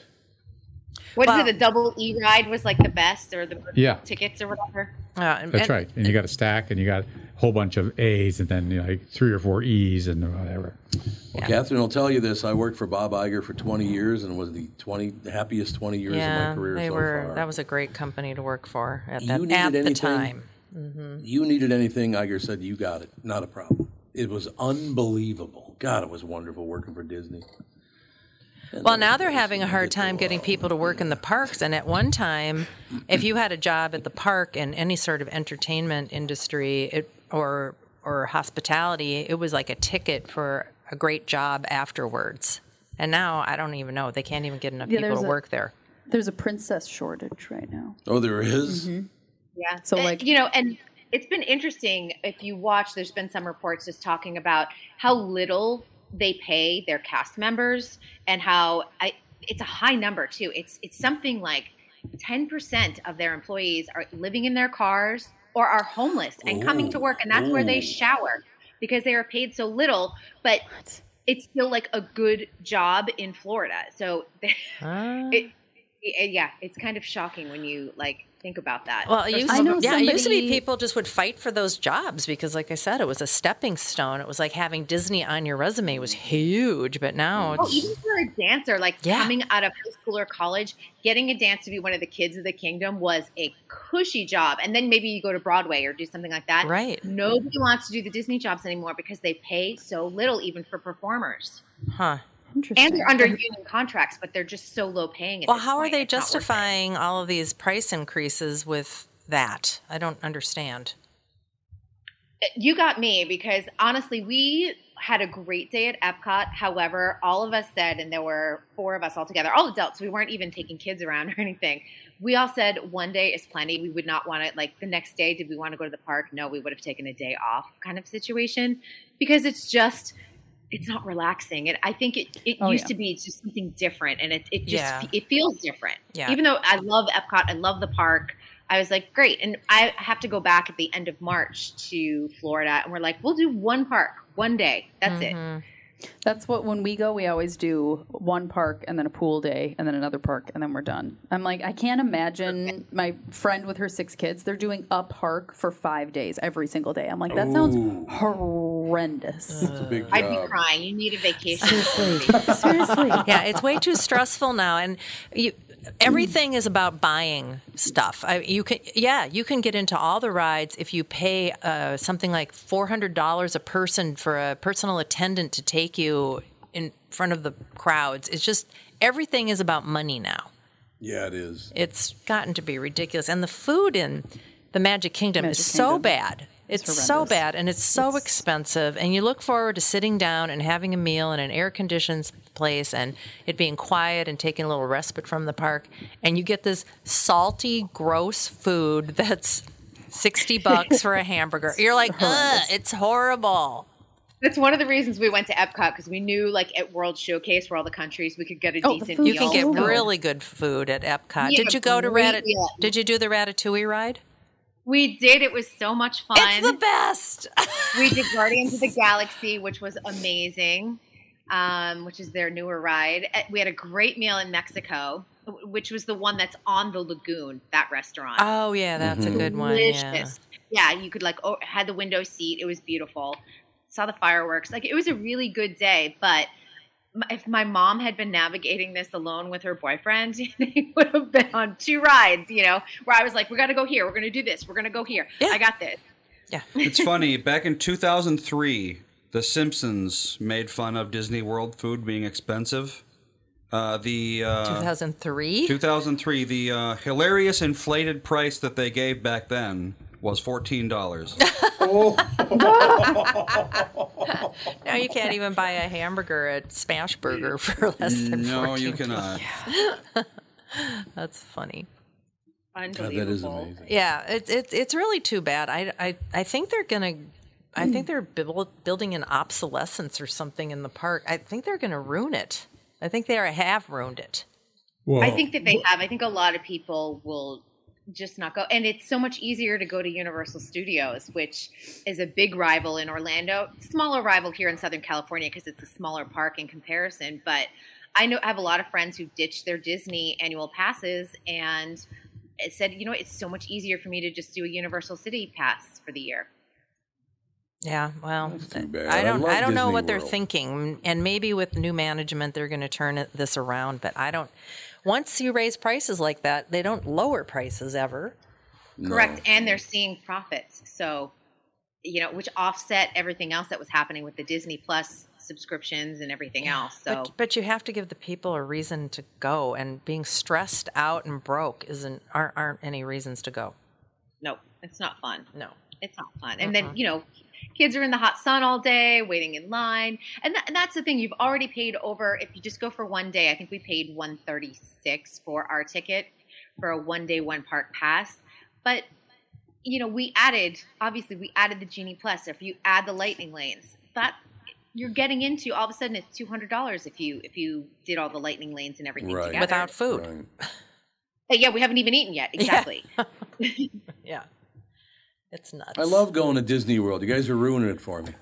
Speaker 13: What is it? The double E ride was like the best or the
Speaker 4: Yeah.
Speaker 13: tickets or whatever.
Speaker 4: That's right. And you got a stack and you got a whole bunch of A's and then you know, like three or four E's and whatever.
Speaker 3: Well, Catherine will tell you this. I worked for Bob Iger for 20 years and was the 20 happiest 20 years
Speaker 1: yeah,
Speaker 3: of my career
Speaker 1: they
Speaker 3: so
Speaker 1: were.
Speaker 3: far.
Speaker 1: That was a great company to work for at
Speaker 3: You
Speaker 1: that
Speaker 3: needed
Speaker 1: at the
Speaker 3: anything?
Speaker 1: time. hmm
Speaker 10: Mm-hmm.
Speaker 3: You needed anything, Iger said, you got it. Not a problem. It was unbelievable. God, it was wonderful working for Disney.
Speaker 1: Well, now they're having a hard time getting people to work in the parks. And at one time, if you had a job at the park in any sort of entertainment industry it, or or hospitality, it was like a ticket for a great job afterwards. And now I don't even know. They can't even get enough
Speaker 10: Yeah,
Speaker 1: people
Speaker 10: there's
Speaker 1: to
Speaker 10: a-
Speaker 1: work there.
Speaker 10: There's a princess shortage right now.
Speaker 3: Oh, there is?
Speaker 1: Mm-hmm.
Speaker 13: Yeah.
Speaker 10: So,
Speaker 13: And,
Speaker 10: like-
Speaker 13: you know, and it's been interesting if you watch. There's been some reports just talking about how little they pay their cast members and how I, it's a high number too. It's it's something like 10% of their employees are living in their cars or are homeless and coming to work, and that's where they
Speaker 14: Ooh.
Speaker 13: shower because they are paid so little. But it's still like a good job in Florida. So. It, it, yeah, it's kind of shocking when you like think about that.
Speaker 1: Well, it
Speaker 13: First
Speaker 1: used,
Speaker 13: of all,
Speaker 1: yeah, it used to be people just would fight for those jobs because, like I said, it was a stepping stone. It was like having Disney on your resume was huge, but now
Speaker 13: Oh,
Speaker 1: it's
Speaker 13: even for a dancer, like
Speaker 1: Yeah.
Speaker 13: coming out of high school or college, getting a dance to be one of the kids of the kingdom was a cushy job. And then maybe you go to Broadway or do something like that.
Speaker 1: Right.
Speaker 13: Nobody wants to do the Disney jobs anymore because they pay so little, even for performers.
Speaker 1: huh.
Speaker 13: And they're under union contracts, but they're just so low paying. at
Speaker 1: Well,
Speaker 13: this
Speaker 1: how are
Speaker 13: point.
Speaker 1: they
Speaker 13: It's not worth it.
Speaker 1: justifying all of these price increases with that? I don't understand.
Speaker 13: You got me because honestly, we had a great day at Epcot. However, all of us said, and there were four of us all together, all adults, we weren't even taking kids around or anything. We all said one day is plenty. We would not want it. Like the next day, did we want to go to the park? No, we would have taken a day off kind of situation because it's just, it's not relaxing. And I think it, it
Speaker 10: Oh,
Speaker 13: used
Speaker 10: yeah.
Speaker 13: to be just something different and it, it just,
Speaker 10: Yeah.
Speaker 13: it feels different.
Speaker 10: Yeah.
Speaker 13: Even though I love Epcot, I love the park. I was like, great. And I have to go back at the end of March to Florida. And we're like, we'll do one park one day. That's
Speaker 1: Mm-hmm.
Speaker 13: it.
Speaker 10: That's what when we go, we always do one park and then a pool day and then another park and then we're done. I'm like, I can't imagine my friend with her six kids. They're doing a park for five days every single day. I'm like, that sounds
Speaker 13: Ooh.
Speaker 10: horrendous.
Speaker 3: It's a big job.
Speaker 13: I'd be crying. You need a vacation.
Speaker 10: Seriously.
Speaker 1: yeah, it's way too stressful now, and you, everything is about buying stuff. I, you can, yeah, you can get into all the rides if you pay uh, something like four hundred dollars a person for a personal attendant to take you in front of the crowds. It's just everything is about money now.
Speaker 3: Yeah, it is.
Speaker 1: It's gotten to be ridiculous, and the food in the Magic Kingdom
Speaker 10: Magic
Speaker 1: is so
Speaker 10: Kingdom.
Speaker 1: bad. It's,
Speaker 10: It's
Speaker 1: so
Speaker 10: horrendous.
Speaker 1: bad and it's so expensive. And you look forward to sitting down and having a meal in an air conditioned place and it being quiet and taking a little respite from the park. And you get this salty, gross food that's 60 bucks for a hamburger. You're like, ugh, it's horrible.
Speaker 13: That's one of the reasons we went to Epcot because we knew, like, at World Showcase where all the countries, we could get a decent
Speaker 1: you
Speaker 13: meal.
Speaker 1: can get really good food at Epcot.
Speaker 13: We had
Speaker 1: Did
Speaker 13: a
Speaker 1: you go to
Speaker 13: great
Speaker 1: Ratat?
Speaker 13: meal.
Speaker 1: Did you do the Ratatouille ride?
Speaker 13: We did. It was so much fun. It's the
Speaker 1: best.
Speaker 13: we did Guardians of the Galaxy, which was amazing, um, which is their newer ride. Uh, We had a great meal in Mexico, w- which was the one that's on the lagoon, that restaurant.
Speaker 1: Oh yeah, that's a good one. Yeah.
Speaker 13: Delicious. Yeah, you could like oh, had the window seat. It was beautiful. Saw the fireworks. Like it was a really good day, but m- if my mom had been navigating this alone with her boyfriend, they would have been on two rides, you know, where I was like, we're going to go here. We're going to do this. We're going to go here. I got this.
Speaker 6: It's funny. Back in 2003, The Simpsons made fun of Disney World food being expensive. Uh, the uh,
Speaker 1: 2003.
Speaker 6: 2003, the uh, hilarious inflated price that they gave back then was $14.
Speaker 1: Now you can't even buy a hamburger at Smash Burger for less than
Speaker 6: no, you
Speaker 1: 14.
Speaker 6: cannot.
Speaker 1: That's funny.
Speaker 13: Unbelievable.
Speaker 6: amazing.
Speaker 1: Yeah, it's it's it's really too bad. I I I think they're gonna. I think they're buil- building an obsolescence or something in the park. I think they're going to ruin it. I think they are, have ruined it.
Speaker 13: I think that they have. I think a lot of people will just not go. And it's so much easier to go to Universal Studios, which is a big rival in Orlando, smaller rival here in Southern California because it's a smaller park in comparison. But I know I have a lot of friends who ditched their Disney annual passes and it said, you know, what, it's so much easier for me to just do a Universal City pass for the year.
Speaker 1: Yeah, well,
Speaker 3: bad.
Speaker 1: I
Speaker 3: I
Speaker 1: don't
Speaker 3: love
Speaker 1: I, don't know
Speaker 3: Disney
Speaker 1: what they're
Speaker 3: World.
Speaker 1: thinking, and maybe with new management they're going to turn it, this around. But I don't. Once you raise prices like that, they don't lower prices ever.
Speaker 13: Correct. And they're seeing profits. So you know, which offset everything else that was happening with the Disney Plus subscriptions and everything else. So
Speaker 1: But, but you have to give the people a reason to go, and being stressed out and broke isn't aren't, aren't any reasons to go.
Speaker 13: no, it's not fun.
Speaker 1: No, Uh-uh.
Speaker 13: it's not fun. And then
Speaker 1: Mm-mm.
Speaker 13: you know, kids are in the hot sun all day, waiting in line, and, that, and that's the thing. You've already paid over. If you just go for one day, I think we paid one thirty six for our ticket for a one day one park pass, but you know, we added obviously we added the genie plus. If you add the lightning lanes, that you're getting into all of a sudden it's two hundred dollars if you if you did all the lightning lanes and everything together
Speaker 1: Without food.
Speaker 13: Uh, Yeah, we haven't even eaten yet. Exactly.
Speaker 1: yeah. It's nuts.
Speaker 3: I love going to Disney World. You guys are ruining it for me.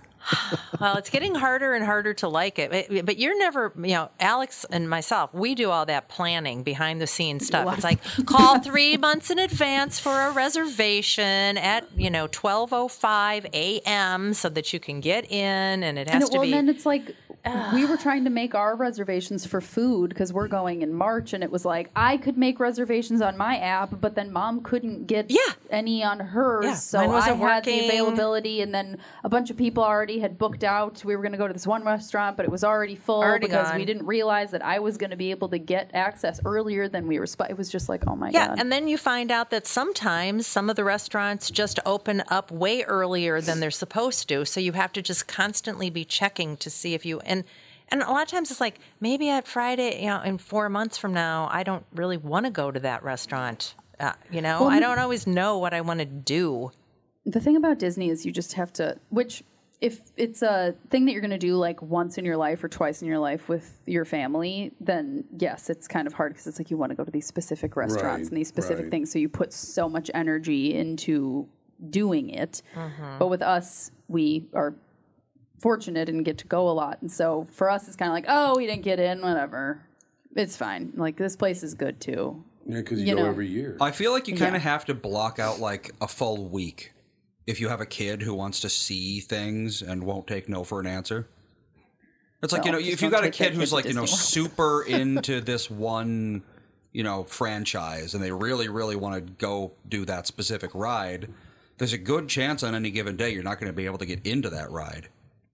Speaker 1: well, it's getting harder and harder to like it. But- But you're never, you know, Alex and myself, we do all that planning behind the scenes stuff. It's like call three months in advance for a reservation at, you know, 12.05 a.m. so that you can get in and it has
Speaker 10: and it,
Speaker 1: to
Speaker 10: well,
Speaker 1: be.
Speaker 10: then it's like we were trying to make our reservations for food because we're going in March, and it was like I could make reservations on my app, but then mom couldn't get any on hers,
Speaker 1: Yeah,
Speaker 10: so
Speaker 1: mine
Speaker 10: I
Speaker 1: wasn't
Speaker 10: had the
Speaker 1: working.
Speaker 10: availability, and then a bunch of people already had booked out. We were going to go to this one restaurant, but it was already full
Speaker 1: Already
Speaker 10: because
Speaker 1: gone.
Speaker 10: we didn't realize that I was going to be able to get access earlier than we were. Sp- it was just like, oh my
Speaker 1: yeah,
Speaker 10: god,
Speaker 1: and then you find out that sometimes some of the restaurants just open up way earlier than they're supposed to, so you have to just constantly be checking to see if you and and a lot of times it's like maybe at Friday, you know, in four months from now, I don't really want to go to that restaurant. Uh, you know,
Speaker 10: Well,
Speaker 1: I
Speaker 10: m-
Speaker 1: don't always know what I want to do.
Speaker 10: the thing about Disney is you just have to, which if it's a thing that you're going to do like once in your life or twice in your life with your family, then yes, it's kind of hard because it's like you want to go to these specific restaurants
Speaker 14: Right,
Speaker 10: and these specific
Speaker 14: right.
Speaker 10: things. So you put so much energy into doing it.
Speaker 14: Mhm.
Speaker 10: But with us, we are fortunate and get to go a lot. And so for us, it's kind of like, oh, we didn't get in, whatever. It's fine. Like this place is good too.
Speaker 3: Yeah, because
Speaker 10: You know.
Speaker 3: year.
Speaker 6: I feel like you kind
Speaker 10: Yeah.
Speaker 6: of have to block out like a full week if you have a kid who wants to see things and won't take no for an answer. It's like, you
Speaker 16: Well,
Speaker 6: know, if
Speaker 16: just
Speaker 6: you
Speaker 16: don't
Speaker 6: got
Speaker 16: take
Speaker 6: a
Speaker 16: that
Speaker 6: kid
Speaker 16: kid
Speaker 6: who's
Speaker 16: to
Speaker 6: like, you know,
Speaker 16: Disney World.
Speaker 6: super into this one, you know, franchise and they really, really want to go do that specific ride, there's a good chance on any given day you're not going to be able to get into that ride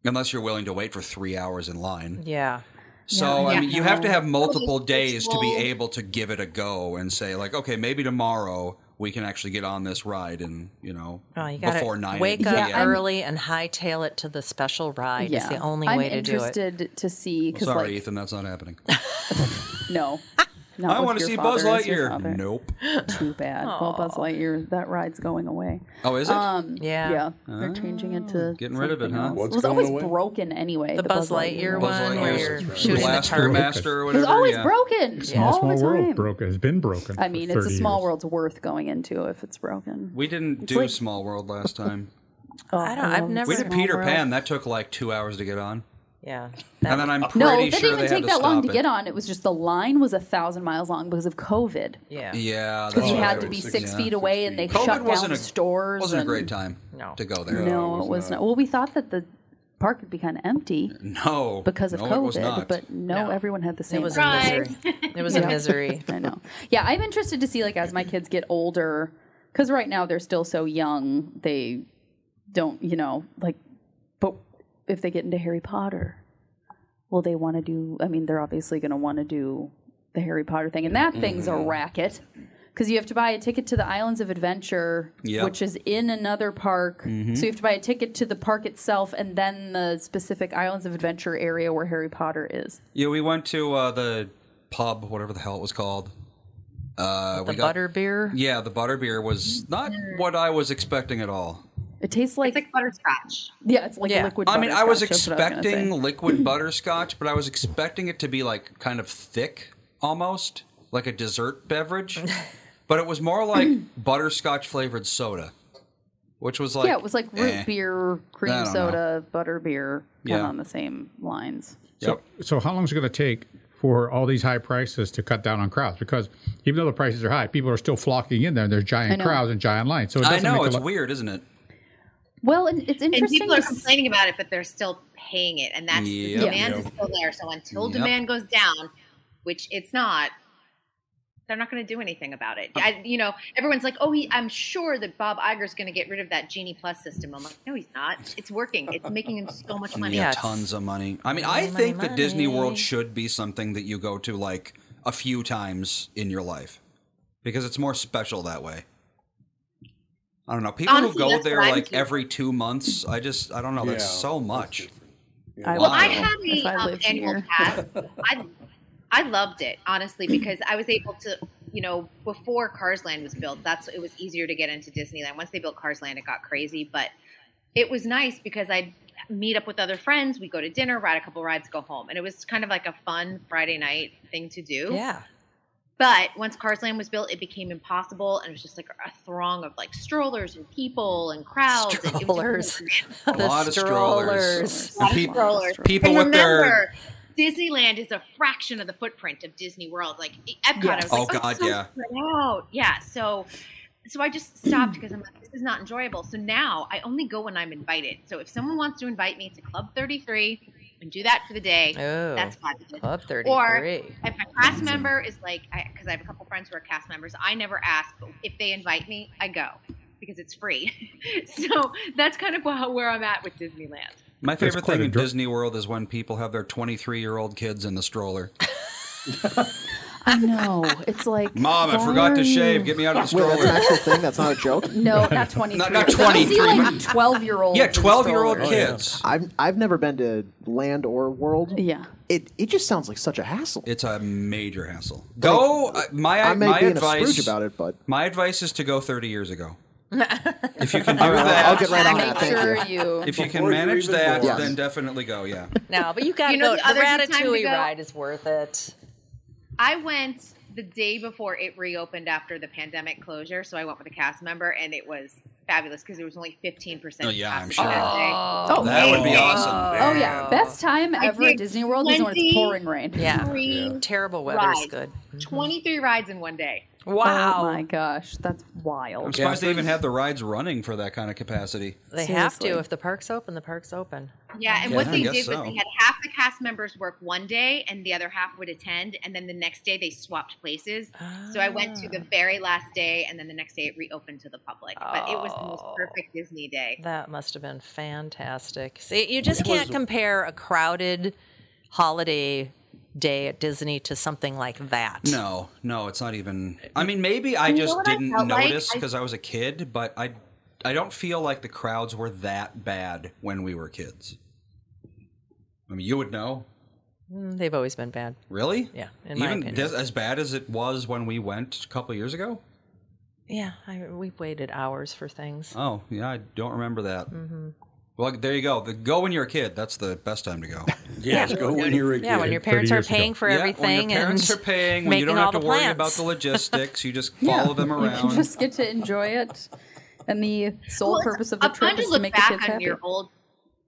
Speaker 6: unless you're willing to wait for three hours in line.
Speaker 1: Yeah.
Speaker 6: So
Speaker 1: Yeah.
Speaker 6: I mean, you have to have
Speaker 1: Yeah.
Speaker 6: multiple days to be
Speaker 1: Well-
Speaker 6: able to give it a go and say like, okay, maybe tomorrow we can actually get on this ride and you know
Speaker 1: Oh, you got
Speaker 6: before nine
Speaker 1: to wake up
Speaker 6: PM.
Speaker 1: early and hightail it to the special ride. It's the only
Speaker 10: I'm
Speaker 1: way to do it.
Speaker 10: interested to see
Speaker 6: Well,
Speaker 10: because
Speaker 6: Oh, sorry,
Speaker 10: like
Speaker 6: Ethan, that's not happening.
Speaker 10: No.
Speaker 6: I
Speaker 10: with
Speaker 6: wanna
Speaker 10: your
Speaker 6: see Buzz
Speaker 10: father as your
Speaker 6: Lightyear.
Speaker 10: father.
Speaker 6: Nope.
Speaker 10: Too bad. Well, Buzz Lightyear, that ride's going away. Um,
Speaker 6: Oh, is it? Ah.
Speaker 1: Yeah.
Speaker 10: Yeah. They're changing it to.
Speaker 6: Getting rid of it,
Speaker 10: something
Speaker 6: huh?
Speaker 10: else.
Speaker 6: What's
Speaker 10: it was
Speaker 6: going
Speaker 10: always
Speaker 6: away?
Speaker 10: broken anyway.
Speaker 1: The Buzz Lightyear
Speaker 10: one.
Speaker 1: one where you're shooting the
Speaker 6: Blaster
Speaker 1: target.
Speaker 6: Master or
Speaker 10: It
Speaker 6: whatever.
Speaker 10: was always
Speaker 6: yeah.
Speaker 10: broken.
Speaker 4: Small,
Speaker 10: all
Speaker 4: small
Speaker 10: the
Speaker 4: world
Speaker 10: time.
Speaker 4: broken. It's been broken.
Speaker 10: I mean,
Speaker 4: for
Speaker 10: it's a
Speaker 4: 30
Speaker 10: small
Speaker 4: years.
Speaker 10: world's worth going into if it's broken.
Speaker 6: We didn't
Speaker 10: It's
Speaker 6: do
Speaker 10: like-
Speaker 6: Small World last time.
Speaker 10: Oh, I don't. I've
Speaker 6: we did Peter Pan. That took like two hours to get on.
Speaker 1: Yeah.
Speaker 6: And then I'm pretty
Speaker 10: No, it
Speaker 6: sure
Speaker 10: didn't even
Speaker 6: they had
Speaker 10: take
Speaker 6: to
Speaker 10: that long
Speaker 6: stop
Speaker 10: to get on. It was just the line was a thousand miles long because of COVID.
Speaker 1: Yeah.
Speaker 6: Yeah.
Speaker 10: Because
Speaker 6: that's
Speaker 10: you
Speaker 6: what
Speaker 10: had
Speaker 6: I
Speaker 10: to
Speaker 6: would
Speaker 10: be
Speaker 6: say.
Speaker 10: six
Speaker 6: Yeah.
Speaker 10: feet away, and they
Speaker 6: COVID
Speaker 10: shut down
Speaker 6: wasn't a-
Speaker 10: stores.
Speaker 6: Wasn't a
Speaker 10: and-
Speaker 6: great time to go Oh, there.
Speaker 10: No, it was not. Well, we thought that the park would be kind of empty
Speaker 6: No,
Speaker 10: because of
Speaker 6: no, it was
Speaker 10: COVID,
Speaker 6: not.
Speaker 10: but no, everyone had the same.
Speaker 1: was a
Speaker 10: vibe.
Speaker 1: misery. It was a
Speaker 10: Yeah.
Speaker 1: misery.
Speaker 10: I know. Yeah, I'm interested to see like as my kids get older, because right now they're still so young, they don't, you know, like. But if they get into Harry Potter, will they want to do? I mean, they're obviously going to want to do the Harry Potter thing, and that
Speaker 6: Mm-hmm.
Speaker 10: thing's a
Speaker 14: Mhm.
Speaker 10: racket. Because you have to buy a ticket to the Islands of Adventure,
Speaker 14: Yep.
Speaker 10: which is in another park.
Speaker 14: Mhm.
Speaker 6: Mm-hmm.
Speaker 10: So you have to buy a ticket to the park itself and then the specific Islands of Adventure area where Harry Potter is.
Speaker 6: Yeah, we went to uh, the pub, whatever the hell it was called. Uh,
Speaker 1: The
Speaker 6: we got,
Speaker 1: butter beer.
Speaker 6: Yeah, the butter beer was not what I was expecting at all.
Speaker 10: It tastes like it's
Speaker 13: like butterscotch.
Speaker 10: Yeah, it's like liquid.
Speaker 6: I mean, I was
Speaker 10: butterscotch, that's what I was gonna
Speaker 6: expecting
Speaker 10: say.
Speaker 6: liquid butterscotch, but I was expecting it to be like kind of thick, almost like a dessert beverage. but it was more like butterscotch flavored soda, which was like
Speaker 10: yeah, it was like root
Speaker 6: eh.
Speaker 10: beer,
Speaker 6: I
Speaker 10: cream
Speaker 6: don't know.
Speaker 10: soda, butter beer, kind of
Speaker 4: Yeah.
Speaker 10: on the same lines.
Speaker 4: So, so how long is it going to take for all these high prices to cut down on crowds? Because even though the prices are high, people are still flocking in there, and there's
Speaker 10: I
Speaker 4: giant
Speaker 10: know.
Speaker 4: crowds and giant lines. So it
Speaker 6: I
Speaker 4: doesn't
Speaker 6: know
Speaker 4: make
Speaker 6: it's
Speaker 4: a lot.
Speaker 6: weird, isn't it?
Speaker 10: Well, and it's
Speaker 13: and
Speaker 10: interesting.
Speaker 13: people are complaining about it, but they're still paying it, and that's
Speaker 6: Yep.
Speaker 13: the demand
Speaker 6: Yep.
Speaker 13: is still there. So until
Speaker 6: Yep.
Speaker 13: demand goes down, which it's not, They're not going to do anything about it. I, you know, everyone's like, "Oh, he, I'm sure that Bob Iger's going to get rid of that Genie Plus system." I'm like, "No, he's not. It's working. It's making him so much money."
Speaker 6: Yeah, tons of money. I mean, I
Speaker 13: Money,
Speaker 6: think that Disney
Speaker 13: money.
Speaker 6: World should be something that you go to like a few times in your life because it's more special that way. I don't know. People
Speaker 13: Honestly,
Speaker 6: who go
Speaker 13: that's
Speaker 6: there
Speaker 13: what I'm
Speaker 6: like
Speaker 13: doing.
Speaker 6: every two months. I just, I don't know. That's
Speaker 13: Yeah,
Speaker 6: so much.
Speaker 10: I
Speaker 13: well,
Speaker 6: Wow.
Speaker 13: I had
Speaker 10: if
Speaker 13: the
Speaker 10: I
Speaker 13: um,
Speaker 10: lived
Speaker 13: annual
Speaker 10: here.
Speaker 13: pass. I I loved it honestly because I was able to, you know, before Cars Land was built, that's it was easier to get into Disneyland. Once they built Cars Land, it got crazy, but it was nice because I'd meet up with other friends, we would go to dinner, ride a couple rides, go home, and it was kind of like a fun Friday night thing to do.
Speaker 1: Yeah.
Speaker 13: But once Cars Land was built, it became impossible, and it was just like a throng of like strollers and people and crowds. and it was-
Speaker 6: A lot of strollers.
Speaker 13: A lot of
Speaker 6: Peop-
Speaker 13: strollers.
Speaker 6: People
Speaker 13: and
Speaker 6: with their.
Speaker 13: remember, Disneyland is a fraction of the footprint of Disney World. Like e, Epcot, I was
Speaker 6: Oh,
Speaker 13: like,
Speaker 6: God,
Speaker 13: it's so
Speaker 6: yeah.
Speaker 13: spread out. yeah. So, so I just stopped because I'm like, this is not enjoyable. So now I only go when I'm invited. So if someone wants to invite me to Club 33 and do that for the day,
Speaker 1: Oh,
Speaker 13: that's fabulous.
Speaker 1: Club
Speaker 13: Or
Speaker 1: 33.
Speaker 13: if my cast member is like, because I, have a couple friends who are cast members, I never ask, but if they invite me, I go because it's free. so that's kind of how, where I'm at with Disneyland.
Speaker 6: My
Speaker 4: That's
Speaker 6: favorite
Speaker 4: quite
Speaker 6: thing
Speaker 4: a
Speaker 6: in
Speaker 4: dr-
Speaker 6: Disney World is when people have their 23 year old kids in the stroller.
Speaker 10: I know. It's like
Speaker 6: Mom, I forgot to
Speaker 10: darn.
Speaker 6: shave. Get me out of the
Speaker 5: Wait,
Speaker 6: stroller.
Speaker 5: that's an actual thing. That's not a joke.
Speaker 10: No, not 23.
Speaker 6: Not- not
Speaker 10: I
Speaker 6: 23.
Speaker 10: see like 12 year olds.
Speaker 6: Yeah, 12-year-old kids.
Speaker 5: I've I've never been to land or world.
Speaker 10: Yeah.
Speaker 5: It it just sounds like such a hassle.
Speaker 6: It's a major hassle. Go. uh, my
Speaker 5: I may
Speaker 6: my
Speaker 5: be in a
Speaker 6: advice
Speaker 5: Scrooge about it, but
Speaker 6: my advice is to go 30 years ago.
Speaker 5: I'll get right on
Speaker 10: Make
Speaker 5: that. Thank
Speaker 10: sure
Speaker 5: you.
Speaker 10: you.
Speaker 6: If you can
Speaker 5: Before you're
Speaker 6: manage
Speaker 5: even
Speaker 6: that,
Speaker 5: born.
Speaker 6: then definitely go. Yeah.
Speaker 1: No, but you got to
Speaker 13: You know
Speaker 1: go.
Speaker 13: the
Speaker 1: The,
Speaker 13: other good time to
Speaker 1: Ratatouille
Speaker 13: go?
Speaker 1: ride is worth it.
Speaker 13: I went the day before it reopened after the pandemic closure, so I went with a cast member, and it was fabulous because there was only fifteen percent.
Speaker 6: Oh, yeah, I'm
Speaker 13: capacity
Speaker 6: sure.
Speaker 13: That day.
Speaker 10: Oh,
Speaker 6: that would be
Speaker 10: man.
Speaker 6: awesome.
Speaker 10: Oh yeah, best time
Speaker 13: I
Speaker 10: ever
Speaker 13: did
Speaker 10: at Disney World is when it's
Speaker 13: 20
Speaker 10: pouring rain.
Speaker 1: Oh, Yeah.
Speaker 13: Three
Speaker 1: Terrible weather
Speaker 13: rides.
Speaker 1: is good.
Speaker 13: Twenty-three rides in one day.
Speaker 1: Wow.
Speaker 10: Oh my gosh, that's wild.
Speaker 6: I'm surprised they even had the rides running for that kind of capacity.
Speaker 1: They have to.
Speaker 10: Seriously.
Speaker 1: If the park's open, the park's open.
Speaker 13: Yeah, and
Speaker 6: Yeah,
Speaker 13: what
Speaker 6: I
Speaker 13: they
Speaker 6: guess
Speaker 13: did was
Speaker 6: so.
Speaker 13: they had half the cast members work one day, and the other half would attend, and then the next day they swapped places. So I went to the
Speaker 10: Ah.
Speaker 13: very last day, and then the next day it reopened to the public. But it was the most
Speaker 10: Oh.
Speaker 13: perfect Disney day.
Speaker 1: That must have been fantastic. See, you just
Speaker 13: It was-
Speaker 1: can't compare a crowded holiday day at Disney to something like that.
Speaker 6: No, no, it's not even. I mean, maybe I
Speaker 13: You know
Speaker 6: just
Speaker 13: what I
Speaker 6: didn't
Speaker 13: felt like?
Speaker 6: notice
Speaker 13: I-
Speaker 6: because I was a kid, but I, I don't feel like the crowds were that bad when we were kids. I mean, you would know,
Speaker 1: Mm, They've always been bad.
Speaker 6: really.
Speaker 1: Yeah, in my
Speaker 6: Even
Speaker 1: opinion.
Speaker 6: dis- as bad as it was when we went a couple years ago.
Speaker 1: Yeah, I, we've waited hours for things.
Speaker 6: Oh, yeah, I don't remember that.
Speaker 1: hmm
Speaker 6: Well, there you go. The, go when you're a kid. That's the best time to go.
Speaker 3: Yes, go when you're a
Speaker 1: Yeah, when
Speaker 3: kid.
Speaker 1: your
Speaker 4: 30
Speaker 1: parents are
Speaker 4: years ago.
Speaker 1: paying for
Speaker 6: Yeah, when
Speaker 1: everything
Speaker 6: your parents
Speaker 1: and
Speaker 6: are paying, when you don't
Speaker 1: making all
Speaker 6: have to
Speaker 1: the
Speaker 6: worry
Speaker 1: plans.
Speaker 6: about the logistics, you just
Speaker 10: Yeah.
Speaker 6: follow them
Speaker 10: You
Speaker 6: around.
Speaker 10: just get to enjoy it, and the sole
Speaker 13: Well, it's
Speaker 10: purpose of the
Speaker 13: a fun
Speaker 10: trip is to make the
Speaker 13: back
Speaker 10: kids
Speaker 13: on
Speaker 10: happy.
Speaker 13: your old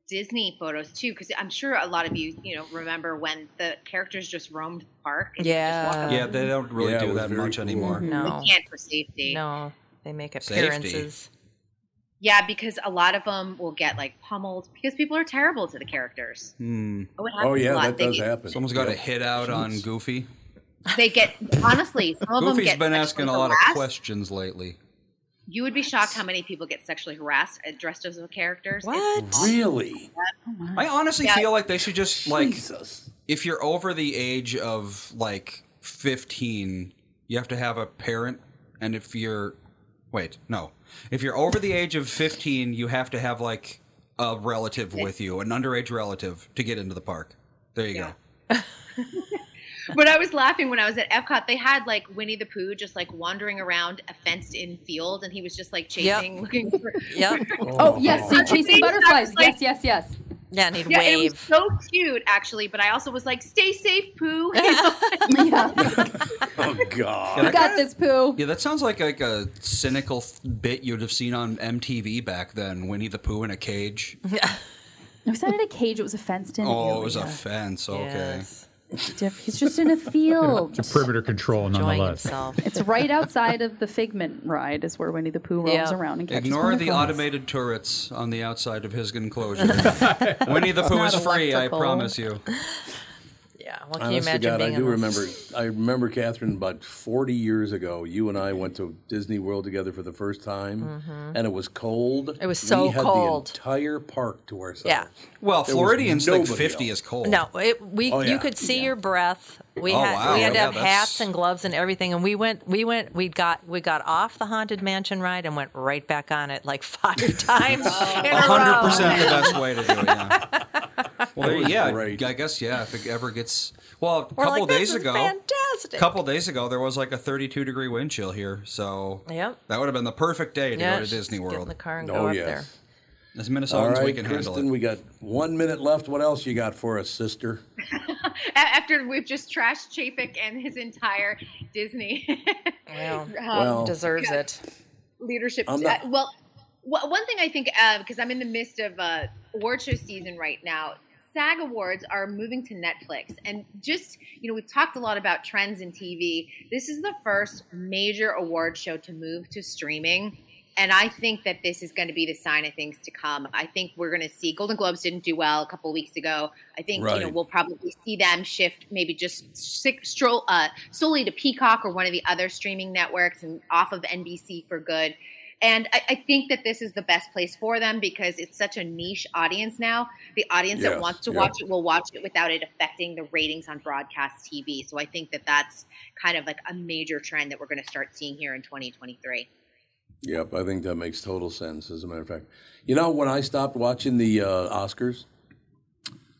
Speaker 13: Disney photos too, because I'm sure a lot of you, you know, remember when the characters just roamed the park. and you just walked
Speaker 1: Yeah.
Speaker 6: yeah, they don't really
Speaker 3: Yeah, it
Speaker 6: do
Speaker 3: was
Speaker 6: that
Speaker 3: very
Speaker 6: much
Speaker 3: cool.
Speaker 6: anymore.
Speaker 1: no,
Speaker 13: around. You can't for safety.
Speaker 1: no, they make
Speaker 6: Safety.
Speaker 1: appearances.
Speaker 13: Yeah, because a lot of them will get like pummeled because people are terrible to the characters.
Speaker 6: Hmm.
Speaker 13: Oh, it happens
Speaker 3: Oh
Speaker 13: a
Speaker 3: yeah,
Speaker 13: lot.
Speaker 3: that
Speaker 13: they,
Speaker 3: does
Speaker 13: get,
Speaker 3: happen.
Speaker 6: Someone's got a
Speaker 3: Yep.
Speaker 6: hit out on Goofy.
Speaker 13: they get honestly, some of them
Speaker 6: Goofy's
Speaker 13: get
Speaker 6: been
Speaker 13: sexually
Speaker 6: asking a lot of
Speaker 13: harassed.
Speaker 6: questions lately.
Speaker 13: You would be shocked how many people get sexually harassed uh, dressed as characters. It's Oh
Speaker 1: What?
Speaker 3: Really?
Speaker 6: I honestly
Speaker 13: Yeah.
Speaker 6: feel like they should just like
Speaker 3: Jesus.
Speaker 6: if you're over the age of like 15, you have to have a parent and if you're wait, no. If you're over the age of 15, you have to have like a relative with you, an underage relative to get into the park. There you
Speaker 13: Yeah.
Speaker 6: go.
Speaker 13: but I was laughing when I was at Epcot. They had like Winnie the Pooh just like wandering around a fenced in field and he was just like chasing, looking for.
Speaker 1: Yep.
Speaker 10: Oh yes, so you're chasing
Speaker 13: Exactly.
Speaker 10: butterflies.
Speaker 13: Like-
Speaker 10: Yes, yes, yes.
Speaker 1: Yeah, I need
Speaker 13: Yeah, it was
Speaker 1: wave.
Speaker 13: so cute actually, but I also was like, stay safe, Pooh.
Speaker 10: Yeah,
Speaker 3: Oh God.
Speaker 10: you got this, poo.
Speaker 6: Yeah, that sounds like like a cynical th- bit you'd have seen on MTV back then, Winnie the Pooh in a cage.
Speaker 10: No, he's not in a cage. It was a fenced in.
Speaker 6: Oh,
Speaker 10: area.
Speaker 6: it was a fence. Okay.
Speaker 1: Yes.
Speaker 10: Diff- He's just in a field.
Speaker 4: It's a perimeter control,
Speaker 1: Enjoying
Speaker 4: nonetheless.
Speaker 1: himself.
Speaker 10: It's right outside of the Figment ride is where Winnie the Pooh roams
Speaker 1: Yeah.
Speaker 10: around and catches
Speaker 6: Ignore the
Speaker 10: butterflies.
Speaker 6: automated turrets on the outside of his enclosure. Winnie the Pooh
Speaker 10: Not
Speaker 6: is free, I
Speaker 10: electrical.
Speaker 6: promise you.
Speaker 1: Yeah. Well, can you
Speaker 3: Honest to
Speaker 1: imagine
Speaker 3: God,
Speaker 1: being
Speaker 3: I do
Speaker 1: on
Speaker 3: remember. I remember Catherine about 40 years ago. You and I
Speaker 1: Mm-hmm.
Speaker 3: went to Disney World together for the first time,
Speaker 1: Mhm.
Speaker 3: and it was cold.
Speaker 1: It was so
Speaker 3: we had
Speaker 1: cold.
Speaker 3: The entire park to ourselves.
Speaker 1: Yeah.
Speaker 6: Well,
Speaker 3: There was
Speaker 6: Floridians think
Speaker 3: nobody
Speaker 6: 50
Speaker 3: else.
Speaker 6: is cold.
Speaker 1: No, it, we
Speaker 6: Oh, yeah.
Speaker 1: you could see your breath. We
Speaker 6: Oh,
Speaker 1: had
Speaker 6: wow.
Speaker 1: we had to
Speaker 6: Yeah,
Speaker 1: have
Speaker 6: that's-
Speaker 1: hats and gloves and everything, and we went we went we got we got off the haunted mansion ride and went right back on it like five times. in a
Speaker 6: hundred
Speaker 1: row.
Speaker 6: percent the best way to do it. Yeah. Well,
Speaker 3: That was
Speaker 6: yeah, I guess yeah. If it ever gets well, a
Speaker 1: We're
Speaker 6: couple
Speaker 1: like,
Speaker 6: days
Speaker 1: this is
Speaker 6: ago,
Speaker 1: fantastic.
Speaker 6: couple days ago, there was like a 32 degree wind chill here, so
Speaker 1: Yep.
Speaker 6: that would have been the perfect day to
Speaker 1: Yeah,
Speaker 6: go to
Speaker 1: just
Speaker 6: Disney
Speaker 1: get in
Speaker 6: World.
Speaker 1: the car and Oh, go up yes. there.
Speaker 6: As Minnesotans,
Speaker 3: All right,
Speaker 6: we can handle
Speaker 3: Kristen,
Speaker 6: it.
Speaker 3: we got one minute left. What else you got for us, sister?
Speaker 13: A- After we've just trashed Chapek and his entire Disney Um,
Speaker 1: Well,
Speaker 13: Well-
Speaker 1: deserves it.
Speaker 13: leadership.
Speaker 1: I'm not-
Speaker 13: uh, well, wh- one thing I think because I'm in the midst of uh, award show season right now. SAG Awards are moving to Netflix, and just you know, we've talked a lot about trends in TV. This is the first major award show to move to streaming. And I think that this is going to be the sign of things to come. I think we're going to see Golden Globes didn't do well a couple weeks ago. I think you know
Speaker 14: Right.
Speaker 13: we'll probably see them shift maybe just sick, stroll, uh, solely to Peacock or one of the other streaming networks and off of NBC for good. And I, I think that this is the best place for them because it's such a niche audience now. The audience that
Speaker 14: Yes,
Speaker 13: wants to
Speaker 14: yeah.
Speaker 13: watch it will watch it without it affecting the ratings on broadcast TV. So I think that that's kind of like a major trend that we're going to start seeing here in 2023.
Speaker 3: Yep, I think that makes total sense. As a matter of fact, you know when I stopped watching the uh, Oscars,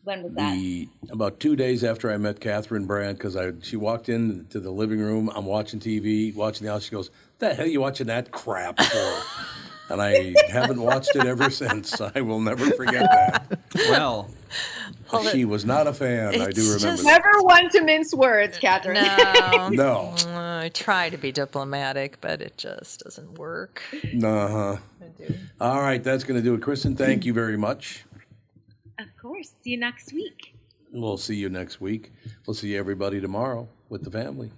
Speaker 13: When was that?
Speaker 3: the about two days after I met Catherine Brand, because I she walked into the living room. I'm watching TV, watching the house. She goes, "The hell you watching that crap for?" and I haven't watched it ever since. I will never forget that.
Speaker 6: Well,
Speaker 1: Well,
Speaker 3: she was not a fan. I do remember. that.
Speaker 14: Never one to mince words, Catherine.
Speaker 1: No.
Speaker 3: No.
Speaker 1: Mm, I try to be diplomatic, but it just doesn't work.
Speaker 3: Uh huh. All right, that's going to do it, Kristen. Thank you very much.
Speaker 13: Of course. See you next week.
Speaker 3: We'll see you next week. We'll see everybody tomorrow with the family.